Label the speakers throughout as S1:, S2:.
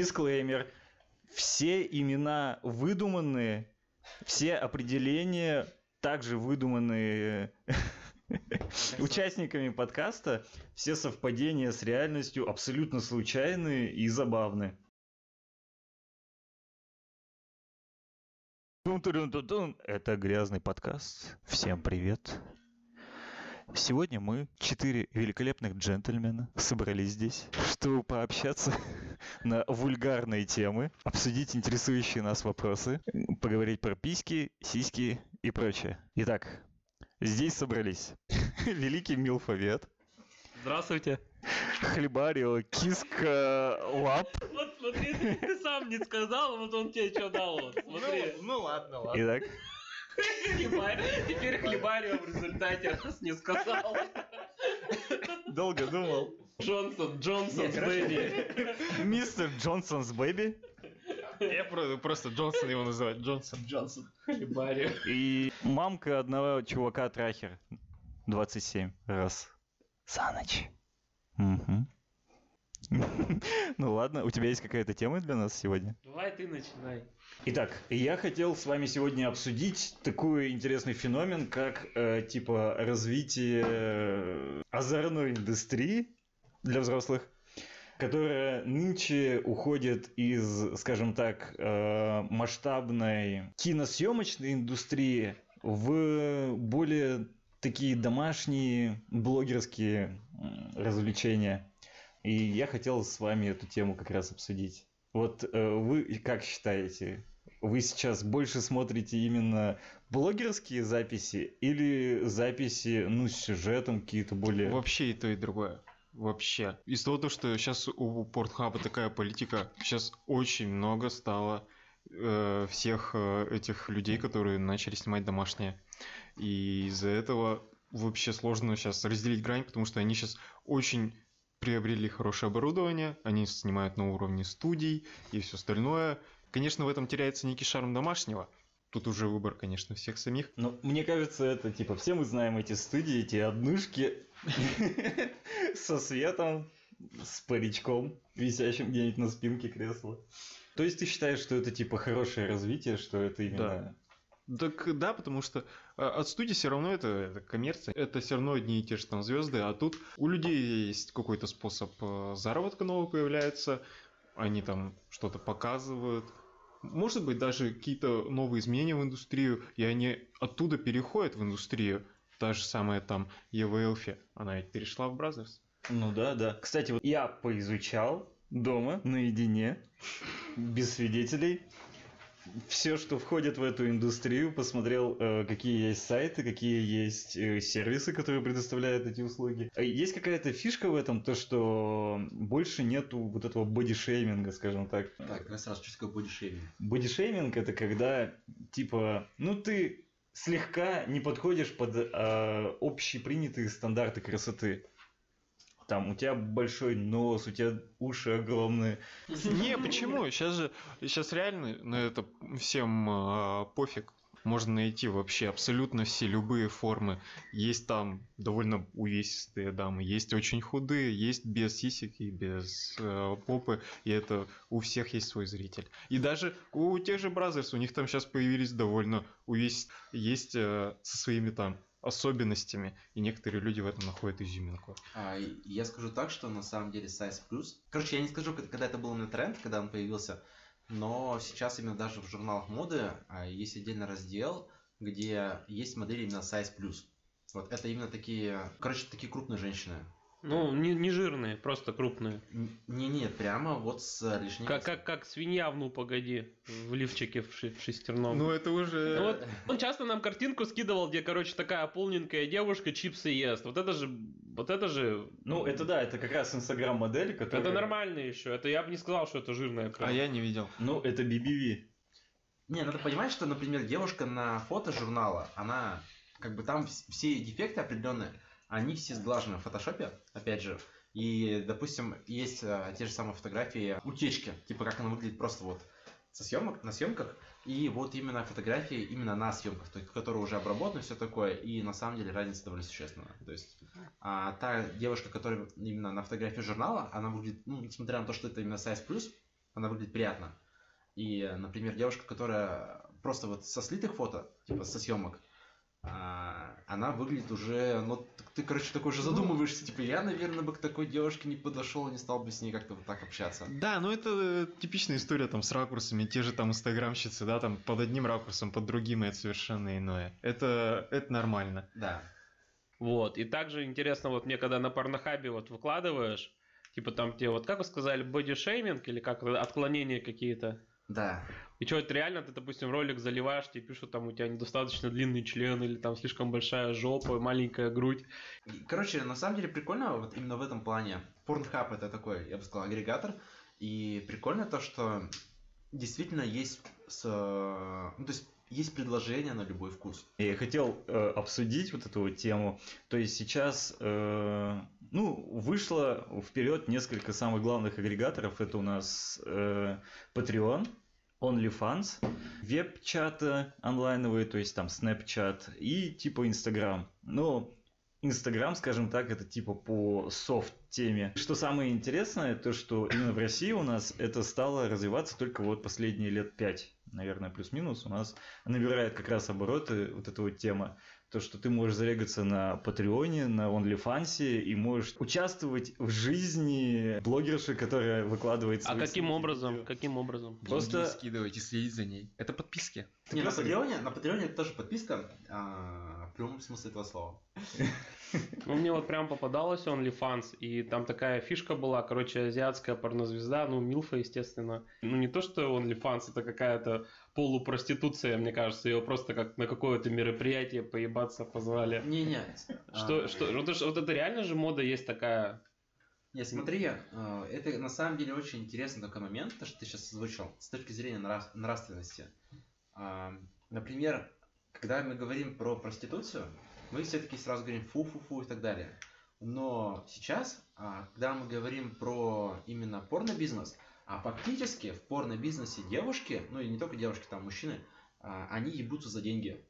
S1: дисклеймер. Все имена выдуманные, все определения также выдуманные э, участниками подкаста. Все совпадения с реальностью абсолютно случайные и забавны. Тун-тун-тун-тун. Это грязный подкаст. Всем привет. Сегодня мы, четыре великолепных джентльмена, собрались здесь, чтобы пообщаться на вульгарные темы, обсудить интересующие нас вопросы, поговорить про письки, сиськи и прочее. Итак, здесь собрались великий Милфовет,
S2: Здравствуйте.
S1: Хлебарио, Киска, Лап
S2: Вот смотри, ты, ты сам не сказал, вот он тебе что дал. вот, Смотри.
S3: Ну, ну ладно, ладно.
S1: Итак,
S2: Хлебарь- Теперь хлебарио в результате раз не сказал.
S1: долго думал.
S2: Джонсон, Джонсон,
S3: Нет, хорошо.
S2: Бэби.
S1: Мистер Джонсонс Бэби
S3: Я про- просто Джонсон его называть. Джонсон.
S2: Джонсон, хлебарио.
S1: и мамка одного чувака Трахер. 27 раз. За ночь. Мгм. Ну ладно, у тебя есть какая-то тема для нас сегодня?
S2: Давай ты начинай.
S1: Итак, я хотел с вами сегодня обсудить такой интересный феномен, как э, типа развитие э, озорной индустрии для взрослых, которая нынче уходит из, скажем так, э, масштабной киносъемочной индустрии в более такие домашние блогерские м, развлечения. И я хотел с вами эту тему как раз обсудить. Вот э, вы как считаете, вы сейчас больше смотрите именно блогерские записи или записи, ну, с сюжетом какие-то более...
S3: Вообще и то, и другое. Вообще. Из того, то, что сейчас у Портхаба такая политика, сейчас очень много стало э, всех э, этих людей, которые начали снимать домашние. И из-за этого вообще сложно сейчас разделить грань, потому что они сейчас очень приобрели хорошее оборудование, они снимают на уровне студий и все остальное. Конечно, в этом теряется некий шарм домашнего. Тут уже выбор, конечно, всех самих.
S1: Ну, мне кажется, это типа, все мы знаем эти студии, эти однушки со светом, с паричком, висящим где-нибудь на спинке кресла. То есть ты считаешь, что это типа хорошее развитие, что это именно...
S3: Так да, потому что э, от студии все равно это, это коммерция, это все равно одни и те же там звезды, а тут у людей есть какой-то способ э, заработка новый появляется, они там что-то показывают, может быть даже какие-то новые изменения в индустрию, и они оттуда переходят в индустрию. Та же самая там Ева Элфи, она ведь перешла в Бразерс.
S1: Ну да, да. Кстати, вот я поизучал дома, наедине, без свидетелей. Все, что входит в эту индустрию, посмотрел, э, какие есть сайты, какие есть э, сервисы, которые предоставляют эти услуги. Э, Есть какая-то фишка в этом, то, что больше нету вот этого бодишейминга, скажем так.
S4: Так, давай сразу, что такое бодишейминг?
S1: Бодишейминг это когда, типа, ну ты слегка не подходишь под э, общепринятые стандарты красоты. Там у тебя большой нос, у тебя уши огромные.
S3: Не, почему? Сейчас же, сейчас реально на это всем а, пофиг. Можно найти вообще абсолютно все любые формы. Есть там довольно увесистые дамы, есть очень худые, есть без сисек и без э, попы. И это у всех есть свой зритель. И даже у тех же Бразерс, у них там сейчас появились довольно увесистые, есть э, со своими там особенностями. И некоторые люди в этом находят изюминку.
S4: А, и- я скажу так, что на самом деле Size Plus... Короче, я не скажу, когда- когда это был на тренд, когда он появился, но сейчас именно даже в журналах моды а, есть отдельный раздел, где есть модели именно Size Plus. Вот это именно такие, короче, такие крупные женщины.
S2: Ну, не, не жирные, просто крупные.
S4: Не-не, прямо вот с э, лишним...
S2: Как, как, как свинья в ну погоди, в лифчике в, ши- в шестерном.
S3: Ну это уже...
S2: Ну вот он часто нам картинку скидывал, где, короче, такая полненькая девушка чипсы ест. Вот это же, вот это же,
S1: Ну, это да, это как раз инстаграм-модель, которая...
S2: это нормально еще. Это я бы не сказал, что это жирная кровь.
S3: А я не видел.
S1: Ну, это BBV.
S4: Не, надо понимать, что, например, девушка на фото журнала, она, как бы там вс- все её дефекты определенные, они все сглажены в фотошопе, опять же. И, допустим, есть э, те же самые фотографии утечки, типа как она выглядит просто вот со съемок, на съемках, и вот именно фотографии именно на съемках, то есть, которые уже обработаны, все такое, и на самом деле разница довольно существенная. То есть, а, та девушка, которая именно на фотографии журнала, она выглядит, ну, несмотря на то, что это именно сайз плюс, она выглядит приятно. И, например, девушка, которая просто вот со слитых фото, типа со съемок, а, она выглядит уже, ну, т- ты, короче, такой же задумываешься, типа, я, наверное, бы к такой девушке не подошел, не стал бы с ней как-то вот так общаться.
S3: Да, ну это э, типичная история там с ракурсами, те же там инстаграмщицы, да, там под одним ракурсом, под другим, и это совершенно иное. Это, это нормально.
S4: Да.
S2: Вот. И также интересно, вот мне когда на порнохабе вот выкладываешь, типа там тебе вот, как вы сказали, бодишейминг или как это, отклонения какие-то.
S4: Да.
S2: И что, это реально, ты, допустим, ролик заливаешь, тебе пишут, там у тебя недостаточно длинный член, или там слишком большая жопа, маленькая грудь.
S4: И, Короче, на самом деле прикольно вот именно в этом плане. Pornhub это такой, я бы сказал, агрегатор. И прикольно то, что действительно есть с, э, ну, то есть есть предложение на любой вкус.
S1: Я хотел э, обсудить вот эту вот тему. То есть сейчас, э, ну, вышло вперед несколько самых главных агрегаторов. Это у нас э, Patreon, OnlyFans, веб-чаты онлайновые, то есть там Snapchat и типа Instagram. Но Инстаграм, скажем так, это типа по софт-теме. Что самое интересное, то что именно в России у нас это стало развиваться только вот последние лет пять, наверное, плюс-минус. У нас набирает как раз обороты вот эта вот тема. То, что ты можешь зарегаться на Патреоне, на OnlyFans и можешь участвовать в жизни блогерши, которая выкладывает
S2: А
S1: свои
S2: каким
S1: снимки,
S2: образом?
S1: видео.
S2: Каким образом?
S1: Просто-
S3: скидывайте, следить за ней. Это подписки.
S4: Не, на
S1: просто-
S4: Патреоне, на Патреоне это тоже подписка, а, в прямом смысле этого слова.
S2: Ну, мне вот прям попадалось OnlyFans, и там такая фишка была, короче, азиатская порнозвезда, ну, Милфа, естественно. Ну, не то, что OnlyFans, это какая-то полупроституция, мне кажется, ее просто как на какое-то мероприятие поебаться позвали.
S4: Не-не.
S2: Что,
S4: а,
S2: что, вот, это ж- вот это реально же мода есть такая.
S4: Не, смотри, э, это на самом деле очень интересный такой момент, то, что ты сейчас озвучил, с точки зрения нрав- нравственности. А, Например, когда мы говорим про проституцию, мы все-таки сразу говорим фу-фу-фу и так далее. Но сейчас, а, когда мы говорим про именно порнобизнес, а фактически в порнобизнесе девушки, ну и не только девушки, там мужчины, а, они ебутся за деньги.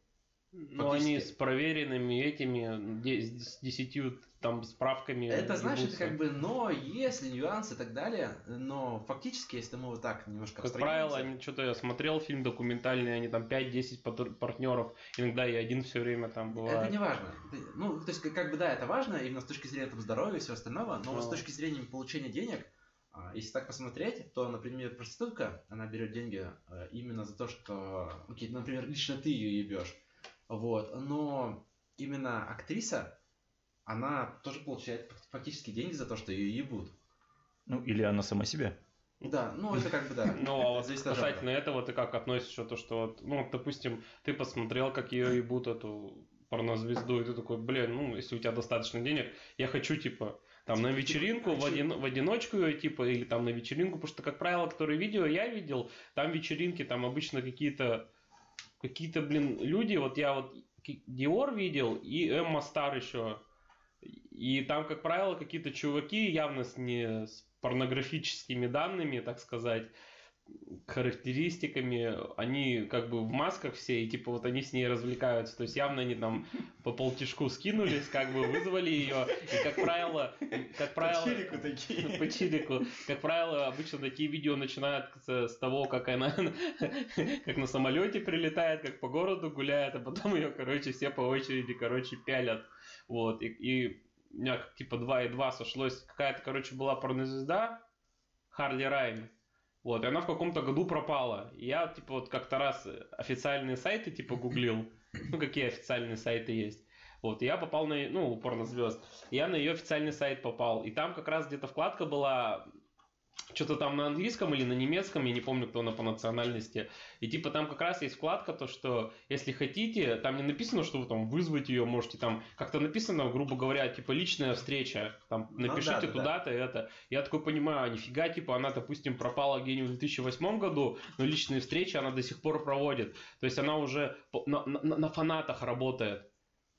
S2: Но
S4: Фактически.
S2: Ну, они с проверенными этими, де- с десятью там справками.
S4: Это значит,
S2: ебутся.
S4: как бы, но если нюансы и так далее, но фактически, если мы вот так немножко
S2: Как
S4: абстрагируемся-
S2: правило, они что-то я смотрел фильм документальный, они там 5-10 патр- партнеров, иногда и один все время там бывает.
S4: Это не важно. Ты- Ну, то есть, как- как бы да, это важно, именно с точки зрения там, здоровья и всего остального, но вот с
S2: Ну.
S4: точки зрения получения денег, а, если так посмотреть, то, например, проститутка, она берет деньги э, именно за то, что, окей, ну, например, лично ты ее ебешь. Вот, но именно актриса, она тоже получает фак- фактически деньги за то, что ее ебут.
S1: Ну, или она сама себя.
S4: Да, ну это как бы да.
S2: Ну, а вот
S4: Зависит от жанра.
S2: касательно этого ты как относишься, то, что вот, ну, вот, допустим, ты посмотрел, как ее ебут эту порнозвезду, и ты такой, блин, ну, если у тебя достаточно денег, я хочу, типа, там, на
S4: Типа, типа,
S2: вечеринку, в,
S4: хочу.
S2: один- в одиночку ее, типа, или там на вечеринку, потому что, как правило, которые видео я видел, там вечеринки, там обычно какие-то, какие-то, блин, люди, вот я вот Ки- Диор видел и Эмма Стар еще. И там, как правило, какие-то чуваки явно с не с порнографическими данными, так сказать, характеристиками, они как бы в масках все, и типа вот они с ней развлекаются. То есть явно они там по полтишку скинулись, как бы вызвали ее. И как правило, как правило, по чирику. Как правило, обычно такие видео начинают с, с того, как она как на самолете прилетает, как по городу гуляет, а потом ее, короче, все по очереди, короче, пялят. Вот, и, и у меня как, типа 2 и 2 сошлось. Какая-то, короче, была порнозвезда Харли Райн. Вот, и она в каком-то году пропала. И я, типа, вот как-то раз официальные сайты, типа, гуглил. Ну, какие официальные сайты есть. Вот, и я попал на, е- ну, порнозвезд. Я на ее официальный сайт попал. И там как раз где-то вкладка была, что-то там на английском или на немецком, я не помню, кто она по национальности. И типа там как раз есть вкладка, то что если хотите, там не написано, что вы там вызвать ее можете, там как-то написано, грубо говоря, типа личная встреча, там
S4: Ну
S2: напишите
S4: да, да, да.
S2: туда-то это. Я такой понимаю, нифига, типа она, допустим, пропала где-нибудь в 2008 году, но личные встречи она до сих пор проводит. То есть она уже по- на- на- на фанатах работает.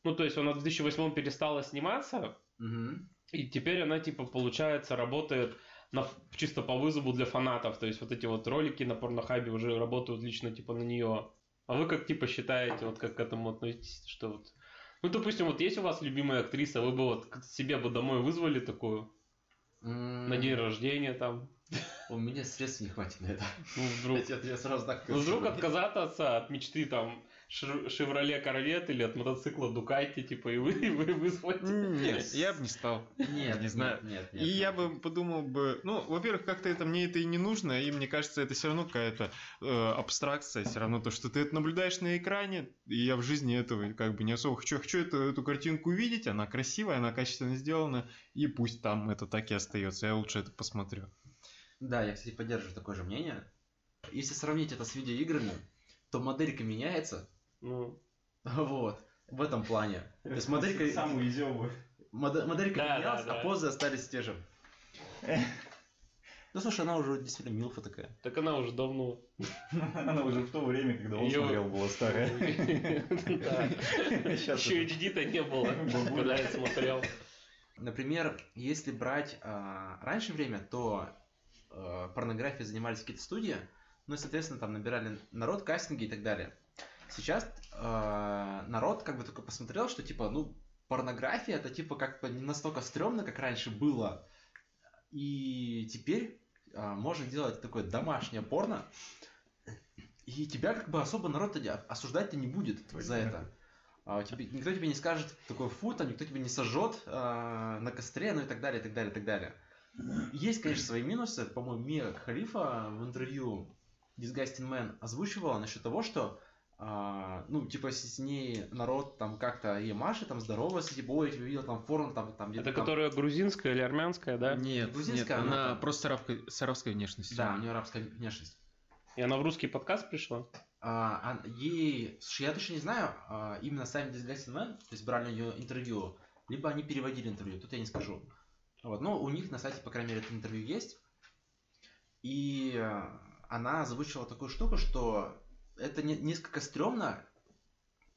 S2: Ну, то есть она в 2008 перестала сниматься,
S4: Мгм.
S2: и теперь она, типа, получается, работает на, ф- чисто по вызову для фанатов. То есть вот эти вот ролики на порнохабе уже работают лично, типа, на нее. А вы как, типа, считаете, вот как к этому относитесь, что вот... Ну, допустим, вот есть у вас любимая актриса, вы бы вот к себе бы домой вызвали такую на
S4: М,
S2: день рождения там.
S4: У меня средств не хватит на это.
S2: Ну, вдруг.
S4: Я, я сразу так
S2: Ну, вдруг
S4: скажу.
S2: отказаться отца от мечты там шев- Шевроле Корвет или от мотоцикла Дукати, типа, и вы, и вы вызвать.
S3: Нет, я бы не стал.
S4: Нет,
S3: Не знаю.
S4: Нет, нет,
S3: И
S4: нет.
S3: я бы подумал бы, ну, во-первых, как-то это мне это и не нужно, и мне кажется, это все равно какая-то э, абстракция, все равно то, что ты это наблюдаешь на экране, и я в жизни этого как бы не особо хочу. Я хочу эту, эту картинку увидеть, она красивая, она качественно сделана, и пусть там это так и остается, я лучше это посмотрю.
S4: Да, я, кстати, поддерживаю такое же мнение. Если сравнить это с видеоиграми, то моделька меняется.
S2: Ну,
S4: Вот. В этом плане. То есть моделька,
S1: Сам увезел бы.
S4: моде- моделька
S2: Да, да,
S4: менялась,
S2: да.
S4: а позы остались те же. Ну, слушай, она уже действительно милфа такая.
S2: так она уже давно.
S1: Она уже в то время, когда он
S2: Её-
S1: смотрел, была старая. Сейчас
S2: Еще HD-то не было,
S1: Бабуля.
S2: когда я смотрел.
S4: Например, если брать а, раньше время, то а, порнографией занимались какие-то студии, ну и, соответственно, там набирали народ, кастинги и так далее. Сейчас а, народ как бы только посмотрел, что типа, ну, порнография это типа как-то не настолько стрёмно, как раньше было. И теперь а, можно делать такое домашнее порно, и тебя как бы особо народ осуждать-то не будет
S1: Твою
S4: за
S1: мать.
S4: это. А, тебе- никто тебе не скажет такой фу, там никто тебя не сожжет а, на костре, ну и так далее, и так далее, и так далее. Есть, конечно, свои минусы. По-моему, Мия Халифа в интервью Disgusting Man озвучивала насчет того, что а, ну, типа, с с ней народ там как-то ей Маша там здоровается, типа, ой, я тебя видел там форум, там, там где-то
S2: Это
S4: там».
S2: которая грузинская или армянская, да?
S3: Нет,
S4: Грузинская она там.
S3: просто арабка- с арабской внешностью.
S4: Да, у нее арабская внешность.
S2: И она в русский подкаст пришла?
S4: А, ан- ей, слушай, я точно не знаю, а, именно сами Disgusting Man, то есть брали у нее интервью, либо они переводили интервью, тут я не скажу. Вот, но у них на сайте, по крайней мере, это интервью есть. И э, она озвучила такую штуку, что это не- несколько стрёмно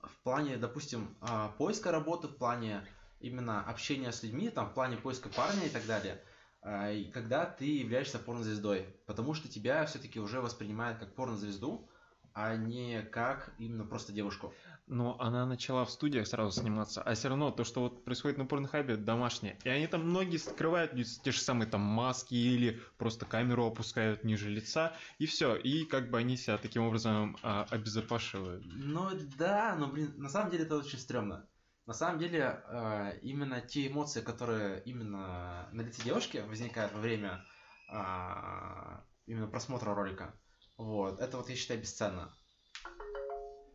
S4: в плане, допустим, а, поиска работы, в плане именно общения с людьми, там, в плане поиска парня и так далее. А, и когда ты являешься порнозвездой, потому что тебя все-таки уже воспринимают как порнозвезду, а не как именно просто девушку.
S3: Но она начала в студиях сразу сниматься, а все равно то, что вот происходит на порнохабе, это домашнее. И они там многие скрывают те же самые там маски или просто камеру опускают ниже лица, и все. И как бы они себя таким образом а, обезопашивают.
S4: Ну да, но блин, на самом деле это очень стрёмно. На самом деле, э, именно те эмоции, которые именно на лице девушки возникают во время а, именно просмотра ролика, вот, это вот я считаю бесценно.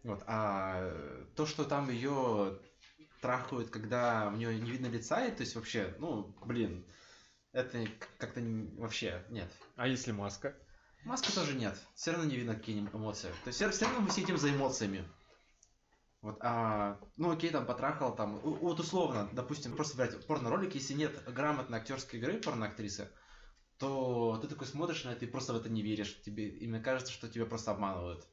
S4: Вот, а э, то, что там ее трахают, когда у нее не видно лица, и, то есть вообще, ну, блин, это к- как-то не- вообще нет.
S3: А если маска?
S4: Маска тоже нет. Все равно не видно какие эмоции. То есть все, равно мы сидим за эмоциями. Вот, а, ну окей, там потрахал, там, у- вот условно, допустим, просто брать порно-ролик, если нет грамотной актерской игры порно-актрисы, то ты такой смотришь на это и просто в это не веришь. Тебе именно кажется, что тебя просто обманывают.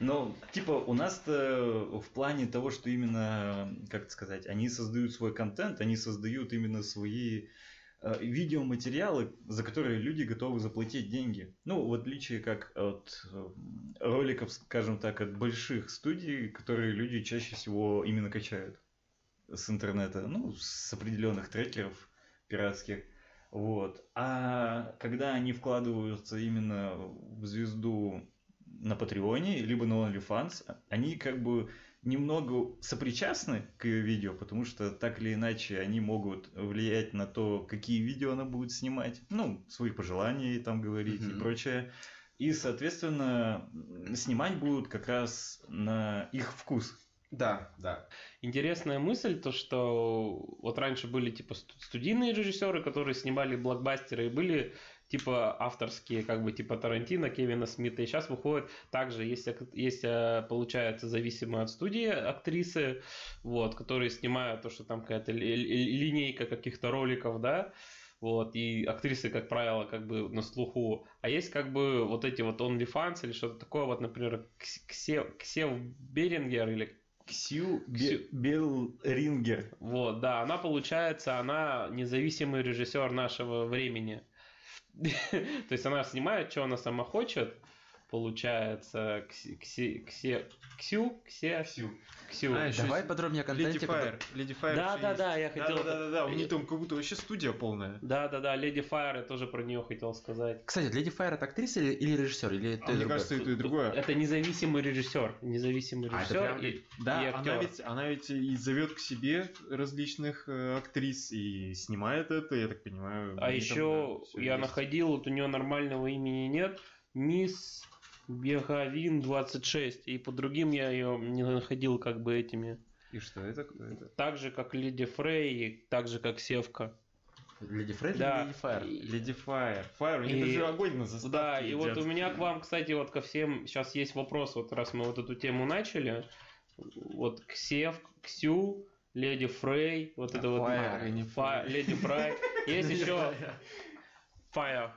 S1: Ну, типа, у нас-то в плане того, что именно, как это сказать, они создают свой контент, они создают именно свои э, видеоматериалы, за которые люди готовы заплатить деньги. Ну, в отличие как от э, роликов, скажем так, от больших студий, которые люди чаще всего именно качают с интернета, ну, с определенных трекеров пиратских. Вот. А когда они вкладываются именно в звезду на Патреоне, либо на OnlyFans, они как бы немного сопричастны к ее видео, потому что так или иначе они могут влиять на то, какие видео она будет снимать, ну, свои пожелания ей там говорить и
S4: Мгм.
S1: прочее. И, соответственно, м, снимать будут как раз на их вкус.
S4: Да, да.
S2: Интересная мысль, то что вот раньше были типа сту- студийные режиссеры, которые снимали блокбастеры и были типа авторские, как бы типа Тарантино, Кевина Смита. И сейчас выходит также, есть, ак- есть э, получается, зависимые от студии актрисы, вот, которые снимают то, что там какая-то ли- ли- линейка каких-то роликов, да, вот, и актрисы, как правило, как бы на слуху. А есть как бы вот эти вот OnlyFans или что-то такое, вот, например, Кс- Ксе- Ксев Берингер или
S1: Ксю
S2: Бе-
S1: Белрингер.
S2: вот, да, она получается, она независимый режиссер нашего времени. То есть она снимает, что она сама хочет, получается, кси, кси, кси, ксю, ксе,
S3: Всю.
S2: ксю.
S3: А, ещё
S4: Давай
S3: есть
S4: подробнее о
S3: Леди
S4: контенте.
S3: Файр. Леди Файр
S2: Да,
S3: ещё
S2: да,
S3: есть.
S2: да, я хотел
S3: Да, да, да, да, у
S2: это-
S3: них там как будто вообще студия полная.
S2: Да, да, да, Леди Файер, я тоже про нее хотел сказать.
S4: Кстати, Леди Файр это актриса или, или режиссер? Или
S3: А
S4: то и
S3: мне
S4: другое?
S3: кажется, и то, и другое.
S2: Это независимый режиссер. Независимый
S4: А, это
S2: режиссер.
S4: прям-
S2: и- и
S3: Да, она
S2: актер.
S3: ведь, она ведь и зовет к себе различных э, актрис и снимает это, я так понимаю.
S2: А
S3: у них там,
S2: еще
S3: да, всё
S2: я
S3: есть.
S2: находил, вот у нее нормального имени нет. Мисс Бегавин 26. И по другим я ее не находил как бы этими.
S3: И что это? Кто это?
S2: Так же, как Леди Фрей, и так же, как Севка.
S4: Леди Фрейд
S2: Да.
S4: или Леди Файр?
S2: И-
S3: Леди Файр. Файр, у них
S2: И-
S3: даже огонь на заставке
S2: Да, и вот
S3: едят.
S2: у меня к вам, кстати, вот ко всем сейчас есть вопрос, вот раз мы вот эту тему начали, вот Ксев, Ксю, Леди Фрей, вот это вот
S4: Фаер,
S2: ну,
S4: не
S2: Фа- Леди Фрай, есть еще Фая,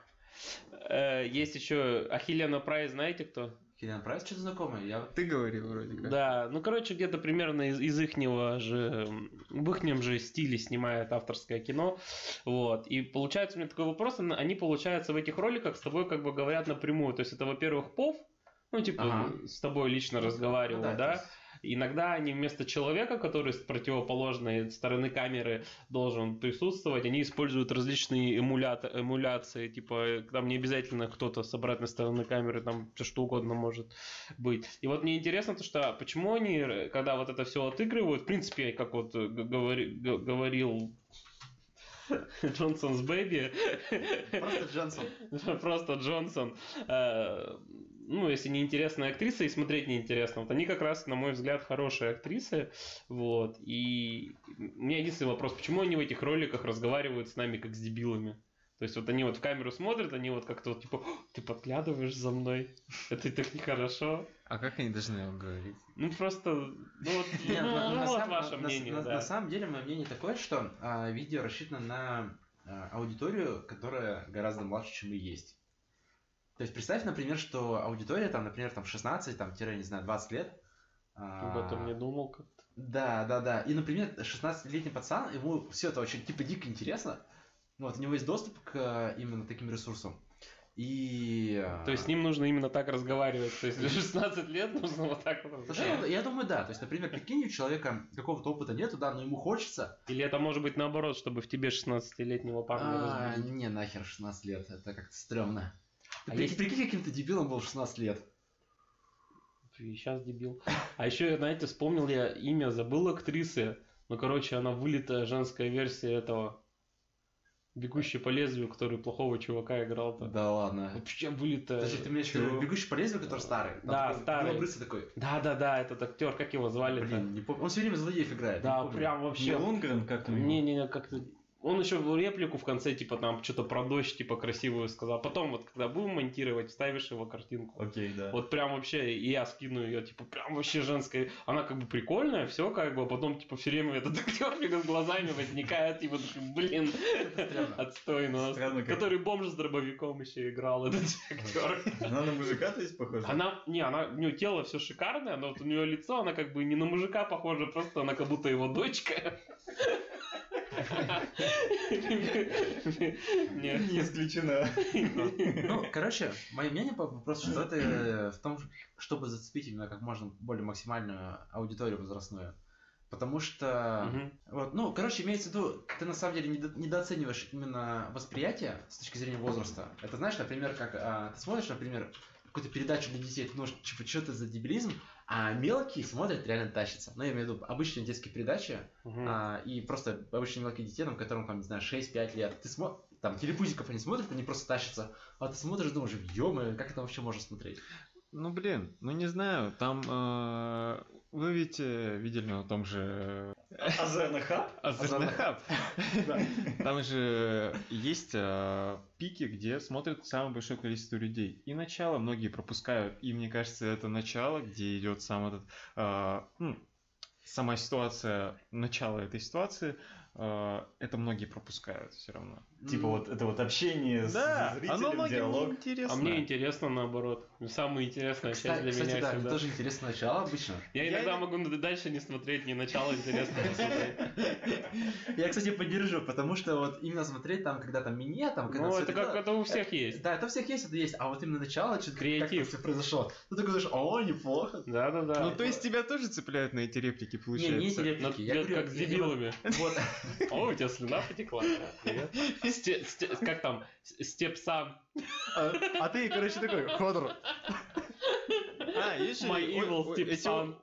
S2: Э, есть еще Ахиллена Прайс, знаете кто?
S4: Киллиан Прайс что-то знакомое. Я...
S3: Ты говорил вроде как.
S2: Да, ну короче где-то примерно из, из ихнего же, м, в ихнем же стиле снимает авторское кино, вот. И получается у меня такой вопрос, он- они получается в этих роликах с тобой как бы говорят напрямую, то есть это во-первых пов, ну типа
S4: Ага.
S2: с тобой лично разговаривал,
S4: Ну
S2: да.
S4: то есть,
S2: Иногда они вместо человека, который с противоположной стороны камеры должен присутствовать, они используют различные эмулята- эмуляции, типа там не обязательно кто-то с обратной стороны камеры, там все что угодно может быть. И вот мне интересно то, что а почему они, когда вот это все отыгрывают, в принципе, как вот э, г- говори- г- говорил Джонсонс Бэби,
S4: Просто Джонсон.
S2: Просто Джонсон. э, Ну, если неинтересная актриса и смотреть неинтересно. Вот они как раз, на мой взгляд, хорошие актрисы. Вот. И у меня единственный вопрос, почему они в этих роликах разговаривают с нами как с дебилами? То есть вот они вот в камеру смотрят, они вот как-то вот типа, «О, ты подглядываешь за мной, это и так нехорошо.
S3: А как они должны вам говорить?
S2: Ну просто, ну вот,
S4: Нет,
S2: ну,
S4: на- на
S2: ну, вот
S4: самом-
S2: ваше
S4: на-
S2: мнение,
S4: на-
S2: да.
S4: На самом деле, мое мнение такое, что а, видео рассчитано на а, аудиторию, которая гораздо младше, чем и есть. То есть представь, например, что аудитория там, например, там 16, там, тире, не знаю, 20 лет. а,
S2: Об этом не думал как-то.
S4: Да, да, да. И, например, 16-летний пацан, ему все это очень типа дико интересно. Ну, Вот, у него есть доступ к э, именно таким ресурсам. И... э,
S2: То есть с ним нужно именно так разговаривать. То есть для 16 лет нужно вот так вот
S4: слушай,
S2: разговаривать.
S4: я- я думаю, да. То есть, например, прикинь, у человека какого-то опыта нету, да, но ему хочется.
S2: Или это может быть наоборот, чтобы в тебе 16-летнего парня
S4: А,
S2: разбудить?
S4: не нахер 16 лет, это как-то стрёмно. Ты
S2: А
S4: при-
S2: есть-
S4: прикинь, каким-то дебилом был в 16 лет.
S2: сейчас дебил. А еще, знаете, вспомнил я имя, забыл актрисы. Ну, короче, она вылитая женская версия этого «Бегущий по лезвию», который плохого чувака играл-то.
S4: Да ладно.
S2: Вообще вылитая.
S4: Подожди, ты меня
S2: э, Чё?
S4: бегущий по лезвию, который старый. Там
S2: Да,
S4: такой
S2: старый.
S4: белобрысый такой.
S2: Да-да-да, этот актер, как его звали-то?
S4: Блин, не помню. Он все время злодеев играет.
S2: да,
S4: не ну, помню.
S2: прям
S1: Вообще
S2: вообще.
S1: Лунгрен как там? его?
S2: Не-не-не, как-то... Он еще в реплику в конце, типа, там, что-то про дождь, типа, красивую сказал. Потом, вот, когда будем монтировать, вставишь его картинку.
S1: Окей, да.
S2: Вот прям вообще, и я скину ее, типа, прям вообще женская. Она как бы прикольная, все как бы, а потом, типа, все время этот актер перед глазами возникает, типа, такой, блин,
S4: Прям.
S2: отстой нас.
S1: Странно, как.
S2: Который бомж с дробовиком еще играл, этот актер.
S1: Она на мужика, то есть, похожа?
S2: Она, не, она, у нее тело все шикарное, но вот у нее лицо, она как бы не на мужика похожа, просто она как будто его дочка. Нет.
S1: Не исключена.
S4: Ну, короче, мое мнение по вопросу что это э, в том, чтобы зацепить именно как можно более максимальную аудиторию возрастную. Потому что,
S2: Мгм.
S4: вот, ну, короче, имеется в виду, ты на самом деле недо- недооцениваешь именно восприятие с точки зрения возраста. Это знаешь, например, как а, ты смотришь, например, какую-то передачу для детей, ты думаешь, типа, что это за дебилизм, а мелкие смотрят, реально тащатся. Ну, я имею в виду обычные детские передачи,
S2: Мгм.
S4: а, и просто обычно мелкие детей, там, которым, там, не знаю, 6-5 лет, ты смо... там, телепузиков они смотрят, они просто тащатся, а ты смотришь, думаешь, ё как это вообще можно смотреть?
S3: Ну блин, ну не знаю, там э, вы ведь э, видели на том же
S1: Азарный А хаб?
S3: Азернахаб. А Там же есть э, пики, где смотрят самое большое количество людей. И начало многие пропускают. И мне кажется, это начало, где идет сам этот э, ну, сама ситуация, начало этой ситуации, э, это многие пропускают все равно.
S1: Типа вот это вот общение с
S3: Да,
S1: зрителем,
S3: оно многим
S1: диалог.
S3: не интересно.
S2: А мне интересно наоборот. Самая интересная часть
S4: Кстати,
S2: для
S4: кстати,
S2: меня
S4: да, мне
S2: всегда.
S4: тоже интересно начало обычно.
S2: Я,
S3: Я
S2: иногда
S3: не-
S2: могу н- дальше не смотреть, ни начало интересного смотреть.
S4: Я, кстати, поддержу, потому что вот именно смотреть там, когда там минет, там, когда
S2: Ну,
S4: всё
S2: это как это у всех есть.
S4: Да, это у всех есть, это есть, а вот именно начало, что-то
S2: Креатив.
S4: все произошло. Ты такой думаешь, о, неплохо.
S2: Да-да-да.
S3: Ну, то есть тебя тоже цепляют на эти реплики,
S4: Не,
S3: получается?
S4: не эти
S2: Надо
S4: реплики. я
S2: делать
S4: говорю,
S2: как с дебилами.
S4: Вот,
S2: О, у тебя слюна потекла. Да, привет. Сте- сте- Как там? С- Степсан.
S3: А, а ты, короче, такой, Ходор. А, есть же
S2: My
S3: о-
S2: evil
S3: о-
S2: степсан.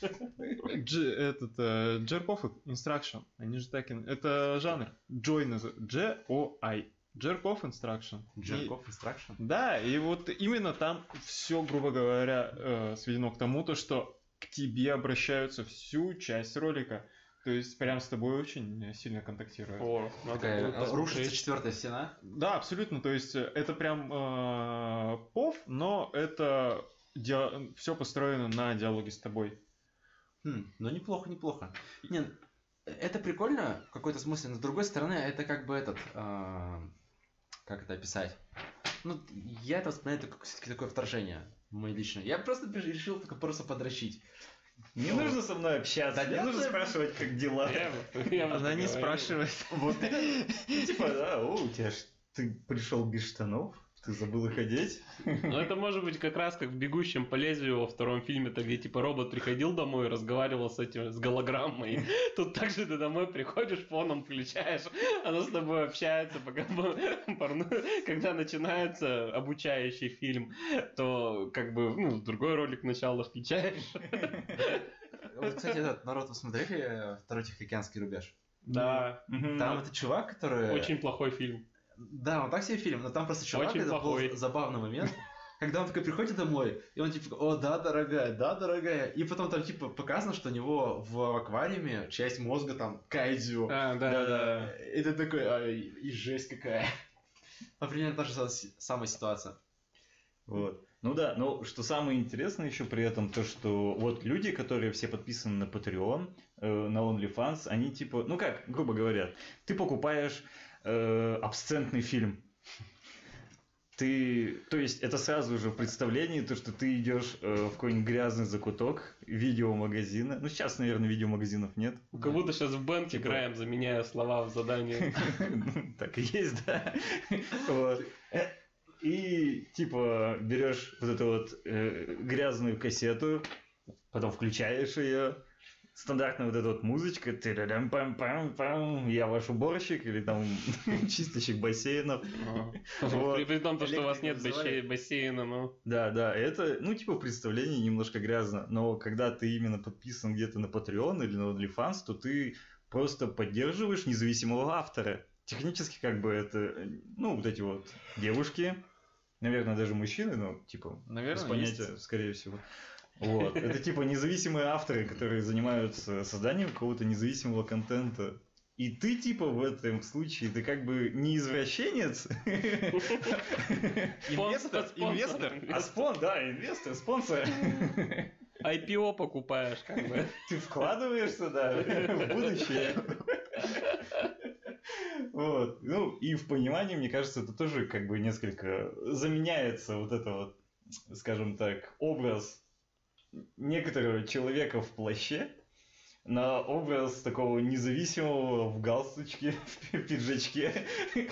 S3: эти- Дж- этот, э, Jerk-off Instruction, они же так, и- это жанр, Joy называется, J-O-I, Jerk-off Instruction. И-
S4: Джерков Instruction.
S3: Да, и вот именно там все, грубо говоря, э, сведено к тому, то, что к тебе обращаются всю часть ролика. То есть прям с тобой очень э, сильно контактируют.
S2: О, надо
S4: Такая,
S2: будет
S4: э, рушится
S2: посмотреть.
S4: четвертая стена.
S3: Да, абсолютно. То есть э, это прям э, пов, но это все построено на диалоге с тобой.
S4: Хм, ну неплохо, неплохо. Нет, это прикольно в какой-то смысле, но с другой стороны, это как бы этот... а, как это описать? Ну, я это воспринимаю как все-таки такое вторжение. Мое личное. Я просто пиш- решил только просто подрочить.
S1: Не
S4: Ну,
S1: нужно со мной общаться,
S4: да
S1: не
S4: нет,
S1: нужно
S4: да.
S1: спрашивать, как дела.
S2: Я бы- я бы
S3: Она не
S2: поговорил.
S3: спрашивает.
S1: Вот типа, да, о, у тебя ж ты пришел без штанов, ты забыл их одеть.
S2: Ну, это может быть как раз как в «Бегущем по лезвию» во втором фильме-то, где, типа, робот приходил домой и разговаривал с этим, с голограммой. Тут также ты домой приходишь, фоном включаешь, она с тобой общается, пока по- порно- когда начинается обучающий фильм, то, как бы, ну, другой ролик начала включаешь.
S4: Вот, кстати, этот народ, вы смотрели э, второй Тихоокеанский рубеж?
S2: Да,
S1: Мгм.
S4: Там этот чувак, который...
S2: очень плохой фильм.
S4: Да, он так себе фильм, но там просто чувак,
S2: Очень
S4: это
S2: плохой.
S4: был забавный момент, когда он такой приходит домой, и он типа, о, да, дорогая, да, дорогая, и потом там типа показано, что у него в аквариуме часть мозга там кайдзю.
S2: А, да-да-да.
S4: И ты такой, «Ай, и жесть какая. А примерно та же са- самая ситуация.
S1: Вот. Ну да, но что самое интересное еще при этом, то что вот люди, которые все подписаны на Patreon, э, на OnlyFans, они типа, ну как, грубо говоря, ты покупаешь э, абсцентный фильм. Ты, то есть это сразу же в представлении, то что ты идешь э, в какой-нибудь грязный закуток видеомагазина. Ну сейчас, наверное, видеомагазинов нет.
S2: Как будто сейчас в бэнк
S1: Типа-
S2: играем, заменяя слова в задании.
S1: Так и есть, да. Вот. И типа берешь вот эту вот э, грязную кассету, потом включаешь ее. Стандартная вот эта вот музычка, тырарям пам пам пам я ваш уборщик или там чистящик бассейнов. Вот.
S2: При при том, то, что у вас нет
S4: Электрика
S2: бассей- бассейна, ну...
S1: Да, да, это, ну, типа, представление немножко грязно, но когда ты именно подписан где-то на Patreon или на OnlyFans, то ты просто поддерживаешь независимого автора. Технически, как бы, это, э, ну, вот эти вот девушки, наверное, даже мужчины, но, типа, без
S3: Наверное, есть.
S1: понятия, скорее всего. Вот. Это типа независимые авторы, которые занимаются созданием какого-то независимого контента. И ты типа в этом случае, ты как бы не извращенец,
S3: Инвестор,
S2: Спонсор,
S3: инвестор.
S1: а спон, да, инвестор, спонсор.
S2: IPO покупаешь, как бы.
S1: Ты вкладываешься, да, в будущее. Вот. Ну, и в понимании, мне кажется, это тоже как бы несколько заменяется вот это вот, скажем так, образ некоторого человека в плаще на образ такого независимого в галстучке, в пиджачке,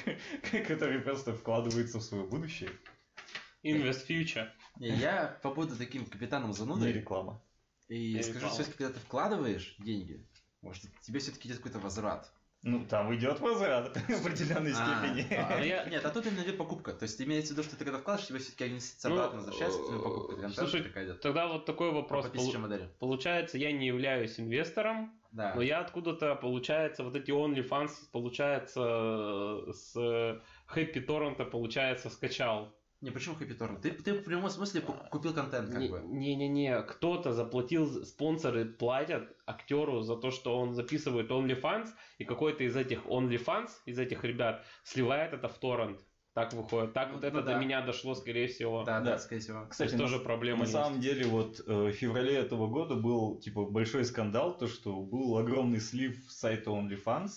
S1: который просто вкладывается в свое будущее.
S2: Invest Future.
S4: Не, Я побуду таким капитаном
S1: Не
S4: занудой
S1: реклама.
S4: и
S2: не
S4: скажу,
S2: реклама.
S4: что если когда ты вкладываешь деньги, может, тебе все-таки идет какой-то возврат.
S1: Ну, там идет возврат в определенной
S4: А,
S1: степени.
S4: а,
S2: Ну, я-
S4: Нет, а тут именно идет покупка. То есть имеется в виду, что ты когда вкладываешь, тебе все-таки они с-
S2: Ну,
S4: обратно возвращаются, тебе покупка.
S2: э,
S4: контент
S2: слушай,
S4: такая идет.
S2: Тогда вот такой вопрос.
S4: А по тысяче
S2: Полу-
S4: модели.
S2: Получается, я не являюсь инвестором,
S4: Да.
S2: но я откуда-то, получается, вот эти OnlyFans, получается, э, с э, Happy Torrent, получается, скачал.
S4: Не, почему Happy Torrent? Ты, ты в прямом смысле
S2: А,
S4: пок- купил контент, как бы.
S2: Не-не-не, кто-то заплатил, з- спонсоры платят актеру за то, что он записывает OnlyFans, и какой-то из этих OnlyFans, из этих ребят, сливает это в торрент. Так выходит. Так
S4: Ну,
S2: вот
S4: ну
S2: это до
S4: да. меня
S2: меня дошло, скорее всего.
S4: Да,
S1: Да.
S4: да, скорее всего.
S1: Кстати,
S2: То есть
S1: на-
S2: тоже проблема
S1: На
S2: есть.
S1: самом деле, вот э, в феврале этого года был типа большой скандал, то что был огромный слив с сайта OnlyFans,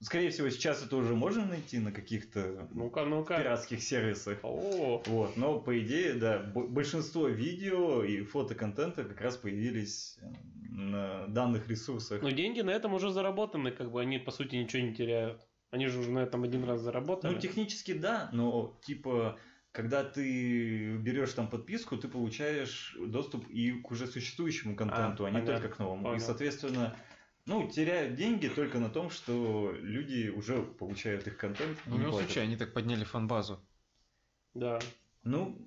S1: Скорее всего, сейчас это уже можно найти на каких-то
S2: Ну-ка, ну-ка.
S1: пиратских сервисах.
S2: О,
S1: Вот, но по идее, да, бо- большинство видео и фотоконтента как раз появились э, на данных ресурсах.
S2: но ну деньги на этом уже заработаны, как бы они по сути ничего не теряют. Они же уже на этом один раз заработали.
S1: Ну, технически да, но типа, когда ты берешь там подписку, ты получаешь доступ и к уже существующему контенту, а, не
S2: понятно,
S1: только к новому. И,
S2: понял.
S1: соответственно, ну, теряют деньги только на том, что люди уже получают их контент. и
S3: В любом
S1: платят.
S3: случае, они так подняли фан-базу.
S2: Да.
S1: Ну,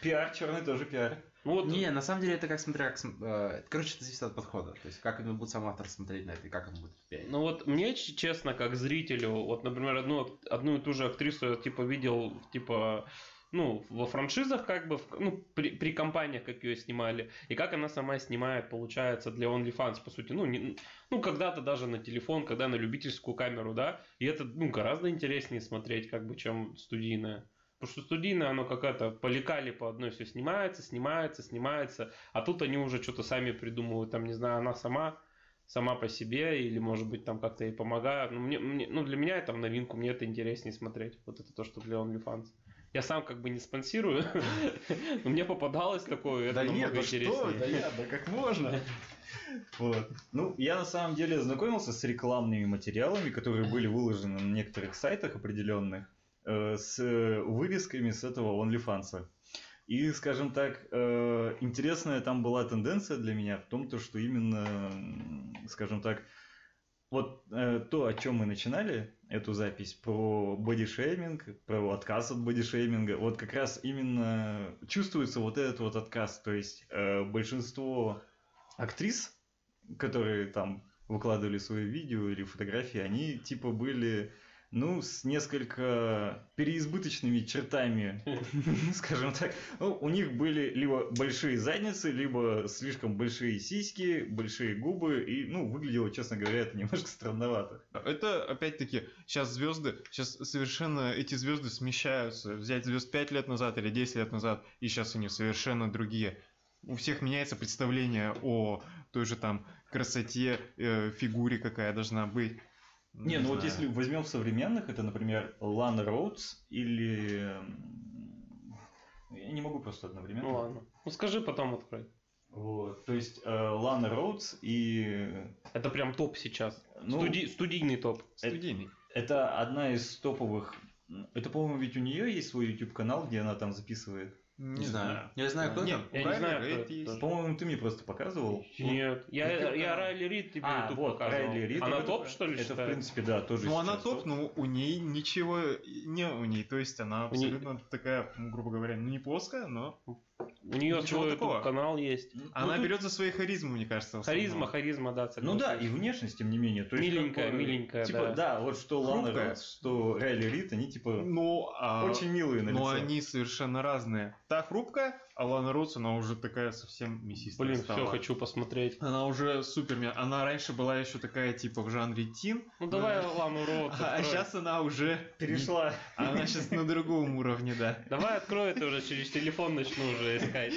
S1: пиар черный тоже пиар.
S2: Ну вот
S4: Не, на самом деле это как смотря как... см- э, это, Короче, это зависит от подхода. То есть как именно будет сам автор смотреть на это и как он будет влиять.
S2: Ну вот мне, ч- честно, как зрителю, вот, например, одну, ак- одну и ту же актрису я, типа, видел, типа, ну, во франшизах, как бы, в- ну, при, при компаниях, как ее снимали, и как она сама снимает, получается, для OnlyFans, по сути, ну, не- ну, когда-то даже на телефон, когда на любительскую камеру, да, и это, ну, гораздо интереснее смотреть, как бы, чем студийное. Потому что студийное, оно какая-то по лекали по одной все снимается, снимается, снимается, а тут они уже что-то сами придумывают, там, не знаю, она сама сама по себе, или, может быть, там как-то ей помогают. Ну, мне, мне- ну, для меня это в новинку, мне это интереснее смотреть. Вот это то, что для OnlyFans. Я сам как бы не спонсирую, но мне попадалось такое, это
S4: Да нет,
S2: намного
S1: ну
S4: да что,
S2: интереснее.
S4: вы, да нет, да как можно?
S1: Вот. Ну, я на самом деле ознакомился с рекламными материалами, которые были выложены на некоторых сайтах определенных, э, с э, вырезками с этого OnlyFans. И, скажем так, э, интересная там была тенденция для меня в том, то, что именно, м, скажем так, вот э, то, о чем мы начинали эту запись, про бодишейминг, про отказ от бодишейминга, вот как раз именно чувствуется вот этот вот отказ. То есть э, большинство актрис, которые там выкладывали свои видео или фотографии, они типа были, ну, с несколько переизбыточными чертами, скажем так. Ну, у них были либо большие задницы, либо слишком большие сиськи, большие губы, и, ну, выглядело, честно говоря, это немножко странновато.
S3: Это, опять-таки, сейчас звезды, сейчас совершенно эти звезды смещаются. Взять звезд 5 лет назад или 10 лет назад, и сейчас они совершенно другие. У всех меняется представление о той же там красоте, э, фигуре, какая должна быть.
S1: Не, ну вот
S3: знаю.
S1: если возьмем современных, это, например, Лана Роудс или... м, Я не могу просто одновременно.
S2: Ну ладно. Ну скажи, потом открой.
S1: Вот, то есть э, Лана Роудс и...
S2: Это прям топ сейчас.
S1: Ну,
S2: Студи- Студийный топ.
S3: Студийный.
S1: Это одна из топовых... Это, по-моему, ведь у нее есть свой YouTube-канал, где она там записывает.
S4: Не знаю. Я знаю, кто
S3: Нет,
S4: это.
S2: Я не
S3: у Райли
S2: знаю, кто
S3: Рейд
S2: это.
S3: есть.
S1: По-моему, ты мне просто показывал.
S2: Нет. Я,
S1: YouTube-канал.
S2: я Райли Рид тебе
S1: Ну, А,
S2: YouTube
S1: вот,
S2: показывал.
S1: Райли Рид.
S2: Она
S1: Это-
S2: топ, что ли,
S1: Это, в
S2: считает?
S1: принципе, да, тоже
S3: Ну, она
S1: сейчас
S3: топ, но у ней ничего не у ней. То есть она
S2: У ней-
S3: абсолютно такая, ну, грубо говоря, ну не плоская, но.
S2: У нее
S3: Ничего
S2: свой
S3: такого.
S2: YouTube канал есть.
S1: Ну,
S3: Она
S1: тут-
S3: берет за свои харизмы, мне кажется. в основном.
S2: Харизма, харизма, да, согласен.
S1: Ну да, и внешность, тем не менее. То есть,
S2: Миленькая,
S1: как бы,
S2: миленькая,
S1: Типа,
S2: да.
S1: да. вот что Лана
S3: Хрупкая.
S1: Роудс, что Райли Рид, они, типа, ну,
S3: Ну, а...
S1: очень милые на
S3: Но
S1: лицо.
S3: они совершенно разные. Та хрупкая, а Лана Роудс, она уже такая совсем мясистая
S2: Блин,
S3: стала.
S2: все, хочу посмотреть.
S3: Она уже супер мя- Она раньше была еще такая, типа, в жанре тин.
S2: Ну давай Лану Роуз
S3: А,
S2: открой.
S3: сейчас она уже...
S1: Перешла.
S3: Она сейчас на другом уровне, да.
S2: Давай открой это уже, через телефон начну уже искать.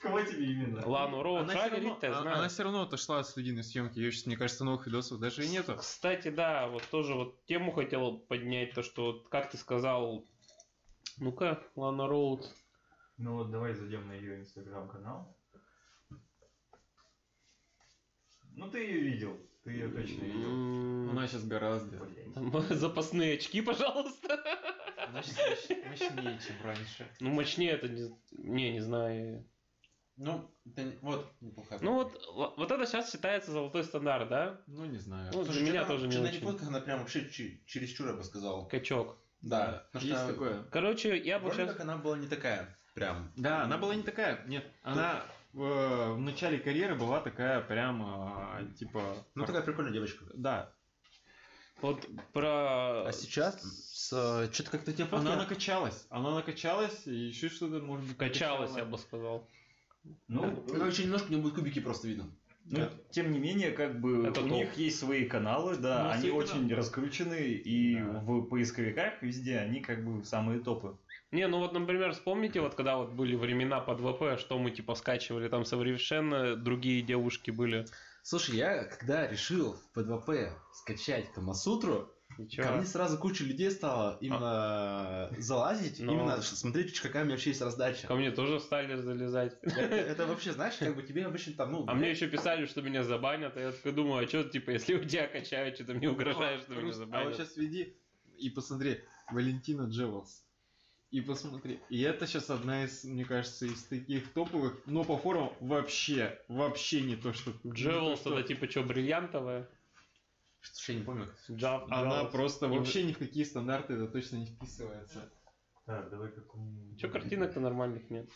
S1: Кого тебе именно?
S2: Лану Роуз,
S3: Она
S2: Райли
S3: всё равно-
S2: Рид, я
S3: а-
S2: знаю.
S3: она всё равно отошла от студийной съемки. Ее сейчас, мне кажется, новых видосов даже и нету.
S2: Кстати, да, вот тоже вот тему хотел поднять, то что, вот, как ты сказал, ну ну-ка, Лана Роуз.
S1: Ну вот, давай зайдем на ее инстаграм-канал. Ну, ты ее видел. Ты ее точно видел.
S2: М,
S3: сейчас гораздо...
S1: Блядь.
S2: Запасные очки, пожалуйста.
S3: Она сейчас мощнее, чем раньше.
S2: Ну, мощнее это, не, не, не знаю.
S4: Ну, это не- вот, неплохая.
S2: Ну вот, л- вот это сейчас считается золотой стандарт, да?
S3: Ну, не знаю.
S2: Ну,
S4: Слушай,
S2: для меня
S4: чё-то-
S2: тоже не
S4: чё-то на
S2: очень.
S4: фотках она прям вообще чи- чересчур, я бы сказал.
S2: Качок.
S4: Да. потому
S3: Есть
S4: что
S3: такое.
S2: Короче, я бы
S4: вроде
S2: сейчас...
S4: как она была не такая, прям.
S3: Да, она была не такая. Нет, она в, э, в начале карьеры была такая прям э, типа.
S4: Ну, такая прикольная девочка.
S3: Да.
S2: Вот про...
S4: А сейчас с... что-то как-то те фотки...
S3: Она накачалась. Она накачалась и еще что-то может быть.
S2: Качалась, я
S3: накачала.
S2: бы сказал.
S1: Ну,
S4: Короче, немножко у нее будет кубики просто видно.
S1: Ну,
S3: Да.
S1: тем не менее, как бы
S2: Это
S1: у
S2: топ.
S1: них есть свои каналы,
S2: Ну,
S1: да, они
S2: свои
S1: очень
S2: каналы.
S1: раскручены, и
S4: Да.
S1: в поисковиках везде они как бы самые топы.
S2: Не, ну вот, например, вспомните, вот когда вот были времена под ВП, что мы типа скачивали, там совершенно другие девушки были.
S4: Слушай, я когда решил в ПДВП скачать Камасутру,
S2: Ничего.
S4: ко мне сразу куча людей стала именно залазить,
S2: Ну.
S4: именно ш- смотреть, какая у меня вообще есть раздача.
S2: Ко мне тоже стали залезать.
S4: Это, это вообще, знаешь, как бы тебе обычно там, ну...
S2: А мне еще писали, что меня забанят, а я такой думаю, а что, типа, если у тебя качают, что ты мне угрожаешь, что меня
S3: Рус, А вот
S2: забанят?
S3: сейчас веди и посмотри. Валентина Джевелс. И посмотри. И это сейчас одна из, мне кажется, из таких топовых, но по формам вообще, вообще не то, что... не то,
S2: Джевелс,
S3: что-
S2: это типа что, бриллиантовая?
S4: Слушай, я не помню. как-
S2: Джав-
S3: Она
S2: Джевелс.
S3: просто вообще ни в какие стандарты это точно не вписывается.
S1: Так, давай какую...
S2: Че картинок-то нормальных нет?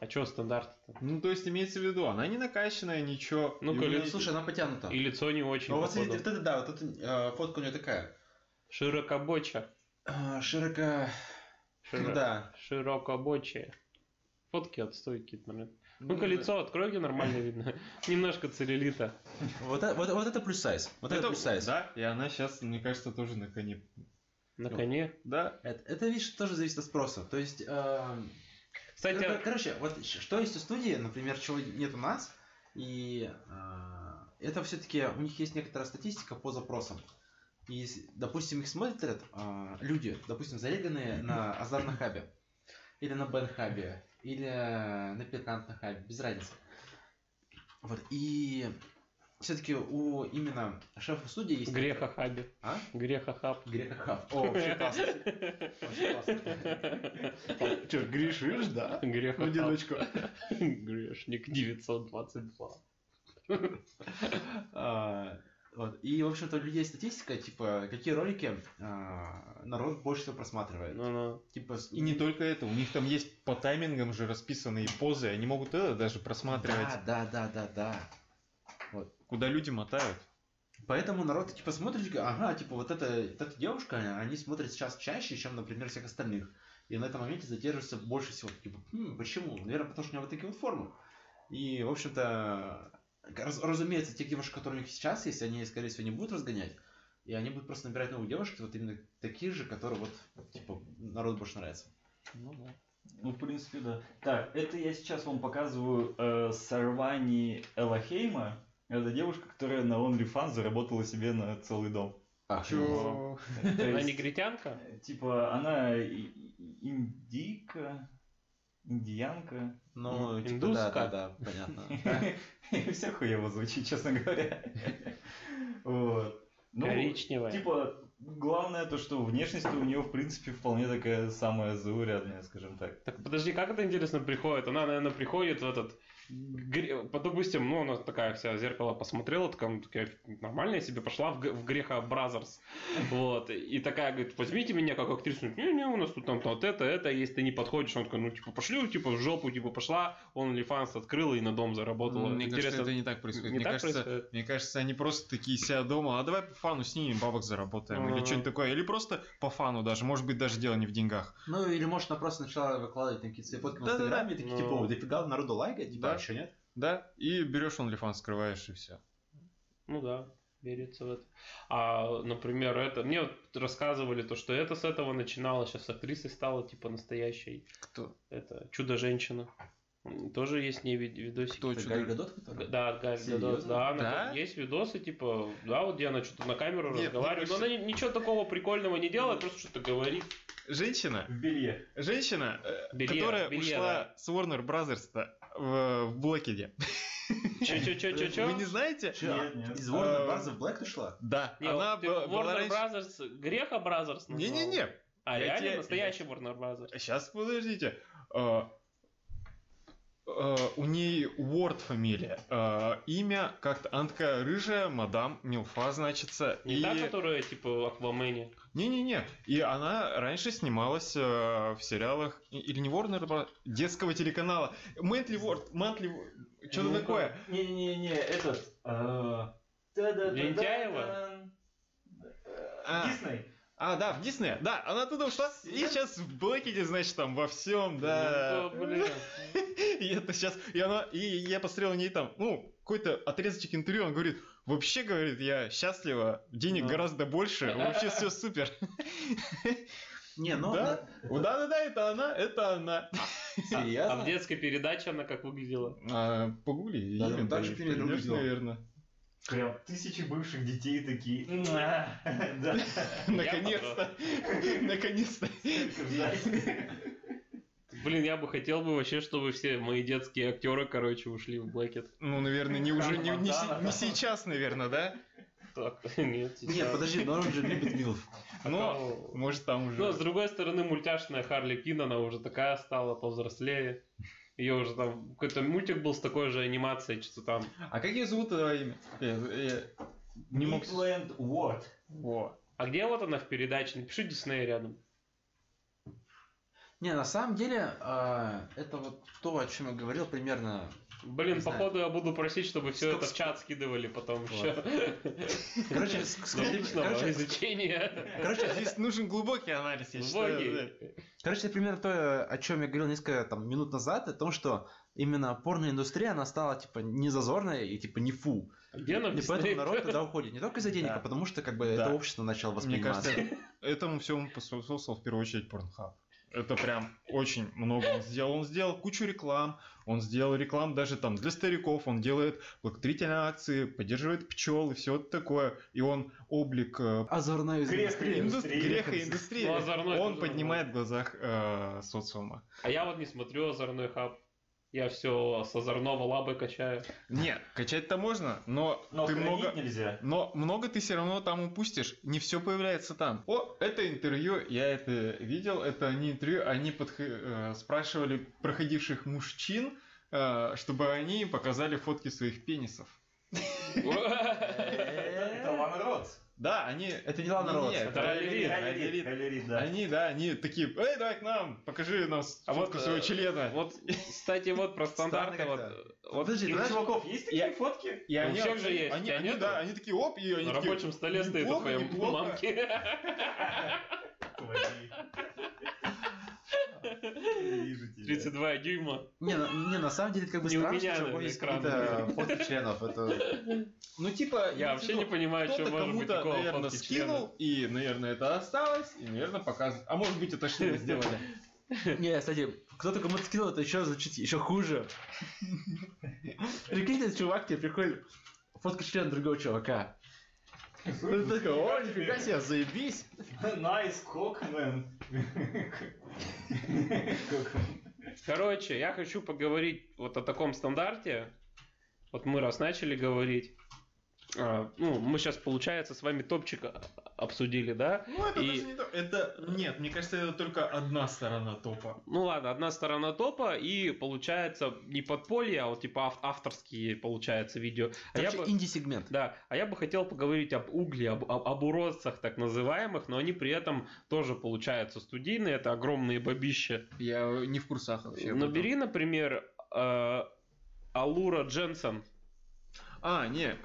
S2: А чё стандарт-то?
S3: Ну, то есть имеется в виду, она не накачанная, ничего.
S2: Ну,
S3: И у
S2: коли-
S3: неё-
S4: Слушай, она потянута.
S2: И лицо не очень,
S4: Ну, вот
S2: походу.
S4: смотрите, вот это, да, вот это, э, фотка у нее такая.
S2: Широкобоча.
S4: А, Широко...
S2: Широ-
S4: Ну да.
S2: Широкобочая. Фотки отстой какие-то, блин.
S3: Ну,
S2: Ну-ка
S3: да.
S2: лицо открой, где нормально видно. Немножко целлюлита.
S4: Вот, э- вот, вот это плюс сайз. Вот это,
S3: Это-
S4: плюс сайз.
S3: Да, и она сейчас, мне кажется, тоже на коне.
S2: На
S3: Ну.
S2: коне.
S3: Да.
S4: Это, это, видишь, тоже зависит от спроса. То есть, эм,
S2: Кстати,
S4: кор- короче, вот щ- что есть у студии, например, чего нет у нас, и э, это все-таки у них есть некоторая статистика по запросам. И, с- допустим, их смотрят э, люди, допустим, зареганные на азарном хабе, или на бенхабе, или э, на пикантном хабе, без разницы. Вот, и все-таки у именно шефа студии есть...
S2: греха хаби.
S4: А?
S2: Греха хаб.
S4: Грехохаб. О, вообще классно. Вообще классно.
S3: Че, грешишь, да? В
S2: Греха
S3: одиночку.
S2: Грешник 922.
S4: А, вот. И, в общем-то, у людей статистика, типа, какие ролики а, народ больше всего просматривает.
S2: Ну-ну.
S4: Типа, с-
S3: Ну, И не только это, у них там есть по таймингам же расписанные позы, они могут это даже просматривать,
S4: Да, да, да, да, да.
S3: куда люди мотают.
S4: Поэтому народ, типа, смотрит, и говорит, ага, типа, вот эта, вот эта девушка, они смотрят сейчас чаще, чем, например, всех остальных. И на этом моменте задерживается больше всего. Типа, «Хм, почему? Наверное, потому что у нее вот такие вот формы. И, в общем-то, раз- разумеется, те девушки, которые у них сейчас есть, они, скорее всего, не будут разгонять. И они будут просто набирать новые девушки, вот именно такие же, которые вот, типа, народу больше нравится.
S1: Ну, в принципе, да. Так, это я сейчас вам показываю э, Сарвани Элахейма. Это девушка, которая на OnlyFans заработала себе на целый дом.
S4: А,
S3: Чё?
S1: То
S2: Она
S1: есть,
S2: негритянка?
S1: э, Типа, она и- и- индийка, индиянка.
S4: Ну, типа,
S2: Индуска?
S4: да, да, да, понятно.
S1: Все хуево звучит, честно говоря. Вот. Ну,
S2: Коричневая.
S1: типа, главное то, что внешность у нее, в принципе, вполне такая самая заурядная, скажем так.
S2: Так подожди, как это интересно приходит? Она, наверное, приходит в этот... гре- по- Допустим, ну, она такая вся в зеркало посмотрела, такая, ну, такая нормальная себе пошла в, г- в Греха Бразерс. Вот. И такая говорит, возьмите меня как актрису. Он говорит, Не-не, у нас тут там вот это, это, если ты не подходишь. Он такой, ну, типа, пошли, типа, в жопу, типа, пошла. Он лифанс открыла и на дом заработала.
S3: Мне кажется,
S2: Интересно,
S3: это не так происходит.
S2: не
S3: Мне
S2: так
S3: кажется,
S2: происходит?
S3: мне кажется, они просто такие себя дома, а давай по фану снимем, бабок заработаем, или
S2: Ага.
S3: что-нибудь такое, или просто по фану даже, может быть, даже дело не в деньгах.
S4: Ну, или может, она просто начала выкладывать там какие-то свои фотки в
S3: Да-да-да.
S4: Инстаграме, и такие,
S2: Ну.
S4: типа, «О, дофига народу лайкает, типа,
S3: Да.
S4: еще нет?
S3: Да, и берешь OnlyFans, скрываешь и все.
S2: Ну да, верится в это. А, например, это... Мне вот рассказывали то, что это с этого начинало, сейчас актрисой стала, типа, настоящей.
S3: Кто?
S2: Это Чудо-женщина. М, Тоже есть не видосики.
S3: Кто?
S4: Это
S3: чудо-
S4: Галь Гадот, которая?
S2: Да, от Галь
S4: Серьезно?
S2: Гадот, да, она
S3: Да?
S2: как- есть видосы, типа, да, вот где она что-то на камеру
S3: Нет, ну
S2: разговаривает,
S3: мне
S2: но она ни- ничего такого прикольного не делает, просто что-то говорит.
S3: Женщина,
S1: В белье.
S3: женщина, э,
S2: Белье,
S3: которая
S2: белье,
S3: ушла с Warner Brothers в, в Блэкеде. Вы не
S2: Че-че-че-че-че?
S3: знаете?
S4: Чё,
S1: Нет, нет.
S4: Из Warner
S3: Э,
S4: Bros. в Black ушла?
S3: Да, она б- была
S2: Warner
S3: раньше...
S2: Brothers, Греха Brothers назвала.
S3: Не-не-не,
S2: А
S3: я
S2: реально
S3: тебе-
S2: настоящий Warner Brothers.
S3: Сейчас, подождите. А, а, у ней Уорд фамилия. А, имя как-то... Она такая рыжая, мадам Милфа, значится.
S2: Не
S3: и...
S2: та, которая, типа, в Аквамене.
S3: Не-не-не. И она раньше снималась э, в сериалах... и- Или не Warner, Bros. детского телеканала. Мэнтли Уорд, Мантли... Что-то
S1: Ну-ка.
S3: такое.
S1: Ну, Не-не-не, этот... э, та-да-та-да-та.
S2: Лентяева?
S1: Э,
S3: А.
S1: Дисней.
S3: А, да, в Диснея. Да, она туда ушла. И сейчас в Блэкете, значит, там во всем, да.
S2: Ну, блин.
S3: И это сейчас. И она. И я посмотрел на ней там, ну, какой-то отрезочек интервью, он говорит, вообще, говорит, я счастлива, денег
S2: Да.
S3: гораздо больше, вообще все супер.
S4: Не, ну...
S3: Да, А, да, да, это она, это она.
S2: А в
S4: Серьезно?
S2: детской передаче она как выглядела?
S3: А, Погугли,
S4: Да,
S3: имя,
S4: там
S3: да,
S4: даже
S3: и
S4: перерыв
S3: пойдёшь,
S4: сделал.
S3: наверное.
S1: Прям тысячи бывших детей такие. «Муа». Да.
S3: Наконец-то, наконец-то.
S1: Только ждать.
S2: Блин, я бы хотел бы вообще, чтобы все мои детские актеры, короче, ушли в Блэкет.
S3: Ну, наверное, не уже, не- не
S1: Ханна
S3: се- не сейчас, наверное, да?
S2: Так, нет.
S4: Нет, подожди, но он же любит Милф.
S3: Но, может, там
S2: Ну, с
S3: уже...
S2: другой стороны, мультяшная Харли Кин, она уже такая стала, повзрослее. Ее уже там какой-то мультик был с такой же анимацией, что-то там.
S3: А как ее зовут это имя? Я- я Не мог...
S1: Midland Ward.
S3: Во.
S2: А где вот она в передаче? Напиши Дисней рядом.
S4: Не, на самом деле, а, это вот то, о чем я говорил примерно.
S2: Блин,
S4: Не знаю.
S2: походу я буду просить, чтобы все
S3: Стоп,
S2: это в чат скидывали потом еще.
S4: Короче, с- с-
S2: Научного
S4: короче,
S2: изучения.
S4: короче, это-
S3: Здесь нужен глубокий анализ, я считаю.
S2: Логи.
S4: короче, это примерно то, о чем я говорил несколько там, минут назад, о том, что именно порноиндустрия, она стала типа не зазорная и типа не фу.
S2: Где она в
S4: И поэтому
S2: Дисней?
S4: народ туда уходит. Не только из-за денег,
S3: Да.
S4: а потому что как бы
S3: Да.
S4: это общество начало
S3: да. Мне
S4: восприниматься.
S3: кажется, это- этому всему поспособствовал в первую очередь Порнхаб. Это прям очень много он сделал. Он сделал кучу реклам, он сделал реклам даже там для стариков, он делает благотворительные акции, поддерживает пчел и все такое. И он облик э,
S4: Озорная
S1: Крест
S4: индустрия.
S1: Индус-
S3: Индустрия, греха
S4: Греха
S3: индустрии.
S2: Ну, озорной
S3: Он
S2: тоже
S3: поднимает в глазах э, социума.
S2: А я вот не смотрю озорной хаб. Я все с озорного лабы качаю.
S3: Нет, качать-то можно, но,
S1: Но
S3: ты
S1: хранить
S3: много.
S1: нельзя.
S3: Но много ты все равно там упустишь. Не все появляется там. О, это интервью, я это видел, это не интервью. Они подх- э, спрашивали проходивших мужчин, э, чтобы они показали фотки своих пенисов.
S1: Это Ван Ротс.
S3: Да, они...
S4: Это не Лана
S3: Не-не,
S4: Роудс.
S3: это
S2: Это Ролли
S3: Ролли Рид, Ролли Рид.
S1: Галерит, да.
S3: Они, да, они такие, эй, давай к нам, покажи нам
S2: А вот,
S3: фотку
S2: э,
S3: своего члена.
S2: Вот, кстати, вот про стандарты.
S4: Странно
S2: Вот,
S4: как-то.
S2: вот
S4: Подожди,
S1: И у
S4: знаешь,
S1: чуваков есть такие фотки?
S3: И
S2: у
S3: они,
S2: всех же есть, у
S3: они,
S2: тебя
S3: они,
S2: нету?
S3: да, они такие, оп, и они
S2: на
S3: такие,
S2: рабочем столе стоит у
S3: неплохо,
S2: твоей
S3: неплохо.
S2: мамки.
S1: Твои. Ненавижу тебя.
S2: 32 дюйма.
S4: Не, на- не, на самом деле, как бы
S2: Не у
S4: странно,
S2: меня
S4: что у чуваков есть
S2: экран.
S4: какие-то фотки членов. Это...
S3: Ну, типа,
S2: Я вообще не понимаю, что
S3: кто-то
S2: может быть
S3: кому-то,
S2: такого
S3: наверное,
S2: фотки члена.
S3: скинул, и, наверное, это осталось, и, наверное, показывает. А может быть, это что сделали?
S4: Не, кстати, кто-то кому-то скинул, это еще звучит еще хуже. Прикинь, этот чувак тебе приходит фотка члена другого чувака. Ну, ты такой, о, нифига себе, заебись.
S1: Nice Cockman.
S2: Короче, я хочу поговорить вот о таком стандарте. Вот мы раз начали говорить. а, ну, мы сейчас, получается, с вами топчик а- обсудили, да?
S3: Ну, это
S2: И-
S3: даже не то. Это, нет, мне кажется, это только одна сторона топа.
S2: Ну ладно, одна сторона топа и получается не подполье, а вот типа ав- авторские получается видео. А я
S4: Короче,
S2: бы-
S4: инди-сегмент.
S2: Да, а я бы хотел поговорить об угле, об, об- об уродцах так называемых, но они при этом тоже получаются студийные, это огромные бабища.
S3: Я не в курсах вообще.
S2: Но Ну, бери, например, э, Алура Дженсен.
S3: А, не.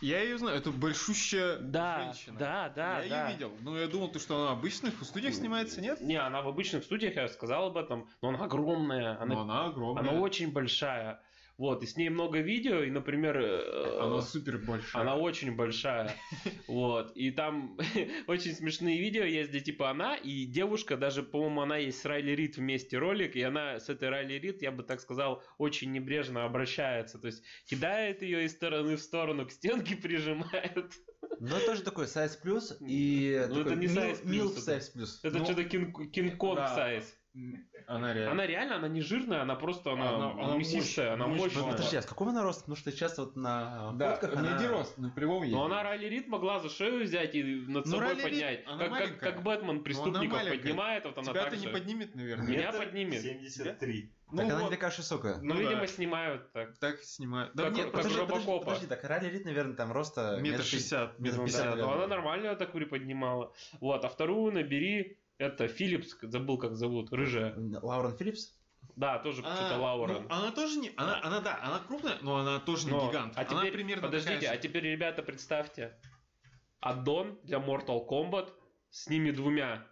S3: Я ее знаю, это большущая женщина.
S2: да, да,
S3: я
S2: да.
S3: ее видел. Ну, я думал, то, что она в обычных студиях снимается, нет?
S2: Не, она в обычных студиях, я сказал об этом, но она огромная,
S3: Но
S2: она,
S3: она Ну, огромная.
S2: она очень большая. Вот, и с ней много видео, и, например, э,
S3: Она супер большая.
S2: Она очень большая. Вот. И там очень смешные видео есть, где типа она и девушка, даже, по-моему, она есть с Райли Рид вместе ролик, и она с этой Райли Рид, я бы так сказал, очень небрежно обращается. То есть кидает ее из стороны в сторону, к стенке прижимает.
S4: Ну, это тоже такой сайз плюс и
S2: Ну, это
S4: такой
S2: не
S4: мил-
S2: size plus,
S4: мил
S2: это-
S4: сайз плюс.
S2: Это
S3: Ну,
S2: что-то Кинг- Кинг-Конг
S3: да.
S2: сайз.
S3: Она реально.
S2: Она реально, она не жирная, она просто, она,
S3: Э. Она- она
S2: мясистая,
S3: мощь-
S2: она
S3: мощь,
S2: мощная.
S3: да.
S4: Подожди, а с какого она роста? Потому что сейчас вот на
S3: Да,
S4: фотках
S3: на
S4: она-
S3: Герос, на прямом есть.
S2: Но она Райли Рид могла за шею взять и над
S3: Ну,
S2: собой
S3: Райли Рид,
S2: поднять.
S3: она
S2: как, как,
S3: маленькая. Ну,
S2: как Бэтмен преступников
S3: маленькая.
S2: поднимает, вот она
S3: Тебя
S2: так
S3: это не
S2: же.
S3: поднимет, наверное.
S2: Меня поднимет.
S1: 73.
S4: Так она не такая уж высокая.
S2: Ну,
S3: Ну
S2: видимо,
S3: да.
S2: снимают так.
S3: так снимают. Да
S2: Как-
S3: нет,
S2: как
S3: подожди,
S2: Робокоп.
S4: Ну, подожди,
S2: Робокопа.
S4: подожди, так Ралли Рид, наверное, там роста
S3: метр шестьдесят.
S4: метр
S3: ну,
S2: Ну
S4: 50,
S2: да, но
S4: наверное.
S2: она нормально так приподнимала. Вот, а вторую набери, это Филлипс, забыл, как зовут, рыжая.
S4: Лаурен Филлипс?
S2: Да, тоже
S3: А,
S2: что-то
S3: ну,
S2: Лаурен.
S3: она тоже не... Она, она, да, она крупная, но она тоже
S2: Но-
S3: не гигант.
S2: А
S3: она
S2: теперь,
S3: примерно
S2: подождите,
S3: такая
S2: а
S3: же.
S2: теперь, ребята, представьте. Аддон для Mortal Kombat с ними двумя.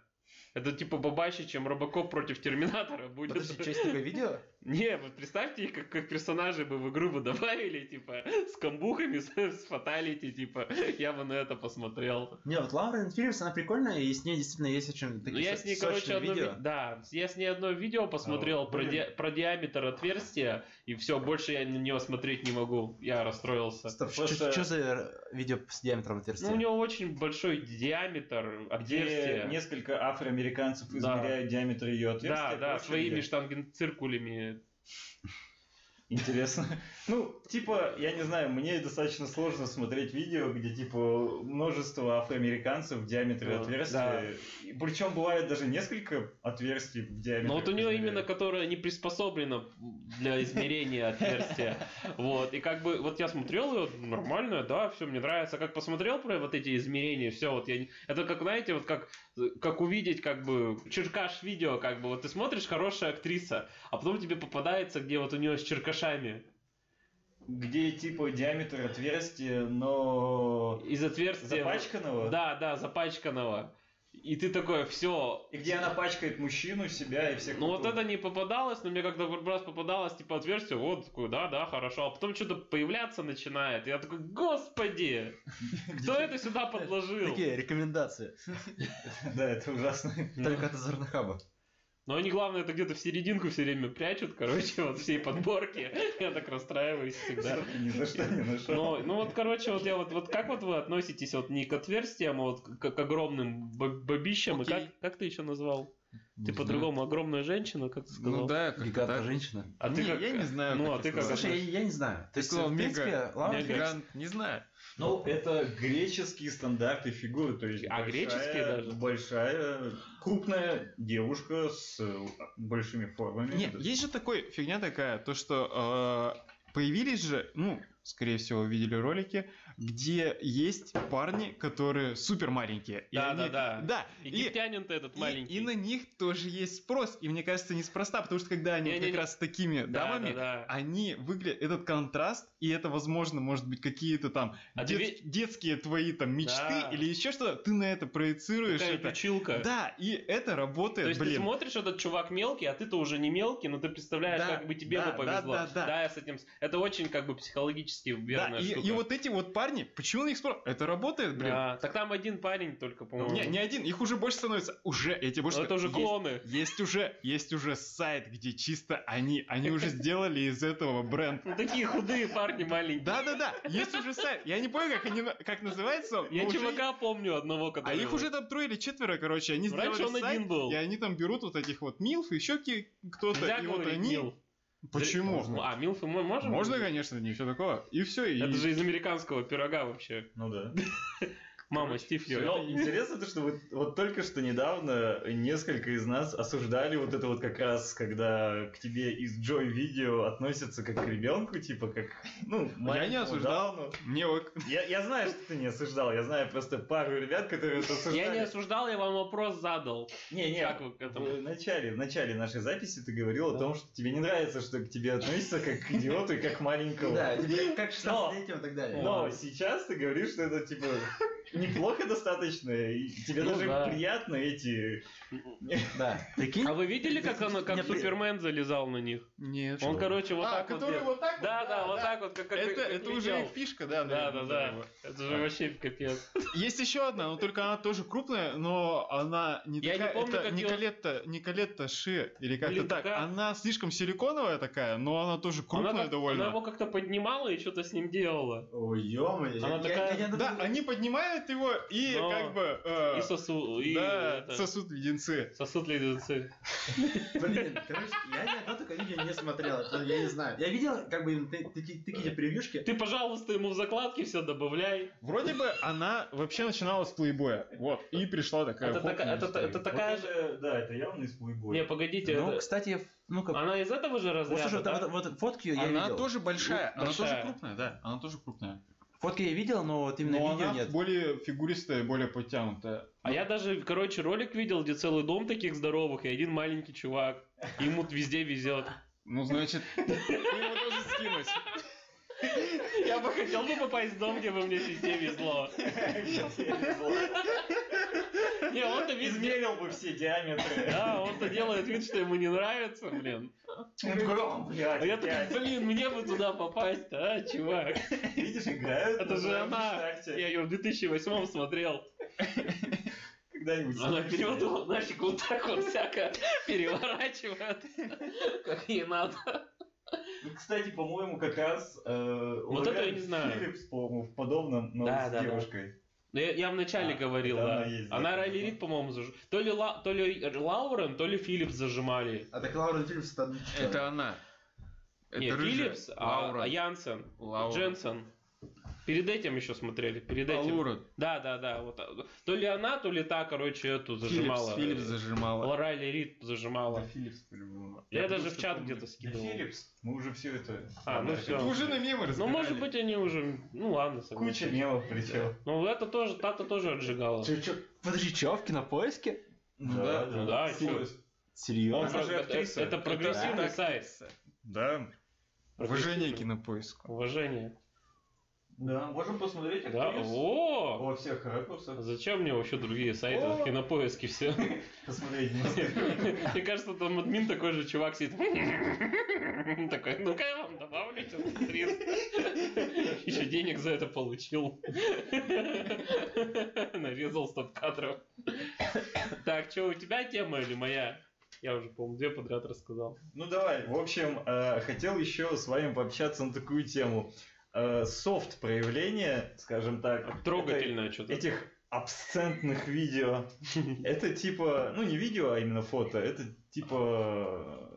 S2: Это типа бабаще, чем Робокоп против Терминатора будет.
S4: Подожди, есть такое видео?
S2: Не, вы представьте их, как, как персонажей бы в игру бы добавили, типа, с камбухами, с, с фаталити, типа, я бы на это посмотрел.
S4: Не, вот Лаура Филлипс, она прикольная, и с ней действительно есть очень
S2: Ну,
S4: такие
S2: я
S4: со-
S2: с ней,
S4: сочные
S2: короче, одно,
S4: видео.
S2: ви- да, я с ней одно видео посмотрел
S4: А,
S2: про,
S4: блин.
S2: ди- про диаметр отверстия, и все, больше я на нее смотреть не могу, я расстроился.
S4: Стоп, что
S1: Просто-
S4: за видео с диаметром отверстия?
S2: Ну, у него очень большой диаметр
S1: Где
S2: отверстия.
S1: несколько афроамериканцев
S2: Да.
S1: измеряют диаметр ее отверстия.
S2: да, да,
S1: короче,
S2: своими
S1: где-
S2: штангенциркулями.
S1: Интересно. Ну, типа, я не знаю, мне достаточно сложно смотреть видео, где, типа, множество афроамериканцев в диаметре
S2: Да.
S1: отверстия. Причем бывает даже несколько отверстий в диаметре.
S2: Но вот у нее
S1: измеряют.
S2: именно, которая не приспособлена для измерения отверстия. Вот, и как бы, вот я смотрел ее, нормально, да, все, мне нравится. А Как посмотрел про вот эти измерения, все, вот я... не- Это как, знаете, вот как, как увидеть, как бы, черкаш видео, как бы, вот ты смотришь, хорошая актриса, а потом тебе попадается, где вот у нее с черкашами.
S1: Где, типа, диаметр отверстия, но...
S2: Из отверстия...
S1: Запачканного?
S2: Да, да, запачканного. И ты такой, все,
S1: И где она пачкает мужчину, себя и всех.
S2: Ну вот
S1: вокруг.
S2: это не попадалось, но мне когда в раз попадалось, типа отверстие, вот такой, да, да, хорошо. А потом что-то появляться начинает. Я такой, господи, кто это сюда подложил?
S4: Такие рекомендации.
S1: Да, это ужасно.
S4: Только от Зорнохаба.
S2: Ну. Но они, главное, это где-то в серединку все время прячут, короче, вот всей подборки. Я так расстраиваюсь всегда.
S1: Всё-таки Ни за что не нашел.
S2: Ну, ну вот, короче, вот я вот, вот как вот вы относитесь вот не к отверстиям, а вот к, к огромным бо- бабищам, и
S3: Окей.
S2: как, как ты еще назвал?
S3: Не
S2: ты
S3: знаю.
S2: по-другому огромная женщина, как ты сказал?
S3: Ну да, как-то
S4: Гиганта
S3: так.
S4: женщина.
S2: А ты
S3: Не,
S2: как?
S3: я не знаю.
S2: ну, а
S3: это
S2: ты как
S3: сказать.
S4: Слушай, я, я не знаю. То
S3: Ты
S4: есть,
S3: сказал,
S4: в принципе,
S3: мега-
S4: Лаура
S2: мега-
S4: Филлипс-
S3: Гигант, не знаю.
S1: Ну, это греческие стандарты фигуры, то есть
S2: А,
S1: большая-
S2: греческие даже?
S1: большая, крупная девушка с э, большими формами.
S3: Не, есть же такой фигня такая, то что э, появились же, ну, скорее всего, вы видели ролики, где есть парни, которые супер маленькие.
S2: Да,
S3: они-
S2: да, да.
S3: Да. и-
S2: Египтянин-то этот
S3: и-
S2: маленький.
S3: И, на них тоже есть спрос. И мне кажется, неспроста, потому что когда они вот как
S2: Не-не-не.
S3: раз с такими
S2: Да,
S3: дамами,
S2: да, да.
S3: они выглядят, этот контраст, и это, возможно, может быть, какие-то там
S2: А
S3: дет-
S2: ты ви-
S3: детские твои там мечты
S2: Да.
S3: или еще что-то, ты на это проецируешь.
S2: Такая
S3: это.
S2: лючилка.
S3: Да, и это
S2: То
S3: работает,
S2: есть ты
S3: блин.
S2: смотришь, этот чувак мелкий, а ты-то уже не мелкий, но ты представляешь,
S3: Да,
S2: как бы тебе
S3: да,
S2: бы
S3: да,
S2: повезло.
S3: да, да.
S2: я с этим... с- Это очень как бы психологически
S3: Да,
S2: верная
S3: и,
S2: штука.
S3: и вот эти вот парни, почему на них спор? Это работает, блин.
S2: Да, так там один парень только, по-моему.
S3: Не, не один, их уже больше становится. Уже, эти
S2: Но
S3: больше.
S2: это уже
S3: есть,
S2: клоны.
S3: есть уже, есть уже сайт, где чисто они, они уже сделали из этого бренд.
S2: Ну такие худые парни маленькие.
S3: Да, да, да, есть уже сайт. Я не помню, как они, на- как называется. он,
S2: Я
S3: но уже
S2: чувака помню одного,
S3: А
S2: который...
S3: их
S2: вот-
S3: уже там трое или четверо, короче, они сделали
S2: Раньше он
S3: сайт,
S2: один был.
S3: и они там берут вот этих вот милф, еще ки- кто-то,
S2: Нельзя
S3: и вот
S2: говорить
S3: они...
S2: Милф.
S3: Почему?
S2: Ну, А, Милфы мы можем?
S3: Можно, конечно, ничего такого. И все, и...
S2: Это же из американского пирога вообще.
S1: Ну да.
S2: Мама, Стив
S3: всё.
S2: Йо.
S1: Но интересно то, что вот, вот только что недавно несколько из нас осуждали вот это вот как раз, когда к тебе из Джой видео относятся как к ребенку, типа как, ну,
S3: Я не
S1: маленькому
S3: осуждал,
S1: Дауну.
S3: Мне ок.
S1: Я, я знаю, что ты не осуждал, я знаю просто пару ребят, которые это осуждали.
S2: Я не осуждал, я вам вопрос задал.
S1: Не, Э, не,
S2: Как вы к этому?
S1: в начале, в начале нашей записи ты говорил
S2: Да.
S1: о том, что тебе не нравится, что к тебе относятся как к идиоту и как к маленькому.
S4: Да, тебе как 16-летним и так далее.
S1: Но сейчас ты говоришь, что это типа неплохо достаточно, и тебе
S2: Ну
S1: даже
S2: да.
S1: приятно эти...
S4: Да. Прикинь?
S2: А вы видели, как,
S4: Здесь
S2: оно, как
S4: не при-
S2: Супермен залезал на них?
S3: Нет.
S2: Он, короче, вот
S3: а,
S2: так вот
S3: который
S2: делал.
S3: вот так вот,
S2: Да, да, вот так вот, как, как
S3: это,
S2: как
S3: это
S2: летел.
S3: уже А. их фишка, да,
S2: Да, да,
S3: наверное,
S2: да.
S3: его.
S2: Это же вообще капец.
S3: Есть еще одна, но только она тоже крупная, но она не
S2: Я не
S3: такая.
S2: помню,
S3: это
S2: как её-
S3: Николетта, Николетта Ши или как-то
S2: Блин,
S3: так.
S2: такая-
S3: Она слишком силиконовая такая, но она тоже крупная
S2: она, как-
S3: довольно.
S2: она его как-то поднимала и что-то с ним делала.
S4: Ой, ё-моё.
S2: Она
S4: А
S2: такая-
S4: ну,
S3: Да, они поднимают его и
S2: Но-
S3: как бы. э,
S2: И сосу... И
S3: да,
S2: это-
S3: сосут леденцы.
S2: Сосут леденцы.
S4: Блин, короче, я ни одно такое видео не смотрел, это я не знаю. Я видел, как бы, ты- такие такие превьюшки.
S2: Ты, пожалуйста, ему в закладки все добавляй.
S3: Вроде бы она вообще начинала с плейбоя. Вот. И пришла такая.
S2: Это
S3: хоп,
S2: такая- это-
S3: и-
S2: это такая же...
S1: же... Да, это явно из плейбоя.
S2: Не, погодите.
S4: Ну,
S2: это-
S4: кстати, ну-ка,
S2: Она из этого же
S4: вот
S2: разряда,
S4: слушай,
S2: да?
S4: вот- вот фотки я
S3: Она
S4: видел.
S3: тоже большая.
S2: Ну,
S3: Она тоже
S2: большая.
S3: крупная, да. Она тоже крупная.
S4: Фотки я видел, но вот именно
S3: но
S4: видео
S3: она
S4: нет.
S3: более фигуристая, более подтянутая.
S2: А я даже, короче, ролик видел, где целый дом таких здоровых и один маленький чувак. Ему везде везет.
S3: Ну, значит, ты его тоже скинуть.
S2: Я бы ну, хотел бы попасть в дом, где бы мне везде везло. Не, он-то весь
S1: Измерил бы все диаметры.
S2: Да, он-то делает вид, что ему не нравится, блин.
S1: Он такой, «О, блядь,
S2: А я
S1: опять».
S2: такой, блин, мне бы туда попасть, а, чувак.
S1: Видишь, играют.
S2: Это
S1: на
S2: же
S1: своём
S2: она.
S1: старте.
S2: Я ее в 2008 смотрел.
S1: Когда-нибудь.
S2: Она
S1: слышишь,
S2: берет
S1: блядь.
S2: его нафиг вот так вот всяко переворачивает, как ей надо.
S1: Ну, Кстати, по-моему, как раз... э,
S2: Вот это я не
S1: Лорен
S2: знаю.
S1: Филлипс, по-моему, в подобном, но
S2: Да,
S1: с
S2: да, да.
S1: девушкой.
S2: Ну, Я, я вначале
S1: А,
S2: говорил,
S1: это
S2: да.
S1: она есть, да,
S2: Она
S1: конечно.
S2: Райли Рид, по-моему, зажимала. То ли, Ла- то ли Лаурен, то ли Филлипс зажимали.
S4: А так Лаура Филлипс это...
S3: Это она. Это
S2: Не,
S3: рыжая.
S2: Филлипс, а,
S3: Лаура.
S2: а Янсен,
S3: Лаура.
S2: Дженсен. Перед этим еще смотрели, перед
S3: А,
S2: этим.
S3: Лаура.
S2: Да, да, да. Вот. а, То ли она, то ли та, короче, эту зажимала.
S3: Филлипс, Филлипс зажимала.
S2: Райли Рид
S1: Да,
S2: зажимала.
S1: Филлипс, по-любому.
S2: Я, даже
S3: просто
S2: в чат
S3: помню.
S2: где-то
S1: Да,
S2: скидывал.
S1: Филлипс. Мы уже все это...
S2: А, ну
S1: Да,
S2: всё.
S3: Это
S1: это
S3: уже на мемы
S2: Ну,
S3: разбирали.
S2: может быть, они уже... Ну, ладно, согласен.
S1: Куча мемов причем.
S2: Ну, это тоже, Тата тоже отжигала.
S4: Чё- чё- Подожди, чё, в кинопоиске?
S3: Ну да.
S2: Ну да, и чё?
S1: Он
S4: Серьезно?
S2: Это-
S1: же
S2: это,
S1: актриса.
S2: это прогрессивный
S3: Да.
S2: сайт.
S1: Да.
S3: Уважение кинопоиску.
S2: Уважение.
S1: Да, можем посмотреть
S2: Да,
S1: актрис
S2: о!
S1: во всех ракурсах.
S2: Зачем мне вообще другие сайты,
S1: О!
S2: кинопоиски все?
S1: Посмотреть немножко.
S2: Мне кажется, там админ такой же чувак сидит. Такой, ну-ка я вам добавлю этих актрис. Еще денег за это получил. Нарезал стоп-кадров. Так, что, у тебя тема или моя? Я уже, по-моему, две подряд рассказал.
S1: Ну давай, в общем, э, хотел еще с вами пообщаться на такую тему. Э, Софт проявление, скажем так, этой-
S2: Трогательное что-то.
S1: этих абсцентных видео. Это типа, ну не видео, а именно фото. Это типа,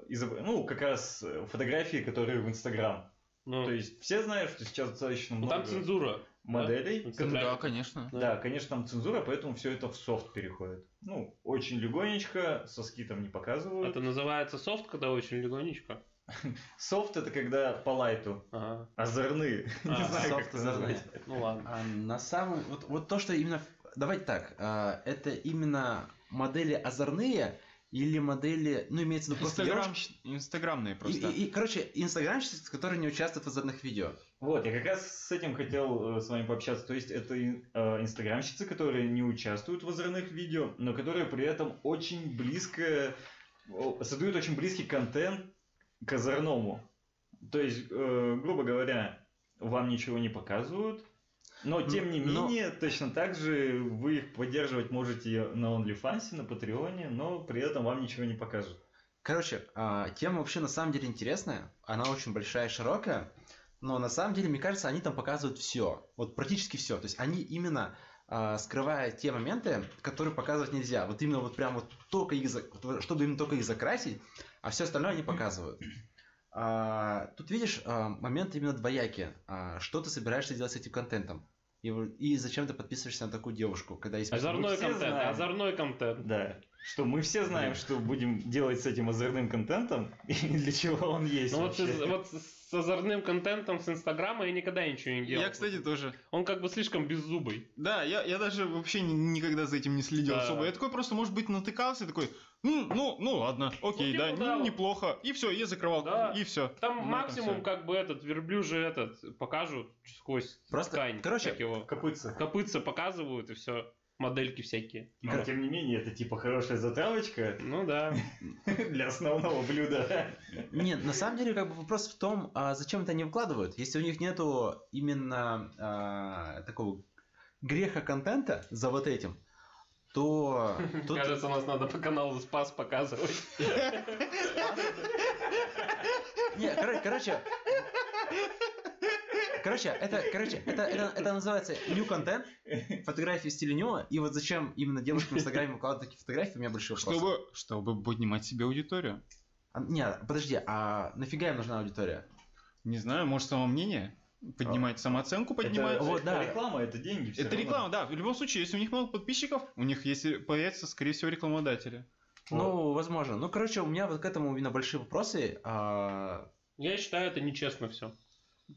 S1: э, изоб- ну как раз э, фотографии, которые в Инстаграм.
S2: Ну,
S1: То есть все знают, что сейчас достаточно
S2: ну,
S1: много
S2: там цензура.
S1: моделей.
S2: да?
S3: Ну Да, конечно.
S1: Да, конечно, там цензура, поэтому все это в софт переходит. Ну, очень легонечко, соски там не показывают.
S2: Это называется софт, когда очень легонечко.
S1: Софт это когда по лайту.
S2: Ага.
S1: Озорные.
S2: А,
S1: Не знаю,
S4: софт
S1: как это
S4: озорные.
S1: назвать.
S2: Ну ладно.
S4: А на самом... Вот, вот то, что именно... Давайте так, а, это именно модели озорные или модели... Ну, имеется в виду просто
S3: Инстаграм,
S4: девушки-
S3: инстаграмные
S4: И,
S3: просто.
S4: и- и, короче, инстаграмщицы, которые не участвуют в озорных видео.
S1: Вот, я как раз с этим хотел э, с вами пообщаться. То есть это ин- э, инстаграмщицы, которые не участвуют в озорных видео, но которые при этом очень близко о, создают очень близкий контент к озорному. То есть, э, грубо говоря, вам ничего не показывают, но тем не
S4: Но-
S1: менее, точно так же вы их поддерживать можете на OnlyFans, на Патреоне, но при этом вам ничего не покажут.
S4: Короче, а, тема вообще на самом деле интересная, она очень большая и широкая, но на самом деле, мне кажется, они там показывают все, вот практически все. То есть они именно а, скрывают те моменты, которые показывать нельзя. Вот именно вот прям вот только их, за- вот чтобы именно только их закрасить, а все остальное они показывают. А, тут видишь а, момент именно двоякий. А, что ты собираешься делать с этим контентом? И, в- и зачем ты подписываешься на такую девушку, когда есть...
S1: Мы
S2: Озорной
S1: все
S2: контент,
S1: знаем.
S2: озорной контент.
S1: Да. Что мы все знаем,
S4: Блин.
S1: что будем делать с этим озорным контентом и для чего он есть.
S2: Ну вот,
S1: вообще.
S2: с- вот с с озорным контентом с Инстаграма я никогда ничего не делал.
S3: Я, кстати, тоже.
S2: Он как бы слишком беззубый.
S3: Да, я, я даже вообще ни- никогда за этим не следил
S2: Да.
S3: особо. Я такой просто, может быть, натыкался и такой, «М, ну, ну ладно, окей,
S2: типа
S3: да,
S2: да.
S3: ну, неплохо. И все, я закрывал,
S2: Да.
S3: и все.
S2: Там
S3: Ну, это
S2: максимум
S3: всё.
S2: как бы этот верблюжий этот покажут сквозь
S4: Просто,
S2: ткань.
S4: короче,
S2: как его.
S1: Копытца.
S2: Копытца показывают и все. Модельки всякие.
S1: Но, тем не менее, это типа хорошая затравочка
S2: Ну да.
S1: для основного блюда.
S4: Нет, на самом деле, как бы вопрос в том, а зачем это они вкладывают, если у них нету именно а, такого греха контента за вот этим, то тут
S2: Кажется, нас надо по каналу Спас показывать.
S4: не, короче, короче, короче, это, короче, это, это, это называется new контент, фотографии в стиле ню, и вот зачем именно девушкам в Инстаграме выкладывать такие фотографии, у меня большой вопрос.
S3: Чтобы, чтобы поднимать себе аудиторию.
S4: А, не, подожди, а нафига им нужна аудитория?
S3: Не знаю, может, само мнение? Поднимать самооценку, поднимать.
S1: Это,
S4: Вот, да.
S1: реклама, это деньги. всё
S3: Это
S1: равно.
S3: реклама, да. В любом случае, если у них много подписчиков, у них если появятся, скорее всего, рекламодатели.
S4: Ну, возможно. Ну, короче, у меня вот к этому именно большие вопросы. а,
S2: Я считаю, это нечестно все.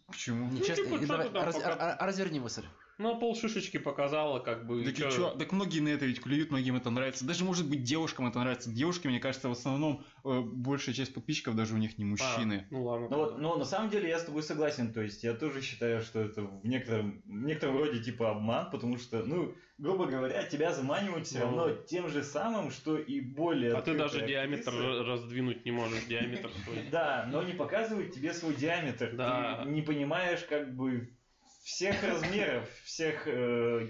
S3: Почему?
S4: Нечестно.
S2: типа,
S4: И
S2: что
S4: давай,
S2: ты там
S4: раз-
S2: пока-
S4: а- а- разверни мысль.
S2: Ну, пол шишечки показала, как бы.
S3: Так, и
S2: Ну, чё? А,
S3: чё? Так многие на это ведь клюют, многим это нравится. Даже, может быть, девушкам это нравится. Девушки, мне кажется, в основном э, большая часть подписчиков даже у них не
S2: А,
S3: мужчины.
S2: ну ладно.
S1: Ну вот, но на самом деле я с тобой согласен, то есть я тоже считаю, что это в некотором, в некотором роде типа обман, потому что, ну, грубо говоря, тебя заманивают все
S2: Ну.
S1: равно тем же самым, что и более
S2: а ты
S1: открытые
S2: даже диаметр
S1: актрисы.
S2: ра- раздвинуть не можешь, диаметр свой.
S1: Да, но не показывают тебе свой диаметр.
S2: Да.
S1: Ты не понимаешь как бы всех размеров, всех э,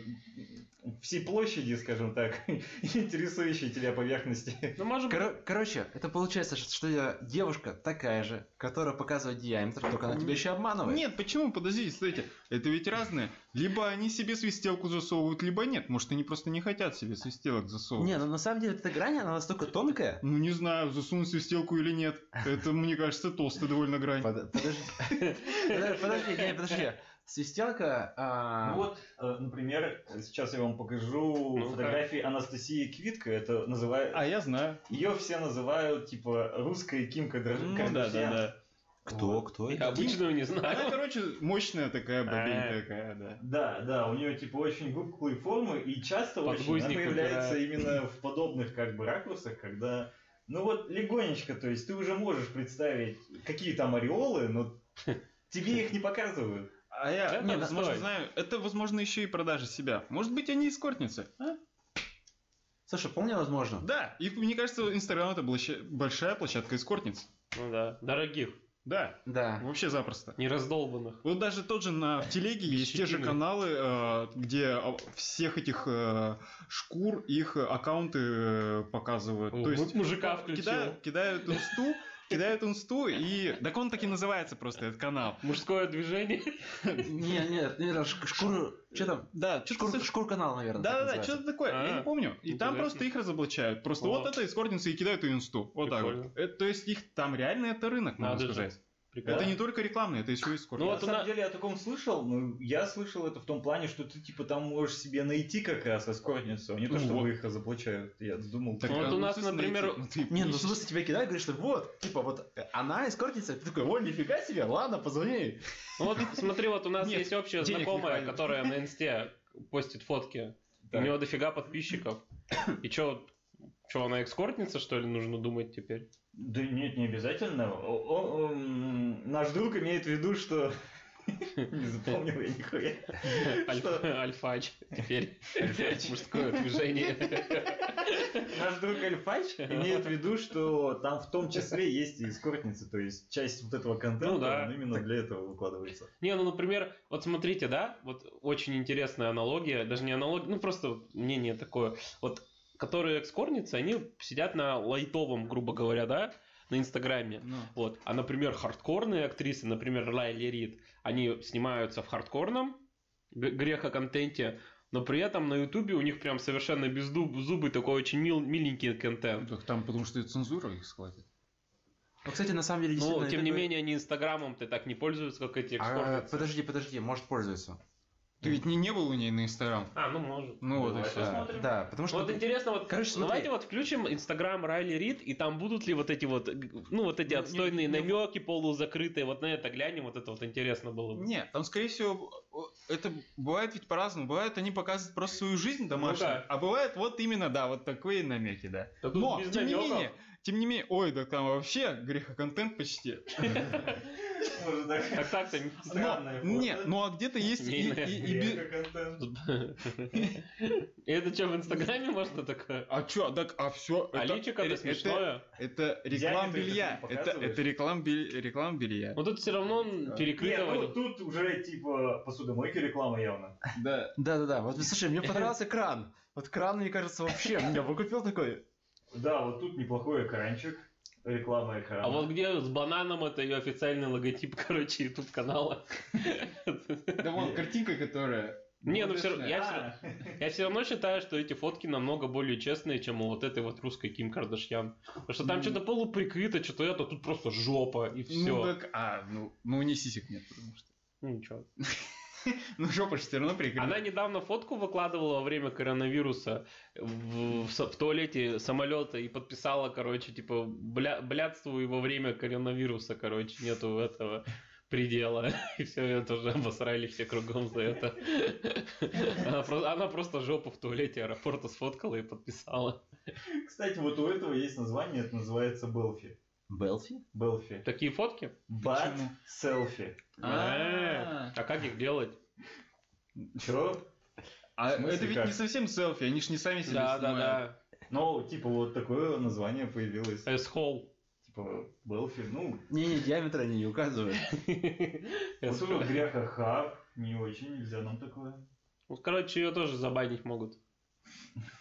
S1: всей площади, скажем так, интересующей тебя поверхности.
S2: Ну, может быть,
S4: Коро- короче, это получается, что- что я- девушка такая же, которая показывает диаметр, только она тебя еще обманывает.
S3: Нет, почему? Подождите, смотрите, это ведь разное. Либо они себе свистелку засовывают, либо нет. Может, они просто не хотят себе свистелок засовывать.
S4: Не, ну на самом деле эта грань, она настолько тонкая.
S3: Ну, не знаю, засунуть свистелку или нет. Это, мне кажется, толстая довольно грань.
S4: Под- Подожди, Подожди, подожди, не, подожди. Свистелка, а,
S1: Ну вот, э, например, сейчас я вам покажу
S2: Ну-ка.
S1: фотографии Анастасии Квитко. Это называют...
S3: А я знаю.
S1: Ее все называют, типа, русская Ким Кадр-
S3: Ну,
S1: Кардашьян.
S3: да, да, да.
S4: кто, кто?
S2: я обычного не
S3: Она,
S2: знаю.
S3: Ну, короче, мощная такая,
S2: А.
S3: бабенькая такая, да.
S1: Да, да, у нее типа очень выпуклые формы, и часто очень она
S2: Подгузник
S1: появляется
S2: выбирает.
S1: именно в подобных как бы ракурсах, когда, ну вот легонечко, то есть ты уже можешь представить, какие там ореолы, но тебе их не показывают.
S3: А я,
S2: Это
S3: не,
S2: отстой.
S3: возможно, знаю, это, возможно, еще и продажа себя. Может быть, они эскортницы, а?
S4: Слушай, вполне возможно.
S3: Да, и мне кажется, Инстаграм это блаща- большая площадка эскортниц.
S2: Ну да, дорогих,
S3: Да,
S4: Да.
S3: вообще запросто.
S2: не раздолбанных.
S3: Вот даже тот же на в телеге есть те же
S2: Щетины.
S3: каналы, э, где а, всех этих э, шкур их э, аккаунты э, показывают.
S2: О,
S3: То есть
S2: вот мужика
S3: по-
S2: включил.
S3: кида- кидают инсту, кидают инсту и так он так и называется просто этот канал.
S2: Мужское движение.
S4: Не, не, не, раз ш- шкуру, что там?
S3: Да, что-то
S4: Шкур, шкур канал, наверное.
S3: Да,
S4: так
S3: да, да,
S4: называется.
S3: что-то такое, я
S2: А,
S3: не помню. И там
S2: интересно.
S3: просто их разоблачают. Просто
S2: О.
S3: вот это эскортницы и кидают ее инсту. Вот так
S2: Прикольно.
S3: вот. Это- То есть их там реально это рынок,
S2: Надо
S3: можно
S2: же.
S3: сказать. Это
S2: Прикольно.
S3: не только рекламные, это еще и эскорт.
S2: Ну
S1: на
S2: вот
S1: самом
S2: она-
S1: деле я о таком слышал, но я слышал это в том плане, что ты типа там можешь себе найти как раз эскортницу, а не то,
S3: Ну
S1: что
S3: вот.
S1: их разоблачают. Я думал, типа,
S3: Так,
S1: так,
S2: вот
S3: а,
S2: у
S3: ну,
S2: нас,
S3: собственно,
S2: например,
S3: эти- ну, ты
S4: Не, ну в
S3: ищешь.
S4: смысле тебя кидают, говоришь, что вот, типа вот, она эскортница, ты такой, о, нифига себе, ладно, позвони ей.
S2: Ну вот смотри, вот у нас
S3: Нет,
S2: есть общая
S3: денег не
S2: знакомая,
S3: хватит.
S2: которая на инсте постит фотки.
S1: Так.
S2: У него дофига подписчиков. И чё, чё, она экскортница, что ли, нужно думать теперь?
S1: Да нет, не обязательно. О- о- м, наш друг имеет в виду, что... Не запомнил я нихуя.
S2: Альф-
S1: Что?
S2: Альфач теперь. Мужское движение.
S1: Наш друг Альфач имеет в виду, что там в том числе есть и эскортницы, то есть часть вот этого контента,
S2: Ну да.
S1: он именно для этого выкладывается.
S2: Не, ну, например, вот смотрите, да, вот очень интересная аналогия, даже не аналогия, ну, просто вот мнение такое. Вот, которые экскорницы, они сидят на лайтовом, грубо говоря, да, на Инстаграме.
S3: Ну.
S2: Вот. А, например, хардкорные актрисы, например, Лайли Рид, они снимаются в хардкорном г- грехо-контенте, но при этом на Ютубе у них прям совершенно без дуб- зубы такой очень мил- миленький контент.
S3: Так там, потому что и цензура их схватит.
S4: Ну, кстати, на самом деле,
S2: Но,
S4: действительно,
S2: тем
S4: это-
S2: не менее, они Инстаграмом-то так не пользуются, как эти
S4: А,
S2: экскорницы.
S4: Подожди, подожди, может пользуется.
S3: Ты ведь не, не был у ней на Инстаграм.
S2: А, ну, может.
S3: Ну вот и
S1: Бывает.
S3: все.
S4: Да,
S1: посмотрим.
S4: да, потому что...
S2: Вот интересно, вот
S4: Короче, смотри.
S2: давайте вот включим Инстаграм Райли Рид, и там будут ли вот эти вот, г- ну вот эти
S3: Ну, не-
S2: отстойные
S3: не-
S2: намеки полузакрытые, вот на это глянем, вот это вот интересно было бы.
S3: Нет, там, скорее всего, о, это бывает ведь по-разному. Бывает, они показывают просто свою жизнь домашнюю,
S2: да.
S3: а бывает вот именно, да, вот такие намеки, да.
S2: Да тут
S3: Но,
S2: без
S3: тем не
S2: намеков.
S3: менее, тем не менее, ой, да там вообще грехоконтент почти.
S1: Может, так
S2: Так так-то не-
S1: странное фото.
S3: Нет, ну а где-то есть и, и- и без-
S1: Грехоконтент.
S2: Это что, в Инстаграме можно такое?
S3: А чё, так, а все,
S2: А личико это смешное.
S3: это реклам
S1: Диаметр ты
S3: белья,
S1: там
S3: это,
S1: показываешь?
S3: это реклам, белья, реклам белья,
S2: Но тут все равно
S3: Да.
S1: Нет,
S2: перекрыто.
S1: ну,
S2: Ваня.
S1: тут уже типа посудомойки реклама явно.
S3: да,
S4: Да-да-да, вот слушай, мне понравился кран. Вот кран, мне кажется, вообще, меня выкупил такой.
S1: Да, вот тут неплохой экранчик. Реклама экрана.
S2: А вот где с бананом это ее официальный логотип, короче, YouTube канала.
S3: да вон картинка, которая,
S2: Не, ну все
S3: Молодец,
S2: я
S1: А,
S2: все Я все равно считаю, что эти фотки намного более честные, чем у вот этой вот русской Ким Кардашьян. Потому что там
S3: Ну.
S2: что-то полуприкрыто, что-то это, тут просто жопа и
S3: ну
S2: все.
S3: так, а, ну, ну у нее сисек нет, потому что,
S2: Ну, ничего.
S3: ну жопа же все равно прикрыта.
S2: Она недавно фотку выкладывала во время коронавируса в, в со- в туалете самолета и подписала, короче, типа, бля, блядствую во время коронавируса, короче, нету этого. предела. И все, ее тоже обосрали все кругом за это. Она, про- она просто жопу в туалете аэропорта сфоткала и подписала.
S1: Кстати, вот у этого есть название, это называется Белфи.
S4: Белфи?
S1: Белфи.
S2: Такие фотки?
S1: Бат
S5: Почему?
S1: селфи.
S2: А, А как их делать?
S1: Чё?
S3: А
S1: В смысле,
S3: это ведь
S1: как?
S3: не совсем селфи, они же не сами
S2: Да,
S3: себя снимают.
S2: да,
S1: Ну, типа, вот такое название появилось.
S2: да. S-Hall.
S1: Типа, Белфи, ну,
S4: Не-не, диаметр они не указывают.
S1: вот уже в грехах хаб, не очень, нельзя нам такое.
S2: Ну, короче, ее тоже забанить могут.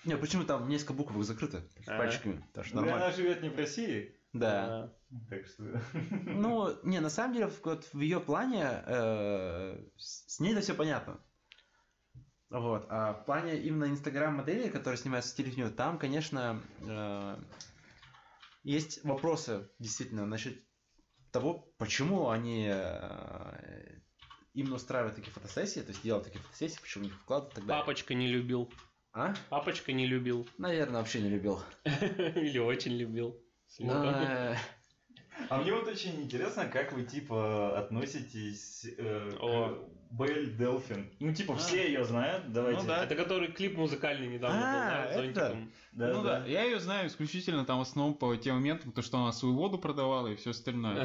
S4: Не, почему там несколько буквов закрыто?
S2: А.
S4: Пальчиками. Так что
S1: Ну, и
S4: нормально.
S1: она живет не в России,
S4: Да.
S1: так что...
S4: Ну, не, на самом деле, в- вот в ее плане э, с с ней это все понятно. Вот. А в плане именно инстаграм-моделей, которые снимаются с телефонью, там, конечно, э, есть вопросы действительно насчет того, почему они э, именно устраивают такие фотосессии, то есть делают такие фотосессии, почему не вкладывают и так далее.
S2: Папочка не любил.
S4: А?
S2: Папочка не любил.
S4: Наверное, вообще не любил.
S2: Или очень любил.
S4: Э,
S1: А мне вот очень интересно, как вы, типа, относитесь э, к
S2: О.
S1: Белль Делфин. Ну, типа, все ее знают, давайте.
S3: Ну да.
S2: Это который клип музыкальный недавно
S4: А,
S2: был, да, с
S4: это.
S2: зонтиком.
S1: Да,
S3: ну да.
S1: да.
S3: я ее знаю исключительно там в основном по тем моментам, то, что она свою воду продавала и все остальное.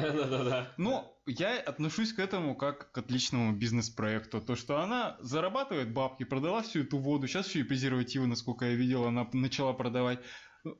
S2: Да-да-да.
S3: Ну, я отношусь к этому как к отличному бизнес-проекту. То, что она зарабатывает бабки, продала всю эту воду, сейчас еще и презервативы, насколько я видел, она п- начала продавать.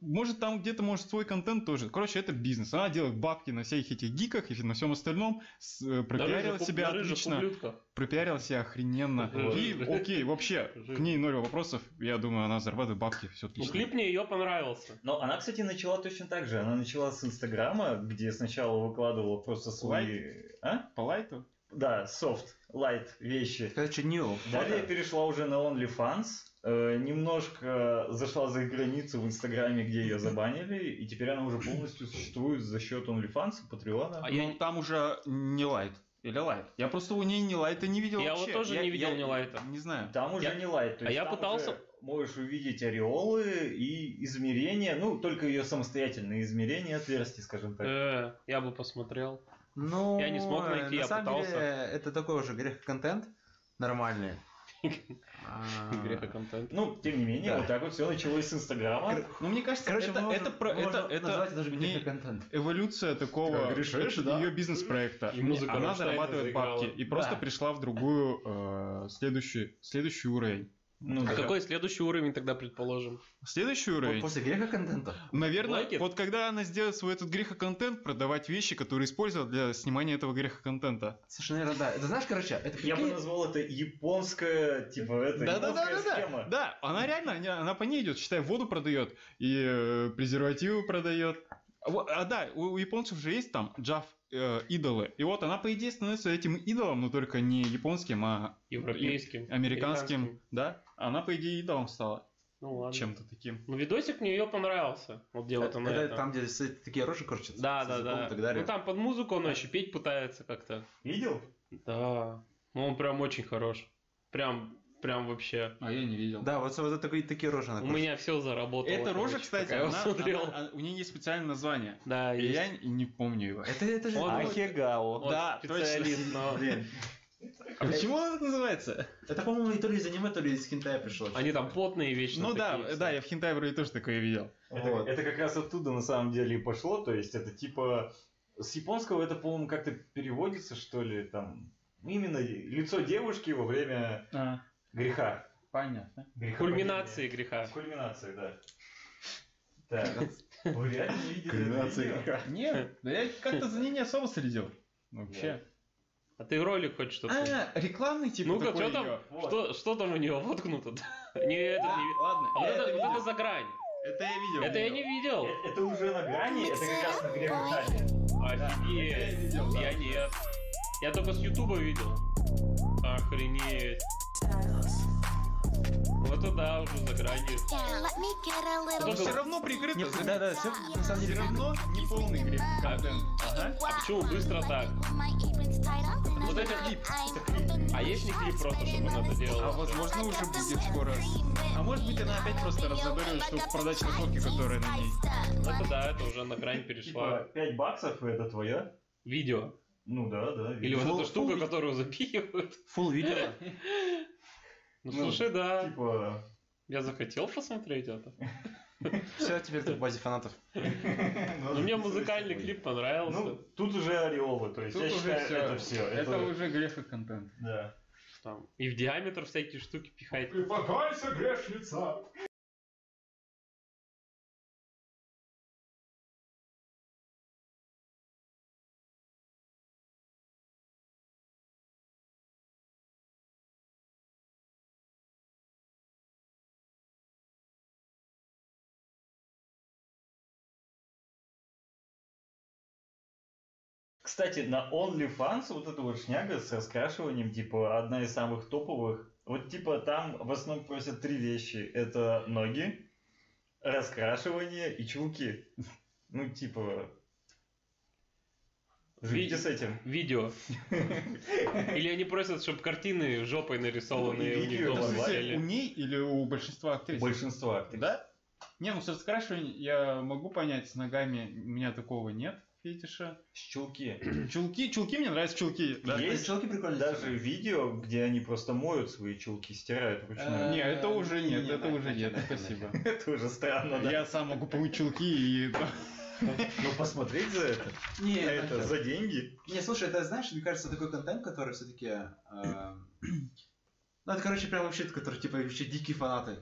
S3: Может, там где-то, может, свой контент тоже. Короче, это бизнес. Она делает бабки на всяких этих гиках и на всем остальном. С- э, Пропиарила себя отлично.
S2: Ну,
S3: Пропиарила себя охрененно.
S2: Вот.
S3: И окей, вообще,
S2: Жир.
S3: к ней ноль вопросов. Я думаю, она зарабатывает бабки, все
S2: Ну,
S3: отлично.
S2: клип мне ее понравился.
S1: Но она, кстати, начала точно так же. Она начала с Инстаграма, где сначала выкладывала просто свои... А?
S3: По лайту?
S1: Да, софт, лайт, вещи.
S4: Короче, new.
S1: Далее перешла уже на OnlyFans. э, немножко зашла за границу в Инстаграме, где ее забанили, и теперь она уже полностью существует за счет OnlyFans, Патреона.
S2: А
S3: Ну,
S2: я-
S3: там уже не лайт. Или лайт. Я просто у ней не лайта не видел
S2: Я
S3: вообще.
S2: вот тоже не видел
S3: я
S2: ни лайта.
S3: Не знаю.
S1: Там уже
S2: Я-
S1: не лайт. то
S2: а
S1: есть
S2: я
S1: там
S2: пытался-
S1: уже Можешь увидеть ореолы и измерения, ну, только ее самостоятельные измерения отверстий, скажем так.
S2: Э, Я бы посмотрел.
S4: Ну,
S2: Я не смог найти,
S4: э, на
S2: я
S4: самом
S2: пытался.
S4: деле, это такой уже грех-контент нормальный. А,
S2: Греха контент.
S1: Ну, тем не менее,
S4: Да.
S1: вот так вот все началось с Инстаграма.
S4: Кор-
S3: Ну, мне кажется,
S4: Короче,
S3: это,
S4: можно-
S3: это, про- это,
S4: можно
S3: это
S4: назвать даже
S3: не
S4: грех-контент.
S3: эволюция такого э,
S1: Как грешишь, да.
S3: ее бизнес-проекта.
S2: И музыка
S3: Она
S2: Рамштайна
S3: зарабатывает
S2: заиграла.
S3: бабки и просто
S4: Да.
S3: пришла в другую э, следующий, следующий уровень.
S1: Ну,
S2: А
S1: да.
S2: какой следующий уровень тогда предположим?
S3: Следующий уровень,
S4: После греха-контента.
S3: наверное,
S2: Лайки?
S3: вот когда она сделает свой этот грехоконтент, продавать вещи, которые использовала для снимания этого грехоконтента.
S4: Слушай, наверное, да. Это знаешь, короче, это
S1: Я бы
S4: прикинь,
S1: назвал это японская, типа, это
S3: Да, да, да,
S1: японская
S3: да,
S1: схема.
S3: да. Да, она реально, они- она, по ней идет. Считай, воду продает и э, презервативы продает. А, во- а, да, у, у японцев же есть там джав э, идолы. И вот она, по идее, становится этим идолом, но только не японским, а
S2: Европейским?
S3: американским, да? Она, по идее, идолом стала
S2: Ну ладно.
S3: чем-то таким.
S2: Ну видосик мне ее понравился. Вот
S3: Э,
S2: где вот
S4: это,
S2: она это.
S4: там, где с- такие рожи корчатся.
S2: Да,
S4: с
S2: да,
S4: языком
S2: да.
S4: и так далее.
S2: Ну там под музыку он еще петь пытается как-то.
S1: Видел?
S2: Да. Ну он прям очень хорош. Прям, прям вообще.
S3: А я не видел.
S4: Да, вот, вот такие, такие рожи она
S2: У
S4: корчит.
S2: меня все заработало.
S3: Это рожа,
S2: короче,
S3: кстати,
S2: пока я
S3: она-
S2: смотрел.
S3: она- она- у нее есть специальное название.
S2: Да,
S3: И
S2: есть.
S3: я н- не помню его. а
S4: Это, это же...
S2: Он-
S4: Ай,
S1: Ахегао.
S2: Он
S3: да,
S2: специалист, но
S1: Блин.
S3: А почему она так называется?
S4: Это, по-моему, и то ли из аниме, то ли из хентая пришло.
S2: они там потные вечно.
S3: Ну да,
S2: такие все.
S3: да, я в Хентай вроде тоже такое видел.
S1: Это,
S4: Вот.
S1: это как раз оттуда на самом деле и пошло, то есть это типа с японского это, по-моему, как-то переводится, что ли, там именно лицо девушки во время греха.
S3: А, понятно.
S1: Греха
S2: Кульминации греха.
S1: падения. Кульминации, да. Так. Вы реально не видели это
S4: Кульминации
S1: видео?
S4: греха.
S3: Нет, да я как-то за ней не особо следил. Вообще.
S2: А ты ролик хоть что-то?
S3: А, рекламный типа
S2: Ну-ка,
S3: такой
S2: что там?
S3: её.
S1: Вот.
S2: Что, что там у него воткнуто? Не, этот не ви-
S3: Ладно,
S2: А вот
S3: я
S2: это,
S3: это
S2: вот это
S3: видел.
S2: за грань.
S3: Это я видел.
S2: Это я не видел.
S1: Э, Это уже на грани, это как раз на грехотане.
S2: Офигеть. Я нет. Я только с Ютуба видел. Охренеть. Вот это да, уже за гранью.
S6: Let me get a little
S2: Подожди,
S3: Все равно прикрыто.
S4: Нет, да, да, все, на самом
S3: Все
S4: деле...
S3: равно не полный грех.
S2: Ага. А почему быстро так? Вот это клип. А есть ли клип просто, чтобы она это
S3: А
S2: делала?
S3: возможно уже будет скоро. А может быть она опять просто раззадорилась, чтобы продать кроссовки, которые на ней.
S2: Ну Это да, это уже на грань перешла.
S1: Типа 5 баксов, и это твое.
S2: Видео.
S1: Ну да, да.
S2: Или вот
S1: видел.
S2: эта штука, которую запихивают.
S4: Фул видео?
S2: Ну,
S4: Ну,
S2: слушай, да.
S1: Типа... Ну,
S2: Я захотел посмотреть это.
S4: Все, теперь ты в базе фанатов.
S2: Но Ну, мне музыкальный клип
S1: Ну,
S2: понравился.
S1: тут уже ореолы, то есть
S5: Тут
S1: я
S5: уже
S1: считаю,
S5: всё.
S1: это все.
S5: Это, уже грех и контент.
S1: Да.
S2: Там. И в диаметр всякие штуки пихать.
S5: Покайся, грешница!
S1: Кстати, на OnlyFans вот эта вот шняга с раскрашиванием, типа, одна из самых топовых. Вот, типа, там в основном просят три вещи. Это ноги, раскрашивание и чулки. Ну, типа... Живите
S2: Ви-
S1: с этим.
S2: Видео. Или они просят, чтобы картины жопой нарисованные
S1: Ну, и
S2: у них
S1: видео,
S2: дома
S1: да.
S5: В смысле,
S2: стояли.
S5: у ней или у большинства актрис?
S1: Большинство актрис.
S5: Да? Не, ну с раскрашиванием я могу понять, с ногами у меня такого нет фетиша.
S1: С чулки.
S5: Чулки, чулки, мне нравятся чулки. да.
S1: Есть
S4: Челки прикольные.
S1: даже видео, где они просто моют свои чулки, стирают вручную.
S4: Э,
S5: Не, это уже
S4: не,
S5: нет,
S4: не,
S5: это
S4: да,
S5: уже
S4: да,
S5: нет,
S4: да, да,
S5: спасибо.
S1: Это уже странно, Ну да?
S5: А. Я сам могу помыть чулки и...
S1: Ну, посмотреть за это. а
S4: Не,
S5: ну
S1: Это
S4: это-
S1: за деньги.
S4: Не, слушай, это, знаешь, мне кажется, такой контент, который все-таки... Ну, это, короче, прям вообще, который, типа, вообще дикие фанаты.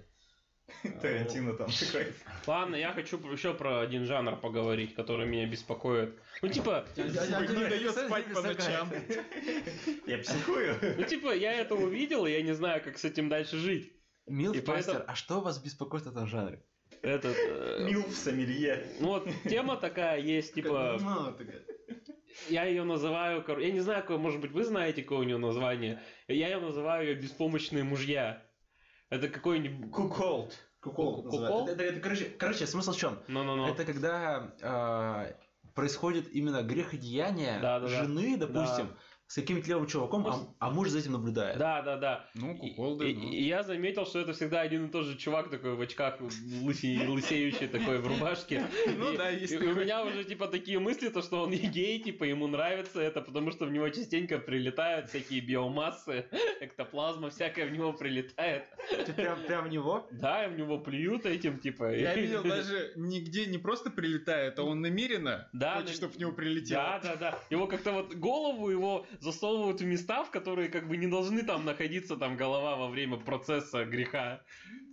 S5: А,
S1: Тарантино там такой.
S2: Ладно, я хочу еще про один жанр поговорить, который меня беспокоит. Ну, типа,
S5: Не дает спать по ночам.
S1: Я психую.
S2: ну, типа, я это увидел, и я не знаю, как с этим дальше жить. И
S4: Милфмастер,
S2: поэтому-
S4: а что вас беспокоит в этом жанре?
S2: Этот, э,
S1: Милф сомелье.
S2: ну, вот тема такая есть, типа,
S4: Ну, такая.
S2: я ее называю, кор- я не знаю, какое, может быть, вы знаете, какое у нее название. Я ее называю ее беспомощные мужья. Это какой-нибудь...
S1: Куколд.
S2: Кукол?
S4: Кукол
S2: Ну.
S4: называют. Это- это, короче, короче, смысл в чем?
S2: Ну-ну-ну.
S4: Это когда э, происходит именно греходеяние
S2: Да-да-да.
S4: жены, допустим, с каким-то левым чуваком, а, а муж за этим наблюдает.
S2: Да, да, да.
S5: Ну,
S2: И-
S5: куколды,
S2: и, и я заметил, что это всегда один и тот же чувак такой в очках лыси- лысеющий такой в рубашке.
S5: Ну
S2: И-
S5: да, есть
S2: и у
S5: такой.
S2: меня уже типа такие мысли, то что он и гей, типа ему нравится это, потому что в него частенько прилетают всякие биомассы, эктоплазма всякая в него прилетает.
S4: Ты прям, прям в него.
S2: Да, и в него плюют этим типа.
S5: Я видел даже нигде не просто прилетает, а он намеренно
S2: Да,
S5: хочет,
S2: на-
S5: чтобы в него прилетело.
S2: Да, да, да. Его как-то вот голову его засовывают в места, в которые как бы не должны там находиться там голова во время процесса греха.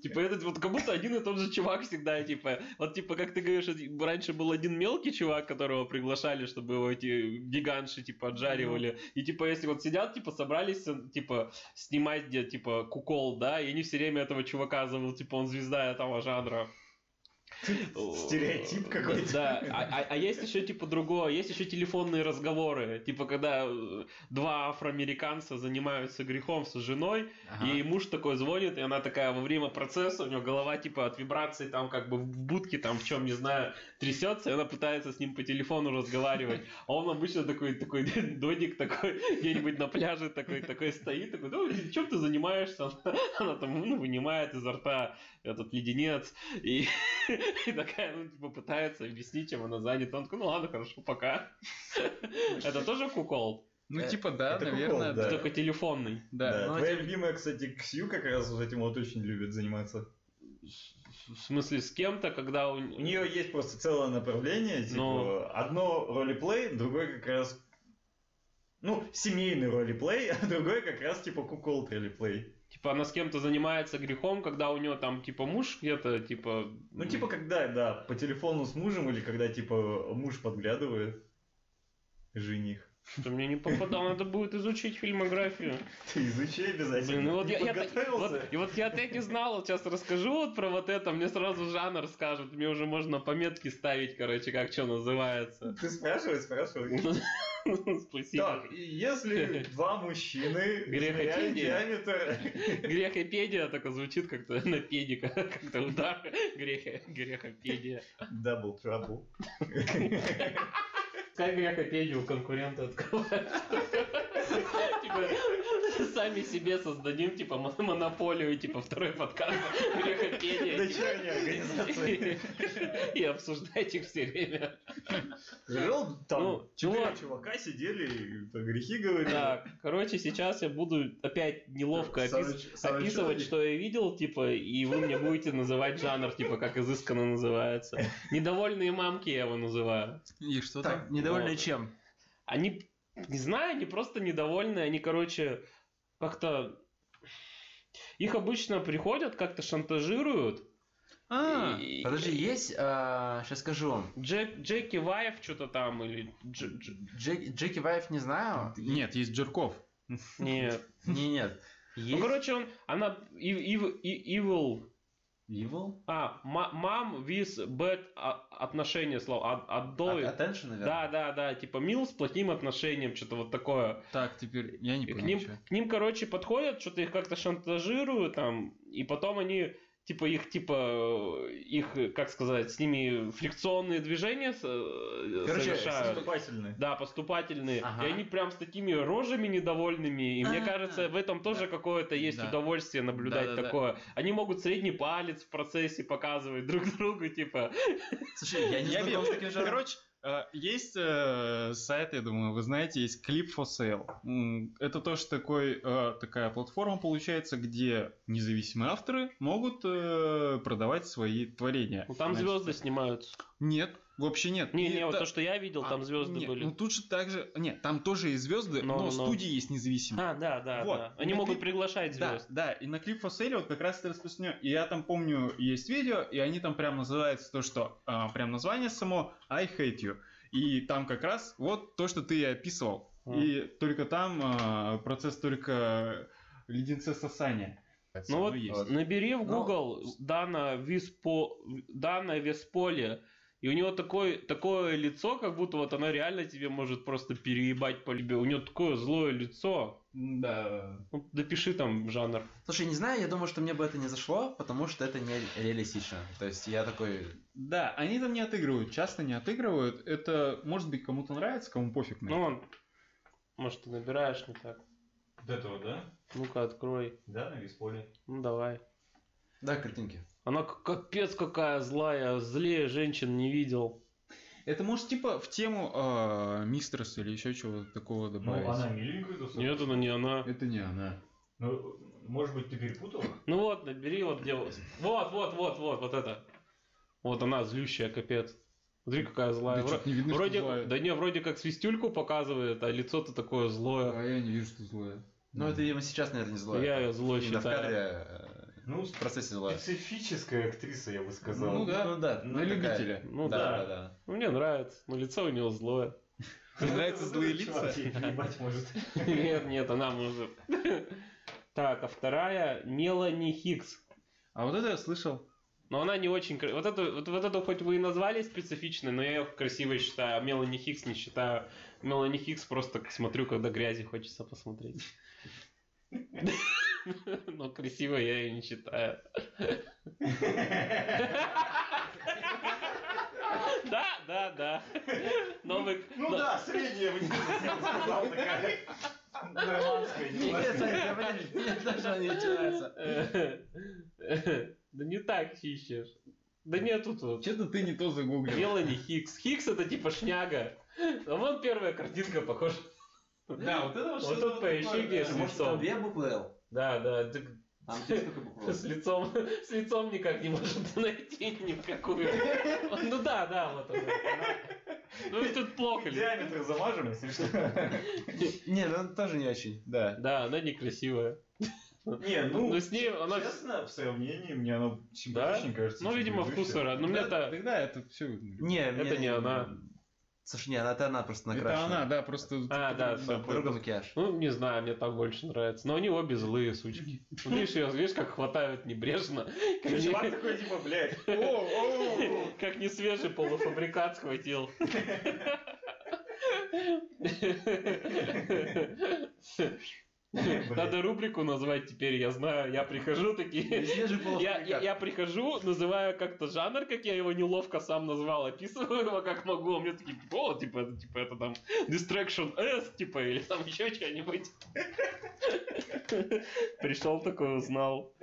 S2: Типа этот вот как будто один и тот же чувак всегда, типа, вот типа, как ты говоришь, один- раньше был один мелкий чувак, которого приглашали, чтобы его эти гигантши, типа, отжаривали. И типа, если вот сидят, типа, собрались, э, типа, снимать где, типа, кукол, да, и они все время этого чувака зовут, типа, он звезда этого жанра.
S1: Стереотип какой-то.
S2: Э, Да, а, а- а есть еще типа другое, есть еще телефонные разговоры, типа когда э, два афроамериканца занимаются грехом с женой, и муж такой звонит, и она такая во время процесса, у нее голова типа от вибрации там как бы в будке там в чем не знаю трясется, и она пытается с ним по телефону разговаривать, а он обычно такой такой додик такой где-нибудь на пляже такой такой стоит, такой, ну чем ты занимаешься, она там ну, вынимает изо рта этот леденец и и такая, ну, типа, пытается объяснить, чем она занята. Он такой, ну ладно, хорошо, пока. Это тоже кукол,
S5: Ну,
S4: Э,
S5: типа, да,
S1: это
S5: наверное,
S1: кукол, да.
S5: да. типа,
S2: только телефонный.
S5: Да.
S1: Да,
S4: ну,
S1: Твоя любимая, кстати, Ксю как раз вот этим вот очень любит заниматься.
S2: В смысле, с кем-то, когда у...
S1: У нее есть просто целое направление, типа,
S2: Ну.
S1: одно ролеплей, другое как раз... Ну, семейный ролеплей, а другой как раз типа кукол ролеплей.
S2: Типа, она с кем-то занимается грехом, когда у нее там, типа, муж где-то, типа...
S1: Ну, типа, когда, да, по телефону с мужем или когда, типа, муж подглядывает жених.
S2: Что мне не попадало, надо будет изучить фильмографию.
S1: Ты изучи обязательно.
S2: Блин, ну вот
S1: Ты
S2: я, я так,
S1: подготовился?
S2: вот- и вот я так и знал, вот сейчас расскажу вот про вот это, мне сразу жанр скажут, мне уже можно пометки ставить, короче, как что называется.
S1: Ты спрашивай, спрашивай.
S2: Спасибо.
S1: Так, и если два мужчины измеряют
S2: Грехотение.
S1: диаметр...
S2: Грехопедия только звучит как-то на педика, как-то удар. Грехе, грехопедия.
S1: Double trouble.
S2: Как грехопедию конкуренты открывают? Типа, сами себе создадим, типа, мон- монополию, типа, второй подкаст Грехопедия. типа.
S1: Дочерняя организация.
S2: И обсуждать их все время.
S1: Жил там
S2: Ну,
S1: четыре
S2: ну,
S1: чувака сидели и про грехи говорили.
S2: Да, короче, сейчас я буду опять неловко опис-
S4: Самый- самый
S2: описывать,
S4: человек.
S2: что я видел, типа, и вы мне будете называть жанр, типа, как изысканно называется. Недовольные мамки я его называю.
S5: И что
S4: Так,
S5: там? Недовольны
S2: вот.
S5: чем?
S2: Они, не знаю, они просто недовольны, они, короче, как-то... Их обычно приходят, как-то шантажируют.
S5: А,
S2: И-
S4: Подожди, есть... Сейчас скажу вам.
S2: Джек, Джеки Вайф что-то там, или... Дж, Дж-
S4: Джек- Джеки Вайф не знаю.
S3: Нет, есть Джирков.
S2: нет.
S4: Не, нет.
S2: Ну,
S4: Есть...
S2: короче, он... Она... и- и- и- Evil...
S4: Evil?
S2: А, ма- мам with bad а- отношения слова. Отдой.
S4: От- А, Attention, наверное.
S2: да, да, да. Типа мил с плохим отношением, что-то вот такое.
S3: Так, теперь я не
S2: И к,
S3: понял.
S2: ним,
S3: чё.
S2: к ним, короче, подходят, что-то их как-то шантажируют там, и потом они типа их типа э, их э, как сказать с ними фрикционные движения с- э,
S4: Короче,
S2: совершают
S1: Поступательные.
S2: да поступательные
S4: Ага.
S2: и они прям с такими рожами недовольными и мне
S5: А,
S2: кажется в этом тоже какое-то есть
S3: Да.
S2: удовольствие наблюдать
S3: Да-да-да.
S2: такое они могут средний палец в процессе показывать друг другу типа
S4: Слушай, я не
S3: Я
S4: знаком
S3: бил.
S4: с таким жанром.
S3: Короче, э, есть э, сайт, я думаю, вы знаете, есть Clip for Sale. М, Это тоже такой, э, такая платформа получается, где независимые авторы могут э, продавать свои творения.
S2: Ну там
S3: Значит,
S2: звезды снимаются.
S3: Нет, вообще нет.
S2: Не,
S3: И
S2: не, вот
S3: та-
S2: то, что я видел,
S3: а,
S2: там звезды
S3: нет,
S2: были.
S3: Ну тут же также, нет, там тоже и звезды,
S2: Но-
S3: но,
S2: но-
S3: студии есть независимые.
S2: А, да, да,
S3: Вот.
S2: да. Они
S3: Ну,
S2: могут
S3: ты-
S2: приглашать
S3: Да,
S2: звезд.
S3: да, и на Clip for Sale вот как раз это распространено. И я там помню, есть видео, и они там прям называются то, что а, прям название само I hate you. И там как раз вот то, что ты и описывал.
S2: Мгм.
S3: И только там а, процесс только леденце сосания.
S2: Ну
S3: Оно
S2: вот,
S3: есть.
S2: набери в
S4: Но-
S2: Google Дана Виспо... Дана Весполе, и у него такое, такое лицо, как будто вот она реально тебе может просто переебать по любви. У него такое злое лицо.
S3: Да.
S2: Ну, допиши там жанр.
S4: Слушай, не знаю, я думаю, что мне бы это не зашло, потому что это не реалистично. То есть я такой...
S3: Да, они там не отыгрывают, часто не отыгрывают. Это может быть кому-то нравится, кому пофиг. на
S2: Ну, он... Может, ты набираешь не так.
S1: Вот этого, да?
S2: Ну-ка, открой.
S1: Да, на Висполе.
S2: Ну, давай.
S4: Да, картинки.
S2: Она к- капец какая злая. Злее женщин не видел.
S3: Это может типа в тему а, мистерс или еще чего-то
S4: Ну,
S3: такого добавить.
S1: Ну, миленькая, да,
S2: Нет, она не она.
S3: Это не она.
S1: Ну, может быть, ты перепутал?
S2: Ну вот, набери вот где... Вот, вот, вот, вот, вот, вот это. Вот она, злющая, капец. Смотри, какая злая.
S3: Да
S2: Вро-
S3: чё-то не видно, что
S2: вроде,
S3: злая.
S2: да не, вроде как свистюльку показывает, а лицо-то такое злое.
S3: А я не вижу, что злое.
S4: Ну, это, видимо, сейчас, наверное, не злое.
S2: Я ее злой
S4: Именно в кадре,
S2: считаю.
S4: э,
S1: Ну,
S4: в процессе злое.
S1: специфическая актриса, я бы сказал.
S3: Ну да.
S4: Ну да,
S3: На
S4: ну, такая-
S3: любителя.
S2: Ну
S4: да,
S2: да.
S4: да, да.
S2: Ну, мне нравится. Ну лицо у него злое.
S3: Мне нравятся злые лица.
S1: Ебать может.
S2: Нет, нет, она может. Так, а вторая Мелани Хикс.
S3: А вот это я слышал.
S2: Но она не очень... кра- Вот эту, вот, вот эту хоть вы и назвали специфичной, но я ее красивой считаю. а Мелани Хикс не считаю. Мелани Хикс просто смотрю, когда грязи хочется посмотреть. Но красиво я ее не считаю. Да, да, да. Новый...
S1: Ну да, средняя внизу, я бы сказал, такая. Нормандская, не
S4: Нет,
S1: знаю.
S4: Саня, говори, мне даже она не начинается.
S2: Да не так ищешь. Да нет, тут вот.
S3: Че-то ты не то загуглил.
S2: Мелани Хикс. Хикс это типа шняга. А вон первая картинка похожа.
S3: Да, вот это
S2: Вот тут поищи, где с
S4: Может, там
S2: лицом.
S4: две буквы Л?
S2: Да, да, ты
S4: Там ты сколько букв Л?
S2: с лицом, с лицом никак не может найти никакую. Ну да, да, вот оно. Ну и тут плохо.
S1: Диаметр замажем, если что.
S4: Не, ну тоже не очень, да.
S2: Да, она некрасивая.
S1: Не, ну,
S2: Ну с ней она...
S1: честно, в сравнении мне оно симпатичнее кажется.
S2: Ну,
S1: чем
S2: видимо,
S1: предыдущая.
S2: вкус раз. Ну, мне-то...
S3: Тогда это все.
S4: Не, мне-
S2: не она.
S4: Слушай, не, она, это она просто
S3: Это
S4: накрашена.
S3: она, да, просто.
S2: А, да, всё,
S4: По-другому макияж.
S2: Ну, не знаю, мне так больше нравится. Но они обе злые, сучки. Ну, Видишь, её- видишь, как хватают небрежно.
S1: Короче, Чувак такой, типа, блядь,
S3: О, о, о.
S2: Как не свежий полуфабрикат схватил. Надо рубрику назвать теперь, я знаю, я прихожу такие... Я, я, я прихожу, называю как-то жанр, как я его неловко сам назвал, описываю его как могу, а мне такие, о, типа, это, типа, это там Distraction S, типа, или там еще что-нибудь. Пришел такой, узнал.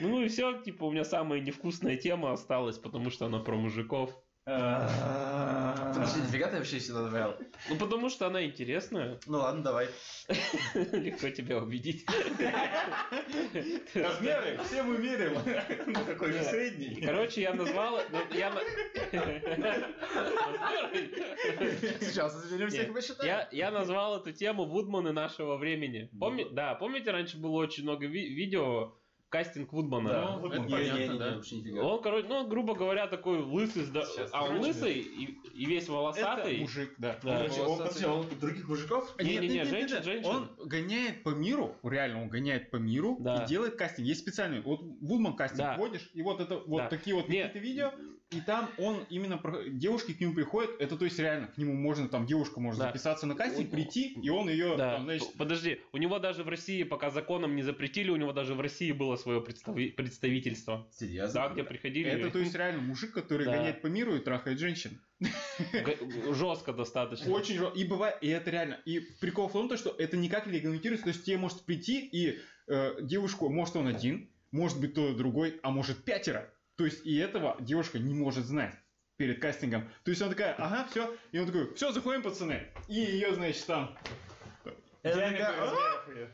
S2: Ну и все, типа, у меня самая невкусная тема осталась, потому что она про мужиков.
S4: Подожди, нифига ты вообще сюда добавил?
S2: Ну, потому что она интересная.
S4: Ну ладно, давай.
S2: Легко тебя убедить.
S1: Размеры все мы мерим. Ну, какой же
S2: Да.
S1: средний.
S2: Короче, я назвал... ну, Я... на-
S4: Сейчас разберем всех посчитаем.
S2: Я, я назвал эту тему Вудманы нашего времени. Помни, да, помните, раньше было очень много ви- видео кастинг Вудмана.
S3: Да.
S2: Ну,
S3: Это
S4: Не,
S3: понятно,
S4: не, не,
S3: да.
S4: не, вообще нифига.
S2: Он, короче, ну, грубо говоря, такой лысый, с до-
S3: Сейчас,
S2: а он
S3: короче,
S2: лысый и, и весь
S3: Это
S2: волосатый.
S3: мужик, да.
S2: Да.
S3: Он
S1: Короче, он
S3: волосатый.
S1: подсел, он тут других мужиков.
S3: Нет,
S2: Не-не-не,
S3: нет, нет,
S2: женщин,
S3: нет.
S2: женщин.
S3: Он гоняет по миру, реально, он гоняет по миру
S2: Да.
S3: и делает кастинг. Есть специальный, вот Вудман кастинг
S2: Да.
S3: вводишь, и вот это вот
S2: Да.
S3: такие вот
S2: Нет.
S3: какие-то видео, и там он именно, про- девушки к нему приходят, это то есть реально, к нему можно, там девушка может
S2: Да.
S3: записаться на кастинг,
S2: Он-
S3: прийти, и он ее,
S2: Да.
S3: там, значит,
S2: П- Подожди, у него даже в России, пока законом не запретили, у него даже в России было свое представи- представительство.
S4: Серьезно?
S2: Да, где приходили.
S3: это то есть реально мужик, который
S2: Да.
S3: гоняет по миру и трахает женщин.
S2: г- жестко достаточно.
S3: Очень жестко. И бывает, и это реально. И прикол в том, то, что это никак не регламентируется. То есть тебе может прийти и э, девушку, может он один, может быть то другой, а может пятеро. То есть и этого девушка не может знать перед кастингом. То есть она такая, ага, все. И он такой, все, заходим, пацаны. И ее, значит, там.
S4: Это
S1: Диаметр
S4: такая, «А,
S1: размеров её.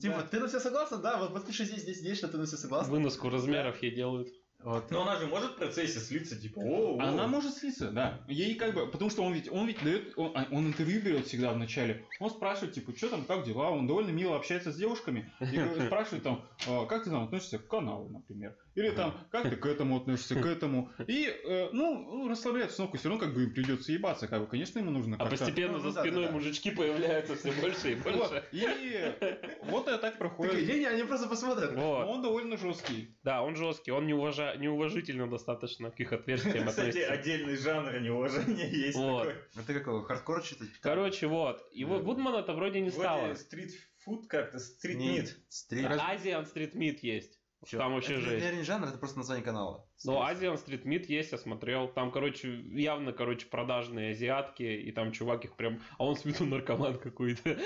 S4: Типа, ты на все согласен? Да, вот подпиши здесь, здесь, здесь, что ты на Ну, все согласен.
S2: Выноску размеров я делаю.
S4: Вот.
S1: Но она же может в процессе слиться, типа, о,
S3: Она
S1: о».
S3: может слиться, да. Ей как бы, потому что он ведь, он ведь дает, он, а, он интервью берет всегда в начале. Он спрашивает, типа, что там, как дела? Он довольно мило общается с девушками. И говорит- спрашивает там, «А, как ты там относишься к каналу, например. Или там, как ты к этому относишься, к этому. И, э, ну, он расслабляет обстановку, все равно как бы им придется ебаться. Как бы, конечно, ему нужно
S2: А
S3: как-то-
S2: постепенно
S4: ну,
S2: за
S4: да, да,
S2: спиной
S4: да.
S2: мужички появляются все больше и
S3: Вот.
S2: больше.
S3: И вот это так
S4: Такие,
S3: проходит.
S4: не, не, они просто посмотрят.
S3: Но
S2: Вот.
S3: он довольно жесткий.
S2: Да, он жесткий, он неуважа- неуважительно достаточно к их отверстиям
S1: Кстати,
S2: относится.
S1: отдельный жанр неуважения есть
S2: Вот.
S1: такой.
S4: А ты какого, хардкор читать?
S2: Короче, вот. И вот
S4: Да.
S2: Гудмана-то вроде не стало.
S1: Вроде стрит-фуд как-то,
S4: Нет,
S1: стрит-мид.
S4: Стрит.
S2: Азиан Стрит Мид есть.
S4: Чё?
S2: Там вообще
S4: это,
S2: жесть.
S4: наверное, не жанр, это просто название канала.
S2: Ну, Азиан Стрит Мид есть, я смотрел. Там, короче, явно, короче, продажные азиатки, и там чувак их прям... А он с виду наркоман какой-то.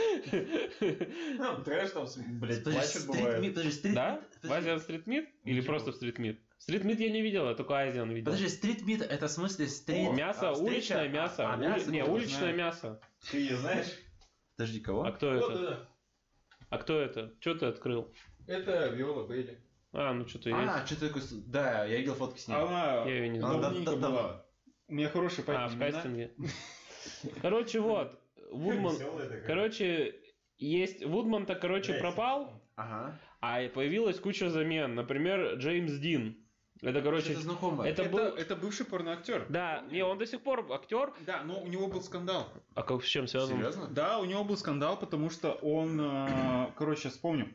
S1: Ну, Трэш там, блядь,
S4: Подожди,
S1: плачет
S4: стрит- ми-
S1: бывает.
S4: подожди, стрит-
S2: Да?
S4: подожди.
S2: В Азиан Стрит Мид? Или
S4: Ничего.
S2: просто в Стрит Мид? Стрит Мид я не видел, я только Азиан видел.
S4: Подожди, стрит мид это в смысле стрит.
S2: Мясо,
S4: а, встреча?
S2: уличное мясо.
S4: А,
S2: Ули-
S4: мясо,
S2: Не,
S4: ну,
S2: уличное
S3: знаю.
S2: мясо.
S1: Ты её знаешь?
S4: Подожди,
S2: А
S4: кого?
S2: кто это?
S1: да.
S2: А кто это? Что ты открыл?
S3: Это Виола Бейли.
S2: А, ну что-то есть. А-
S4: А, что такое? с- Да, я видел фотки с ним.
S3: Она
S2: Я ее не
S4: Она
S2: знаю.
S3: давненько
S4: да- да-
S3: была. У меня хороший
S2: А, в
S3: память.
S2: кастинге. Короче, вот. Вудман...
S1: Весёлая такая.
S2: Короче, есть... Вудман-то, короче,
S1: Блядь.
S2: пропал,
S4: Ага.
S2: а и появилась куча замен. Например, Джеймс Дин. Это, короче...
S4: Что-то знакомое.
S2: Это
S3: Это,
S2: был...
S3: это бывший порноактер.
S2: Да, не, он до сих пор актер.
S3: Да, но у него был скандал.
S2: А как с чем связан?
S4: Серьезно?
S3: Да, у него был скандал, потому что он, э, короче, сейчас вспомню.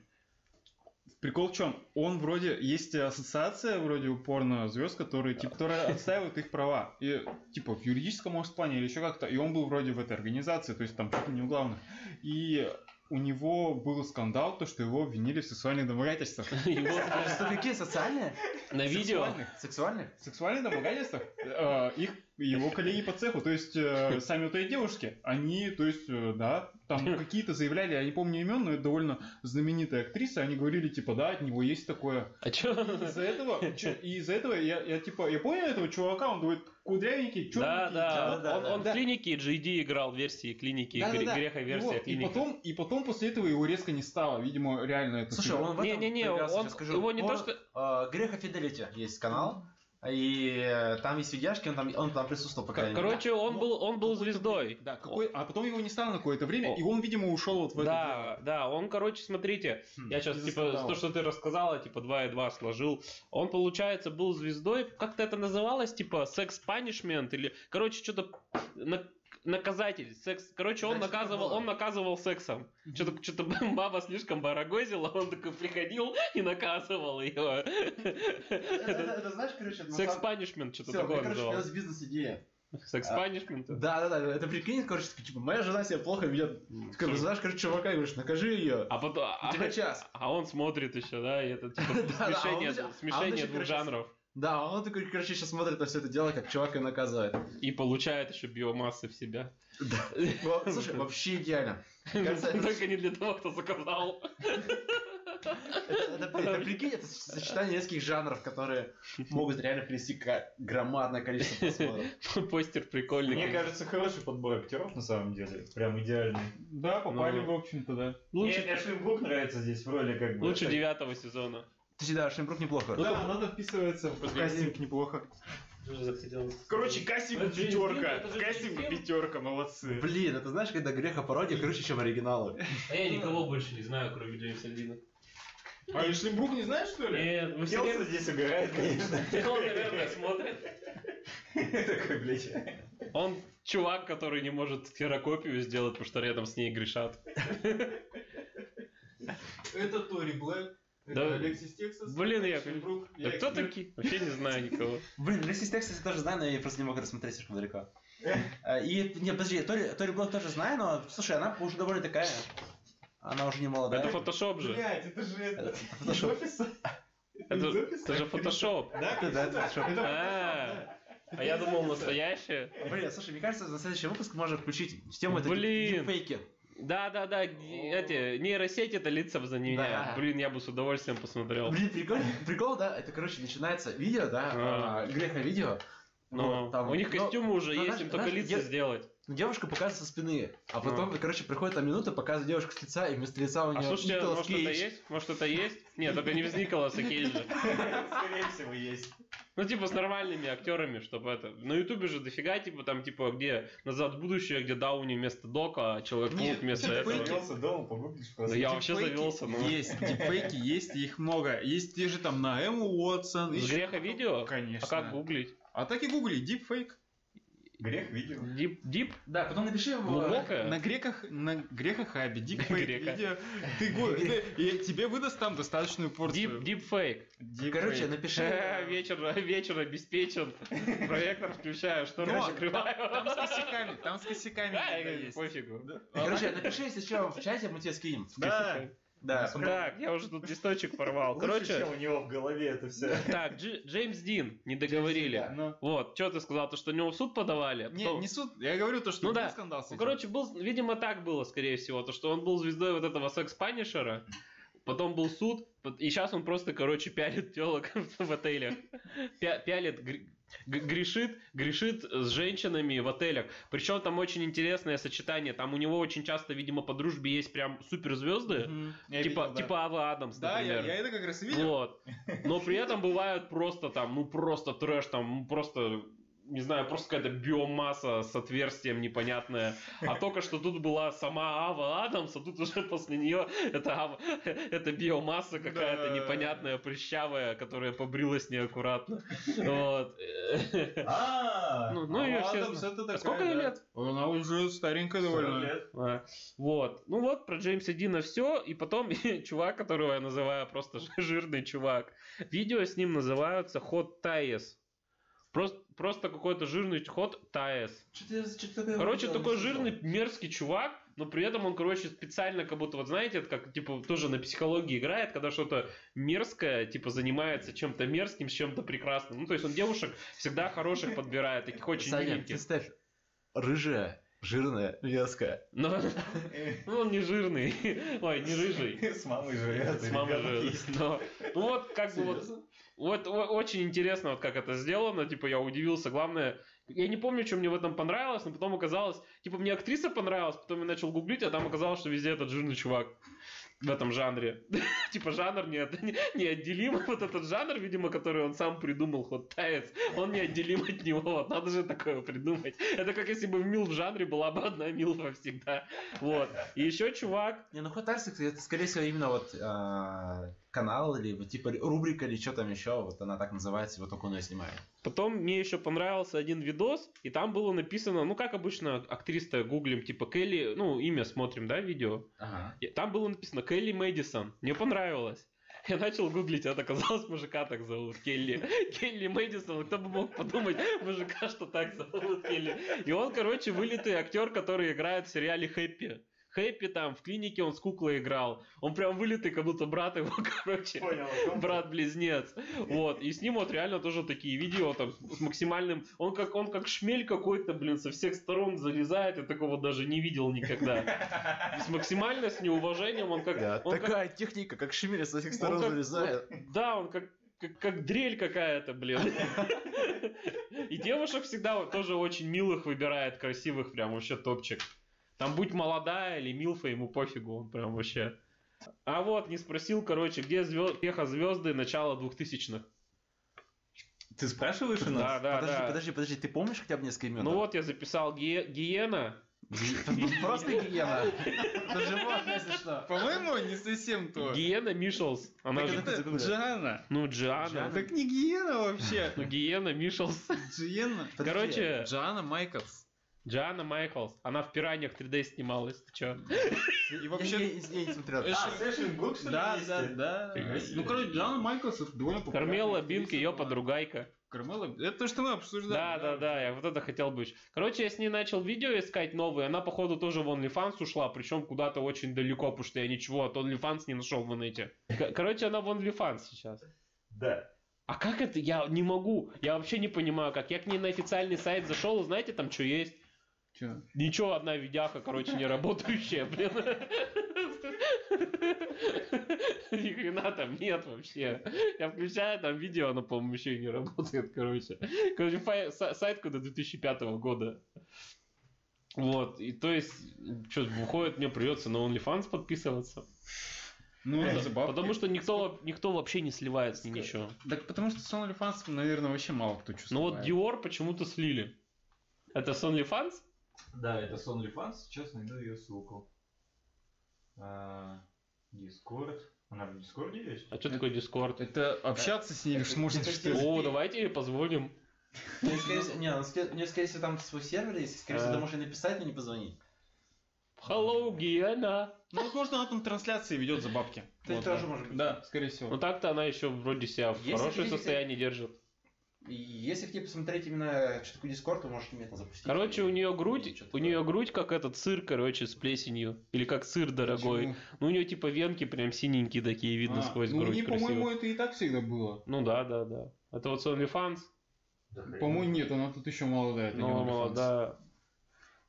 S3: Прикол в чем? Он вроде есть ассоциация вроде у порно звезд, которые типа, которые отстаивают их права, и типа в юридическом может плане или еще как-то. И он был вроде в этой организации, то есть там чуть ли не у главных. И у него был скандал, то что его обвинили в сексуальных домогательствах.
S2: Его
S4: А что какие социальные?
S2: на видео.
S3: Сексуальных.
S4: Сексуальные?
S3: сексуальных домогательствах э, их его коллеги по цеху, то есть э, сами вот эти девушки, они, то есть, э, да, там какие-то заявляли, я не помню имен, но это довольно знаменитая актриса, они говорили, типа, да, от него есть такое.
S2: А чё?
S3: И из-за этого, чё- и из-за этого я, я, типа, я понял этого чувака, он говорит, кудрявенький, черненький.
S2: Да, да,
S4: да,
S2: он,
S4: да,
S2: он
S3: да.
S2: в клинике GD играл версии клиники,
S3: Да, да,
S2: гре-
S3: да.
S2: греха версия
S3: Вот, и
S2: клиники.
S3: потом, и потом после этого его резко не стало, видимо, реально это...
S4: Слушай, он в этом
S2: Не-не-не,
S4: поигрался,
S2: он-
S4: сейчас скажу.
S2: его не то,
S4: Он,
S2: что-
S4: э, Греха Фиделити есть канал. И э, там есть видяшки, он там, он там присутствовал, по крайней мере.
S2: Короче, он
S3: Ну,
S2: был, он был
S3: какой-то
S2: звездой.
S3: Да, какой... А потом его не стало на какое-то
S2: О.
S3: время, и он, видимо, ушел вот в это дело.
S2: Да, да, он, короче, смотрите,
S3: Хм,
S2: я сейчас,
S3: из-за
S2: типа,
S3: скандала.
S2: то, что ты рассказала, типа, 2 и 2 сложил, он, получается, был звездой, как-то это называлось, типа, секс-панишмент, или, короче, что-то на- наказатель, секс, короче, он
S4: Да, что-то
S2: наказывал,
S4: было.
S2: он наказывал сексом, что-то, что-то баба слишком барагозила, он такой приходил и наказывал ее,
S4: Это, это- это знаешь, короче, на самом-
S2: секс-панишмент, что-то
S4: Всё, у меня,
S2: такое
S4: короче, А.
S2: называлось.
S4: появилась бизнес-идея.
S2: Секс панишмент.
S4: Да, да, да, это прикинь, короче, такой, типа, моя жена себя плохо ведет. Ты как бы знаешь, короче, чувака, и говоришь, накажи ее.
S2: А потом...
S4: У тебя Типа час.
S2: А он смотрит еще, да, и это типа
S4: Да, да,
S2: смешение,
S4: а он ещё- а он
S2: смешение
S4: ещё,
S2: двух
S4: короче,
S2: жанров.
S4: Да, а он такой, короче, сейчас смотрит на все это дело, как чувак ее наказывает.
S2: И получает еще биомассы в себя.
S4: Да. Во- Слушай, вообще идеально. Кажется, это-
S2: Только не для того, кто заказал.
S4: Это, это, при- это прикинь, это сочетание нескольких жанров, которые могут реально принести ка- громадное количество просмотров.
S2: Постер прикольный.
S1: Мне
S2: конечно.
S1: кажется, хороший подбор актеров на самом деле. Прям идеальный.
S5: Да, попали,
S2: Ну.
S5: в общем-то, да.
S1: Мне
S2: Лучше,
S1: Эшли Брук нравится здесь в роли как бы.
S2: лучше девятого сезона.
S4: Ты всегда Шимбрук неплохо.
S5: да, надо вписывается в кастинг неплохо.
S3: Короче, кастинг
S2: Это же
S3: пятерка.
S2: Инстинкт, это же
S3: Кастинг
S2: Инстинкт.
S3: пятерка, молодцы.
S4: Блин, это знаешь, когда греха пародия круче, чем оригиналы.
S2: А я никого больше не знаю, кроме Джеймса Дина.
S5: А Эшлинбрук не знаешь, что ли?
S2: Нет, вы все
S1: Келса здесь угорает, конечно.
S2: Он, наверное, смотрит.
S1: Такой, блядь.
S2: Он чувак, который не может ксерокопию сделать, потому что рядом с ней грешат.
S5: Это Тори Блэк,
S2: Да.
S5: Алексис Тексас.
S2: Блин, я...
S5: Эшлинбрук,
S2: Да
S5: я
S2: кто
S5: их-
S2: такие? Вообще не знаю никого.
S4: Блин, Алексис Тексас я тоже знаю, но я просто не мог это смотреть слишком далеко. А, И, не, подожди, Тори, Тори Блок тоже знаю, но, слушай, она уже довольно такая. Она уже не молодая.
S2: Это фотошоп же.
S5: Блять, это же это.
S4: Это
S5: Из
S4: что?
S5: офиса.
S2: Это,
S5: Из офиса?
S2: это же фотошоп.
S5: Да, конечно,
S4: это
S5: да.
S4: что?
S5: Это
S2: А,
S5: фотошоп, да.
S2: а я
S5: Это из
S2: думал
S5: офиса.
S2: настоящее.
S4: Блин, слушай, мне кажется, на следующий выпуск можно включить тему это
S2: Блин.
S4: фейки.
S2: Да, да, да, г- эти нейросети это лица заменяют.
S4: Да.
S2: Блин, я бы с удовольствием посмотрел.
S4: Блин, прикол, прикол, да, это, короче, начинается видео, да,
S2: А.
S4: а, греха видео.
S2: Но
S4: Вот, там,
S2: у них
S4: но-
S2: костюмы уже
S4: но
S2: есть,
S4: знаешь-
S2: им только
S4: знаешь,
S2: лица
S4: я-
S2: сделать.
S4: Ну, Девушка показывает со спины, а потом, короче, приходит там минута, показывает девушку с лица, и вместо лица у
S2: А
S4: нее
S2: слушайте,
S4: Николас
S2: может это
S4: Кейдж.
S2: есть? Может это есть? Нет, только не без Николаса Кейджа.
S1: Скорее всего, есть.
S2: Ну, типа, с нормальными актерами, чтобы это... На Ютубе же дофига, типа, там, типа, где «Назад в будущее», где Дауни вместо Дока, а Человек-паук
S4: Нет,
S2: вместо
S4: дипфейки.
S2: этого.
S1: Завелся дома, погуглишь
S2: Да
S1: просто.
S2: я вообще
S5: Дипфейки
S2: завелся, ну.
S5: Есть, дипфейки есть, их много. Есть те же там на Эмму Уотсон.
S2: С
S5: ещё-
S2: греха видео? А
S5: Конечно.
S2: как гуглить?
S5: А так и гугли, дипфейк.
S1: Грех видел.
S2: Дип? Дип?
S4: Да, потом напиши в...
S2: Ну,
S5: На
S2: Глубокое?
S5: греках, на грехах Хаби, дипфейк
S2: Грека.
S5: видео. Ты, гу- ты- и тебе выдаст там достаточную
S2: Дип,
S5: порцию.
S2: дип фейк.
S5: Дипфейк.
S4: Короче, напиши... э,
S2: Вечер, вечер обеспечен. Проектор включаю, шторы
S5: Ну, Там
S2: закрываю.
S5: с косяками, там с косяками
S2: Да,
S5: иногда
S2: и
S5: есть.
S2: пофигу.
S4: Короче, напиши, если что, в чате, мы тебе скинем.
S5: Да.
S4: Да.
S2: Так, я уже тут листочек порвал.
S1: Лучше,
S2: Короче,
S1: чем у него в голове это все.
S2: так, Джи- Джеймс Дин, не договорили.
S4: ну,
S5: Но-
S2: Вот, что ты сказал, то, что у него в суд подавали? а
S5: Не,
S2: потом-
S5: не суд, я говорю то, что
S2: Ну
S5: был
S2: да.
S5: скандал с
S2: Ну,
S5: этим.
S2: короче, был, видимо, так было, скорее всего, то, что он был звездой вот этого секс-панишера, потом был суд, пот- и сейчас он просто, короче, пялит телок в отелях. Пя- Пялит, гр- г- грешит, грешит с женщинами в отелях. Причем там очень интересное сочетание. Там у него очень часто, видимо, по дружбе есть прям суперзвезды.
S5: Мгм. Я
S2: Типа,
S5: видел, да.
S2: типа Ава Адамс,
S5: Да, я,
S2: например.
S5: я это как раз и видел.
S2: Вот. Но при этом бывают просто там, ну просто трэш, там ну, просто не знаю, просто какая-то биомасса с отверстием непонятная. А только что тут была сама Ава Адамс, а тут уже после нее это, Ава- это биомасса какая-то
S5: Да.
S2: непонятная, прыщавая, которая побрилась неаккуратно. Вот.
S1: А,
S2: Ну, ну, её
S5: А
S2: все
S5: Адамс
S2: знают.
S5: это
S2: А
S5: такая,
S2: сколько ей
S5: да.
S2: лет?
S5: Она уже старенькая довольно.
S2: А, Вот. Ну вот, про Джеймса Дина все. И потом чувак, которого я называю просто жирный чувак. Видео с ним называются Ход Таес. Просто, просто какой-то жирный ход Таес.
S4: Ну,
S2: Короче, такой жирный, мерзкий чувак, но при этом он, короче, специально как будто, вот знаете, это как, типа, тоже на психологии играет, когда что-то мерзкое, типа, занимается чем-то мерзким, с чем-то прекрасным. Ну, то есть он девушек всегда хороших подбирает, таких очень
S4: Саня,
S2: миленьких.
S4: представь, рыжая, жирная, вязкая.
S2: Но ну, он не жирный. Ой, не рыжий.
S1: С мамой живет.
S2: С мамой же. Но, ну вот как бы вот, вот о- очень интересно, вот как это сделано. Типа я удивился. Главное, я не помню, что мне в этом понравилось, но потом оказалось, типа мне актриса понравилась, потом я начал гуглить, а там оказалось, что везде этот жирный чувак в этом жанре. типа жанр не, от- не- неотделим. Вот этот жанр, видимо, который он сам придумал, ход таец, он неотделим от него. Вот надо же такое придумать. Это как если бы в мил в жанре была бы одна милфа всегда. Вот. И еще чувак,
S4: Не, ну Хотарсик, это, скорее всего, именно вот а, канал, или вот типа рубрика, или что там еще, вот она так называется, вот только он ее снимает.
S2: Потом мне еще понравился один видос, и там было написано, ну как обычно актриса гуглим, типа Келли, ну имя смотрим, да, видео.
S4: Ага.
S2: И там было написано Келли Мэдисон. Мне понравилось. Я начал гуглить, а это оказалось, мужика так зовут, Келли. Келли Мэдисон, кто бы мог подумать, мужика, что так зовут Келли. И он, короче, вылитый актер, который играет в сериале «Хэппи». Хэппи там, в клинике он с куклой играл. Он прям вылитый, как будто брат его, короче.
S1: Понял.
S2: Брат-близнец. Вот. И с ним вот реально тоже такие видео там с максимальным... Он как, он как шмель какой-то, блин, со всех сторон залезает. Я такого даже не видел никогда. С максимально с неуважением он как...
S4: Да,
S2: он как-
S4: такая техника, как Шиммер со всех сторон
S2: он как-
S4: залезает.
S2: Да, он как, как, как дрель какая-то, блин. И девушек всегда вот тоже очень милых выбирает, красивых, прям вообще топчик. Там будь молодая или милфа, ему пофигу, он прям вообще. А вот, не спросил, короче, где звезд... звезды начала 2000-х?
S1: Ты спрашиваешь у
S2: Да,
S1: нас?
S2: да,
S4: подожди,
S2: да.
S4: подожди, подожди, ты помнишь хотя бы несколько имен?
S2: Ну вот я записал Ге- Гиена.
S4: Просто гиена. Это животное, если что.
S3: По-моему, не совсем то.
S2: Гиена Мишелс. Она
S4: Так
S2: же...
S4: это-
S3: Это Джана.
S2: Ну, Джиана.
S4: Джана.
S3: Так не гиена вообще.
S2: Ну, Гиена Мишелс.
S3: Джиена.
S4: Подожди.
S2: Короче,
S7: Джоанна Майклс.
S2: Джиана Майклс. Она в «Пираньях» 3D снималась. Ты чё?
S3: И
S4: Я-
S3: вообще...
S4: я- я не смотрел.
S1: А, Сэшен Гук, что ли,
S3: Да,
S1: вместе?
S3: да, да.
S1: Фига себе.
S3: Ну, короче, Джана Майклс это довольно популярная.
S2: Кармела
S3: актриса
S2: Бинк, ее
S3: была.
S2: подругайка.
S3: Кармела... Это то, что мы
S4: Ну
S3: обсуждали.
S2: Да, да, да, я вот это хотел бы. ещё. Короче, я с ней начал видео искать новые. Она, походу, тоже в OnlyFans ушла, причем куда-то очень далеко, потому что я ничего от OnlyFans не нашел в инете. К- Короче, она в OnlyFans сейчас.
S1: Да.
S2: А как это? Я не могу. Я вообще не понимаю, как. Я к ней на официальный сайт зашел, и знаете, там что есть?
S3: Чё?
S2: Ничего, одна видяха, короче, не работающая, блин. Ни хрена там нет вообще. Я включаю там видео, оно, по-моему, еще и не работает, короче. Короче, фай- са- сайт куда 2005 года. Вот, и то есть, что выходит, мне придется на OnlyFans подписываться.
S3: Ну, это за бабки.
S2: Э, Потому что никто, никто вообще не сливает с ним ничего.
S3: Так потому что с OnlyFans, наверное, вообще мало кто чувствует.
S2: Ну вот Dior почему-то слили. Это с OnlyFans?
S1: Да, это с OnlyFans, сейчас найду ее ссылку. Дискорд. Она в Дискорде есть?
S2: А что такое Discord?
S3: Это общаться с ней лишь можно
S4: это
S3: через...
S4: где?
S2: О, давайте ей позвоним.
S4: Ну, скорее всего- Не, ну, скорее- у нее, скорее всего, там свой сервер есть, скорее всего,
S2: А.
S4: ты можешь и написать, но не позвонить.
S2: Hello, Гиена.
S3: Ну, возможно, она там трансляции ведет за бабки.
S4: Ты
S3: Вот,
S4: тоже
S3: да.
S4: можешь быть.
S3: Да, скорее всего.
S2: Ну так-то она еще вроде себя в
S4: Если
S2: хорошем
S4: хотите-
S2: состоянии держит.
S4: И если хотите посмотреть именно чутку Discord, то можешь именно запустить.
S2: Короче, у нее
S4: Или
S2: грудь,
S4: чё-то
S2: у
S4: такое.
S2: нее грудь как этот сыр, короче, с плесенью. Или как сыр дорогой.
S3: Почему?
S2: Ну у нее типа венки прям синенькие такие, видно
S3: А,
S2: сквозь
S3: ну,
S2: грудь.
S3: не,
S2: красиво.
S3: по-моему, это и так всегда было.
S2: Ну да, да, да. Это вот с OnlyFans,
S3: По-моему, нет, она тут еще молодая. это не
S2: но
S3: OnlyFans.
S2: молодая.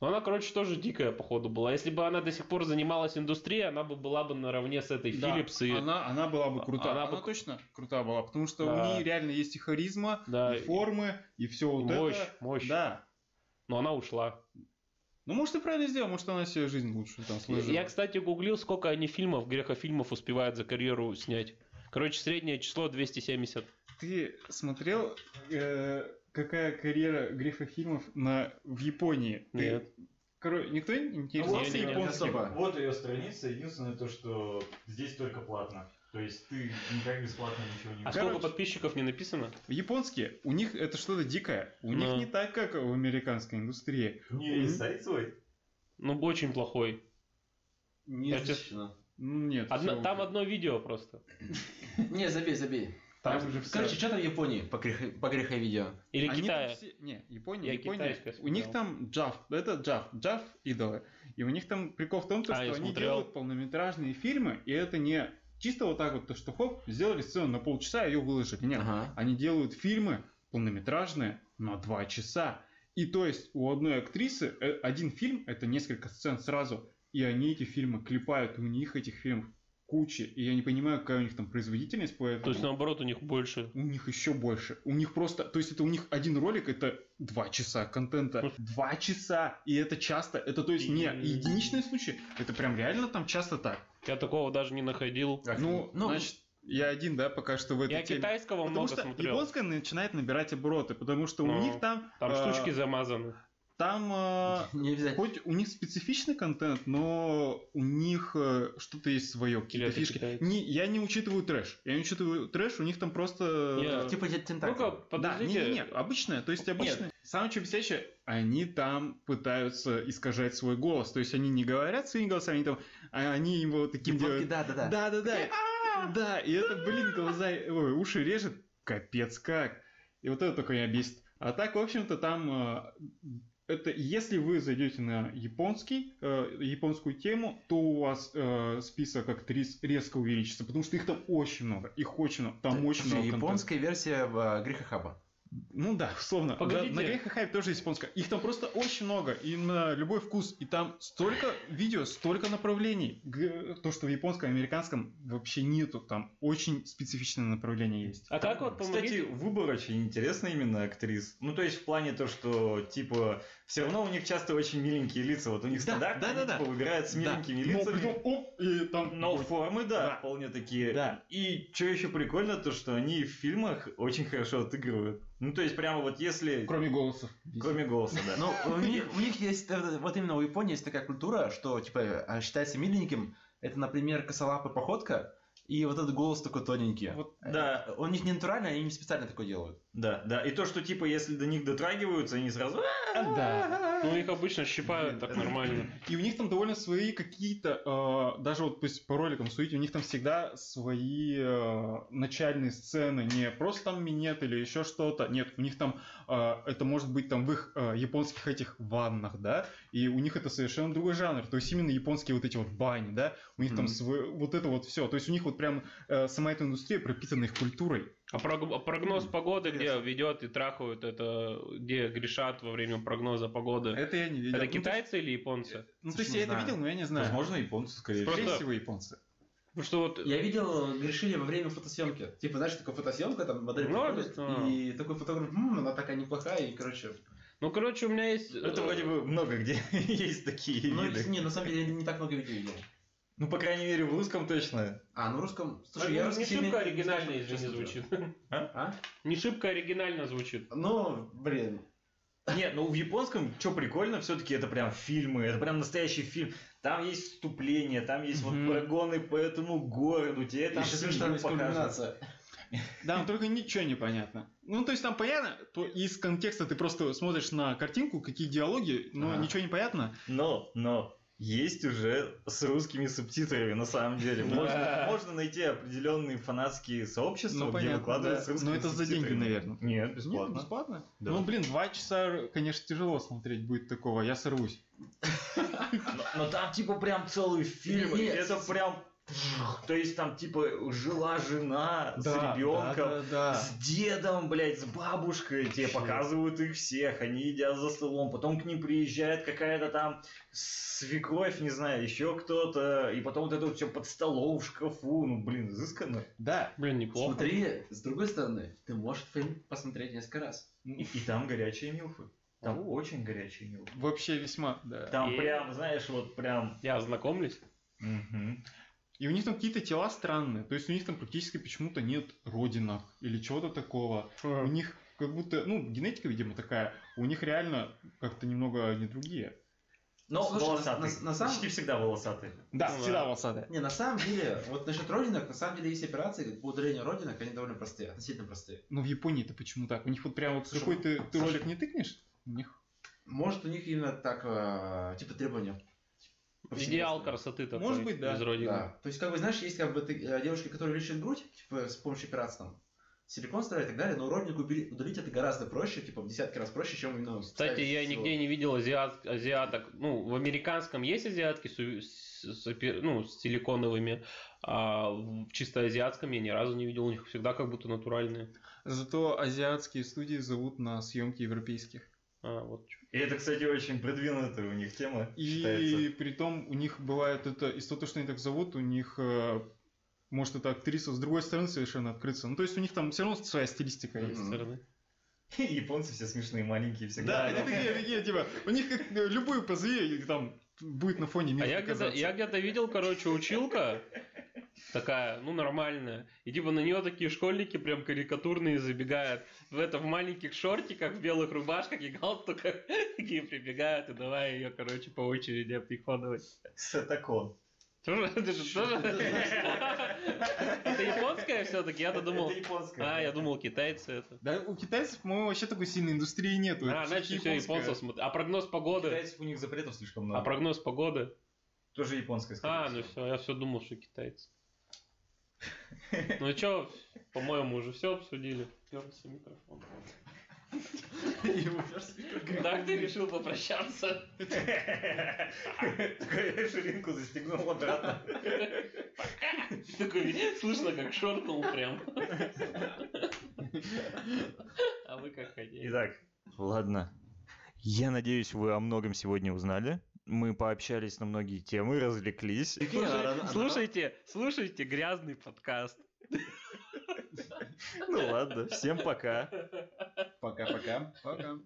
S2: Ну она, короче, тоже дикая, походу, была. Если бы она до сих пор занималась индустрией, она бы была бы наравне с этой
S3: Да,
S2: Philips и...
S3: она, она была бы крута.
S2: Она
S3: Она,
S2: бы-
S3: точно крута была, потому что
S2: Да.
S3: у нее реально есть и харизма,
S2: Да,
S3: и формы, и все
S2: и
S3: вот
S2: мощь,
S3: это.
S2: мощь.
S3: Да.
S2: Но она ушла.
S3: Ну, может, и правильно сделал, может, она себе жизнь лучше там сложила.
S2: Я, кстати, гуглил, сколько они фильмов, грехофильмов успевают за карьеру снять. Короче, среднее число 270.
S3: Ты смотрел, э, какая карьера Грифа фильмов на... в Японии? Ты-
S2: Нет.
S3: Короче, никто не
S2: Ну, Не,
S3: интересовался
S2: не, не, не
S3: японским?
S1: Вот ее страница, единственное то, что здесь только платно. То есть ты никак бесплатно ничего не
S2: А
S1: увидишь.
S2: сколько
S3: Короче.
S2: подписчиков не написано?
S3: Японские, у них это что-то дикое. У
S2: Да.
S3: них не так, как в американской индустрии.
S1: У нее есть сайт свой?
S2: Ну, очень плохой.
S4: Не
S2: Я тебе-
S4: защищено.
S3: Ну, нет.
S2: Одно-
S3: всё
S2: там
S3: уже.
S2: одно видео просто.
S4: Не, забей, забей.
S3: Там уже всё.
S4: Короче, что там в Японии по грех- по греховидео?
S2: Или
S3: Они там
S2: Китая.
S3: все- Не, Япония,
S2: Я
S3: Япония.
S2: китайское
S3: У них
S2: смотрел.
S3: там Джав, это Джав, Джав идолы. И у них там прикол в том, то,
S2: А,
S3: что
S2: я
S3: они
S2: смотрел.
S3: делают полнометражные фильмы, и это не чисто вот так вот, то что хоп, сделали сцену на полчаса, ее выложили. Нет,
S4: Ага.
S3: они делают фильмы полнометражные на два часа. И то есть у одной актрисы э, один фильм это несколько сцен сразу, и они эти фильмы клепают, у них этих фильмов куча, и я не понимаю, какая у них там производительность по этому.
S2: То есть, наоборот, у них больше.
S3: У них еще больше. У них просто... То есть это у них один ролик, это два часа контента. Два часа! И это часто. Это то есть не единичные случаи. Это прям реально там часто так.
S2: Я такого даже не находил.
S3: Ну,
S4: Ну,
S3: значит, я один, да, пока что в этой
S2: Я
S3: теме.
S2: китайского
S3: Потому
S2: много
S3: что
S2: смотрел.
S3: японская начинает набирать обороты, потому что
S2: Ну,
S3: у них там...
S2: Там
S3: э,
S2: штучки замазаны.
S3: Там... э,
S4: Не обязательно.
S3: Хоть у них специфичный контент, но у них э, что-то есть свое, какие-то
S2: Или это
S3: фишки.
S2: китайцы.
S3: Не, я не учитываю трэш. Я не учитываю трэш, у них там просто...
S2: Я-
S3: э,
S4: Типа те- тентакли.
S2: а, Ну-ка,
S3: Да,
S2: подождите.
S3: не-не-не, обычная, то есть обычная. Самое что бесящее, они там пытаются искажать свой голос, то есть они не говорят своими голосами, они там, а они его таким
S2: Типа,
S4: Японки,
S3: делают.
S4: да, да, да.
S3: Да, да, да. Да, и это, блин, глаза, ой, уши режет, капец как. И вот это только меня бесит. А так, в общем-то, там э, это если вы зайдете на японский, э, японскую тему, то у вас э, список актрис резко увеличится, потому что их там очень много, их очень много, там очень
S4: Э, Слушай,
S3: много. контента.
S4: Японская версия э, Греха Хаба.
S3: Ну да, условно.
S2: Погодите.
S3: Да, На Греха Хайп тоже есть японская. Их там просто очень много, и на любой вкус. И там столько видео, столько направлений. Г- То, что в японском, американском вообще нету. Там очень специфичное направление есть.
S2: А как вот
S1: Кстати,
S2: помогите?
S1: выбор очень интересный именно актрис. Ну, то есть в плане то, что, типа, все равно у них часто очень миленькие лица. Вот у них
S3: Да,
S1: стандарт,
S3: да, да,
S1: они,
S3: да.
S1: типа, выбирают с
S3: Да.
S1: миленькими
S3: Но
S1: лицами.
S3: потом Ну, оп, и там...
S1: Но формы, да,
S3: Да.
S1: вполне такие.
S3: Да.
S1: И что еще прикольно, то что они в фильмах очень хорошо отыгрывают. Ну, то есть, прямо вот если.
S3: Кроме Ну. голосов.
S1: Кроме голоса, да.
S4: Но Ну, у них, у них есть, э, вот именно у Японии есть такая культура, что, типа, э, считается миленьким, это, например, косолапая походка, и вот этот голос такой тоненький.
S1: Вот, да,
S4: Э, У них не натурально, они не специально такое делают.
S1: да, да. И то, что типа, если до них дотрагиваются, они сразу.
S3: Да.
S2: Ну, их обычно щипают так нормально.
S3: И у них там довольно свои какие-то, э, даже вот пусть по роликам судить, у них там всегда свои э, начальные сцены, не просто там минет или еще что-то, нет, у них там, э, это может быть там в их э, японских этих ваннах, да, и у них это совершенно другой жанр, то есть именно японские вот эти вот бани, да, у них там
S4: Мгм.
S3: свой, вот это вот все, то есть у них вот прям э, сама эта индустрия пропитана их культурой.
S2: А прог- а прогноз погоды, где ведет и трахают, это где грешат во время прогноза погоды?
S3: Это я не видел.
S2: Это
S3: Ну, то есть-
S2: китайцы или японцы?
S3: Ну, то есть
S4: Не
S3: я это
S4: знаю.
S3: видел, но я не знаю.
S1: Возможно, японцы, скорее всего.
S2: Просто-
S3: Скорее всего, японцы.
S2: Потому что вот
S4: Я видел, э, грешили во время фотосъемки. Типа, знаешь, такая фотосъемка, там модель
S2: Ну,
S4: приходит,
S2: да.
S4: и такой фотограф, «М, она такая неплохая, и, короче...
S2: Ну, короче, у меня есть... э,
S1: Это вроде бы много где есть такие
S4: Ну,
S1: виды.
S4: не, на самом деле, я не так много видео видел.
S1: Ну, по крайней мере, в русском точно.
S4: А, ну, русском...
S2: Слушай,
S4: Слушай, я
S2: не
S4: русский фильм
S2: шибко
S4: не
S2: оригинально,
S4: смотрю,
S2: извини,
S4: честно говоря.
S2: звучит.
S4: А?
S2: Не шибко оригинально звучит.
S4: Ну, блин.
S1: Нет, ну в японском, что прикольно, все-таки это прям фильмы, это прям настоящий фильм. Там есть вступление, там есть
S3: Мгм.
S1: вот прогоны по этому городу, тебе там
S4: Еще
S1: семью
S4: смешно, там есть
S1: покажут.
S4: кульминация.
S3: Да, но только ничего не понятно. Ну, то есть там понятно, то из контекста ты просто смотришь на картинку, какие диалоги, но
S4: Ага.
S3: ничего не понятно.
S1: Но, но есть уже с русскими субтитрами, на самом деле. Можно, можно найти определенные фанатские сообщества,
S3: Ну,
S1: где
S3: понятно,
S1: выкладывают
S3: да.
S1: с русскими
S3: Но это за деньги,
S1: субтитрами.
S3: наверное.
S1: Нет,
S3: Нет,
S1: бесплатно.
S3: бесплатно?
S1: Да.
S3: Ну, блин, два часа, конечно, тяжело смотреть будет такого, я сорвусь.
S1: Но, но там типа прям целый фильм, и
S4: Нет.
S1: это прям... То есть там типа жила жена
S3: Да,
S1: с ребенком,
S3: Да, да, да.
S1: С дедом, блядь, с бабушкой. Тебе
S3: Вообще.
S1: показывают их всех. Они едят за столом. Потом к ним приезжает какая-то там свекровь, не знаю, еще кто-то. И потом вот это вот все под столом в шкафу. Ну, блин, изысканно.
S3: Да.
S2: Блин, неплохо.
S4: Смотри, с другой стороны, ты можешь фильм посмотреть несколько раз.
S1: И, и там горячие милфы. Там очень горячие милфы.
S3: Вообще весьма, да.
S1: Там
S2: И-
S1: прям, знаешь, вот прям...
S2: Я ознакомлюсь.
S1: мгм.
S3: И у них там какие-то тела странные, то есть у них там практически почему-то нет родинок или чего-то такого. У них как будто, ну, генетика, видимо, такая, у них реально как-то немного не другие.
S1: Но
S4: Слушай,
S1: волосатые.
S4: на- на- на самом-
S1: Почти всегда волосатые.
S3: Да,
S2: Ну
S3: всегда
S2: да.
S3: волосатые.
S4: Не, на самом деле, вот насчет родинок, на самом деле есть операции по удалению родинок, они довольно простые, относительно простые.
S3: Но Ну, в Японии это почему так? У них вот прям вот
S4: Слушай,
S3: какой ты, ты
S4: Саша-
S3: ролик не тыкнешь? У них.
S4: Может, у них именно так, э, типа, требования.
S2: Идеал красоты такой.
S3: Может быть, да.
S2: Без родины.
S4: Да. То есть, как бы, знаешь, есть как бы ты- э, девушки, которые лечат грудь, типа, с помощью операции там, силикон ставят и так далее, но родинку убери- удалить это гораздо проще, типа, в десятки раз проще, чем именно...
S2: Кстати, я нигде не видел азиат, азиаток. Ну, в американском есть азиатки с, у- с- с опе- ну, с силиконовыми, а в чисто азиатском я ни разу не видел. У них всегда как будто натуральные.
S3: Зато азиатские студии зовут на съемки европейских.
S2: А, вот чё.
S1: И это, кстати, очень продвинутая у них тема,
S3: И
S1: считается.
S3: при том у них бывает это, из-за того, что они так зовут, у них э, может это актриса с другой стороны совершенно открыться. Ну то есть у них там все равно своя стилистика
S4: Мгм.
S3: есть.
S2: Стороны.
S1: Японцы все смешные, маленькие
S3: Да,
S1: всегда.
S3: они такие, такие, типа, у них как э, любую позови, и там будет на фоне мир
S2: А я где-то,
S3: показаться.
S2: я где-то видел, короче, училка такая, ну, нормальная. И типа на нее такие школьники прям карикатурные забегают. В это в маленьких шортиках, в белых рубашках и галстуках такие прибегают и давай ее, короче, по очереди обтихонывать.
S1: Сатакон.
S2: Тоже- Это же тоже- Это японское все-таки, я-то думал.
S1: Это японское.
S2: А, я думал, китайцы это.
S3: Да, у китайцев, по-моему, вообще такой сильной индустрии нету.
S2: А,
S3: Это
S2: значит, все
S3: всё-таки японское.
S2: японцев смотрят. А прогноз погоды?
S1: Китайцев у них запретов слишком много.
S2: А прогноз погоды?
S1: Тоже японское, скорее
S2: А, ну
S1: всего.
S2: все, я все думал, что китайцы. Ну чё, по-моему, уже все обсудили. Пёрся микрофон. Так ты решил попрощаться.
S1: Такой ширинку застегнул обратно.
S2: Такой, слышно, как шортнул прям. А вы как хотели.
S1: Итак, ладно. Я надеюсь, вы о многом сегодня узнали. Мы пообщались на многие темы, развлеклись.
S2: Слушайте, слушайте грязный подкаст.
S1: Ну ладно, всем пока.
S4: Пока-пока. Пока.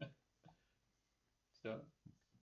S2: Все.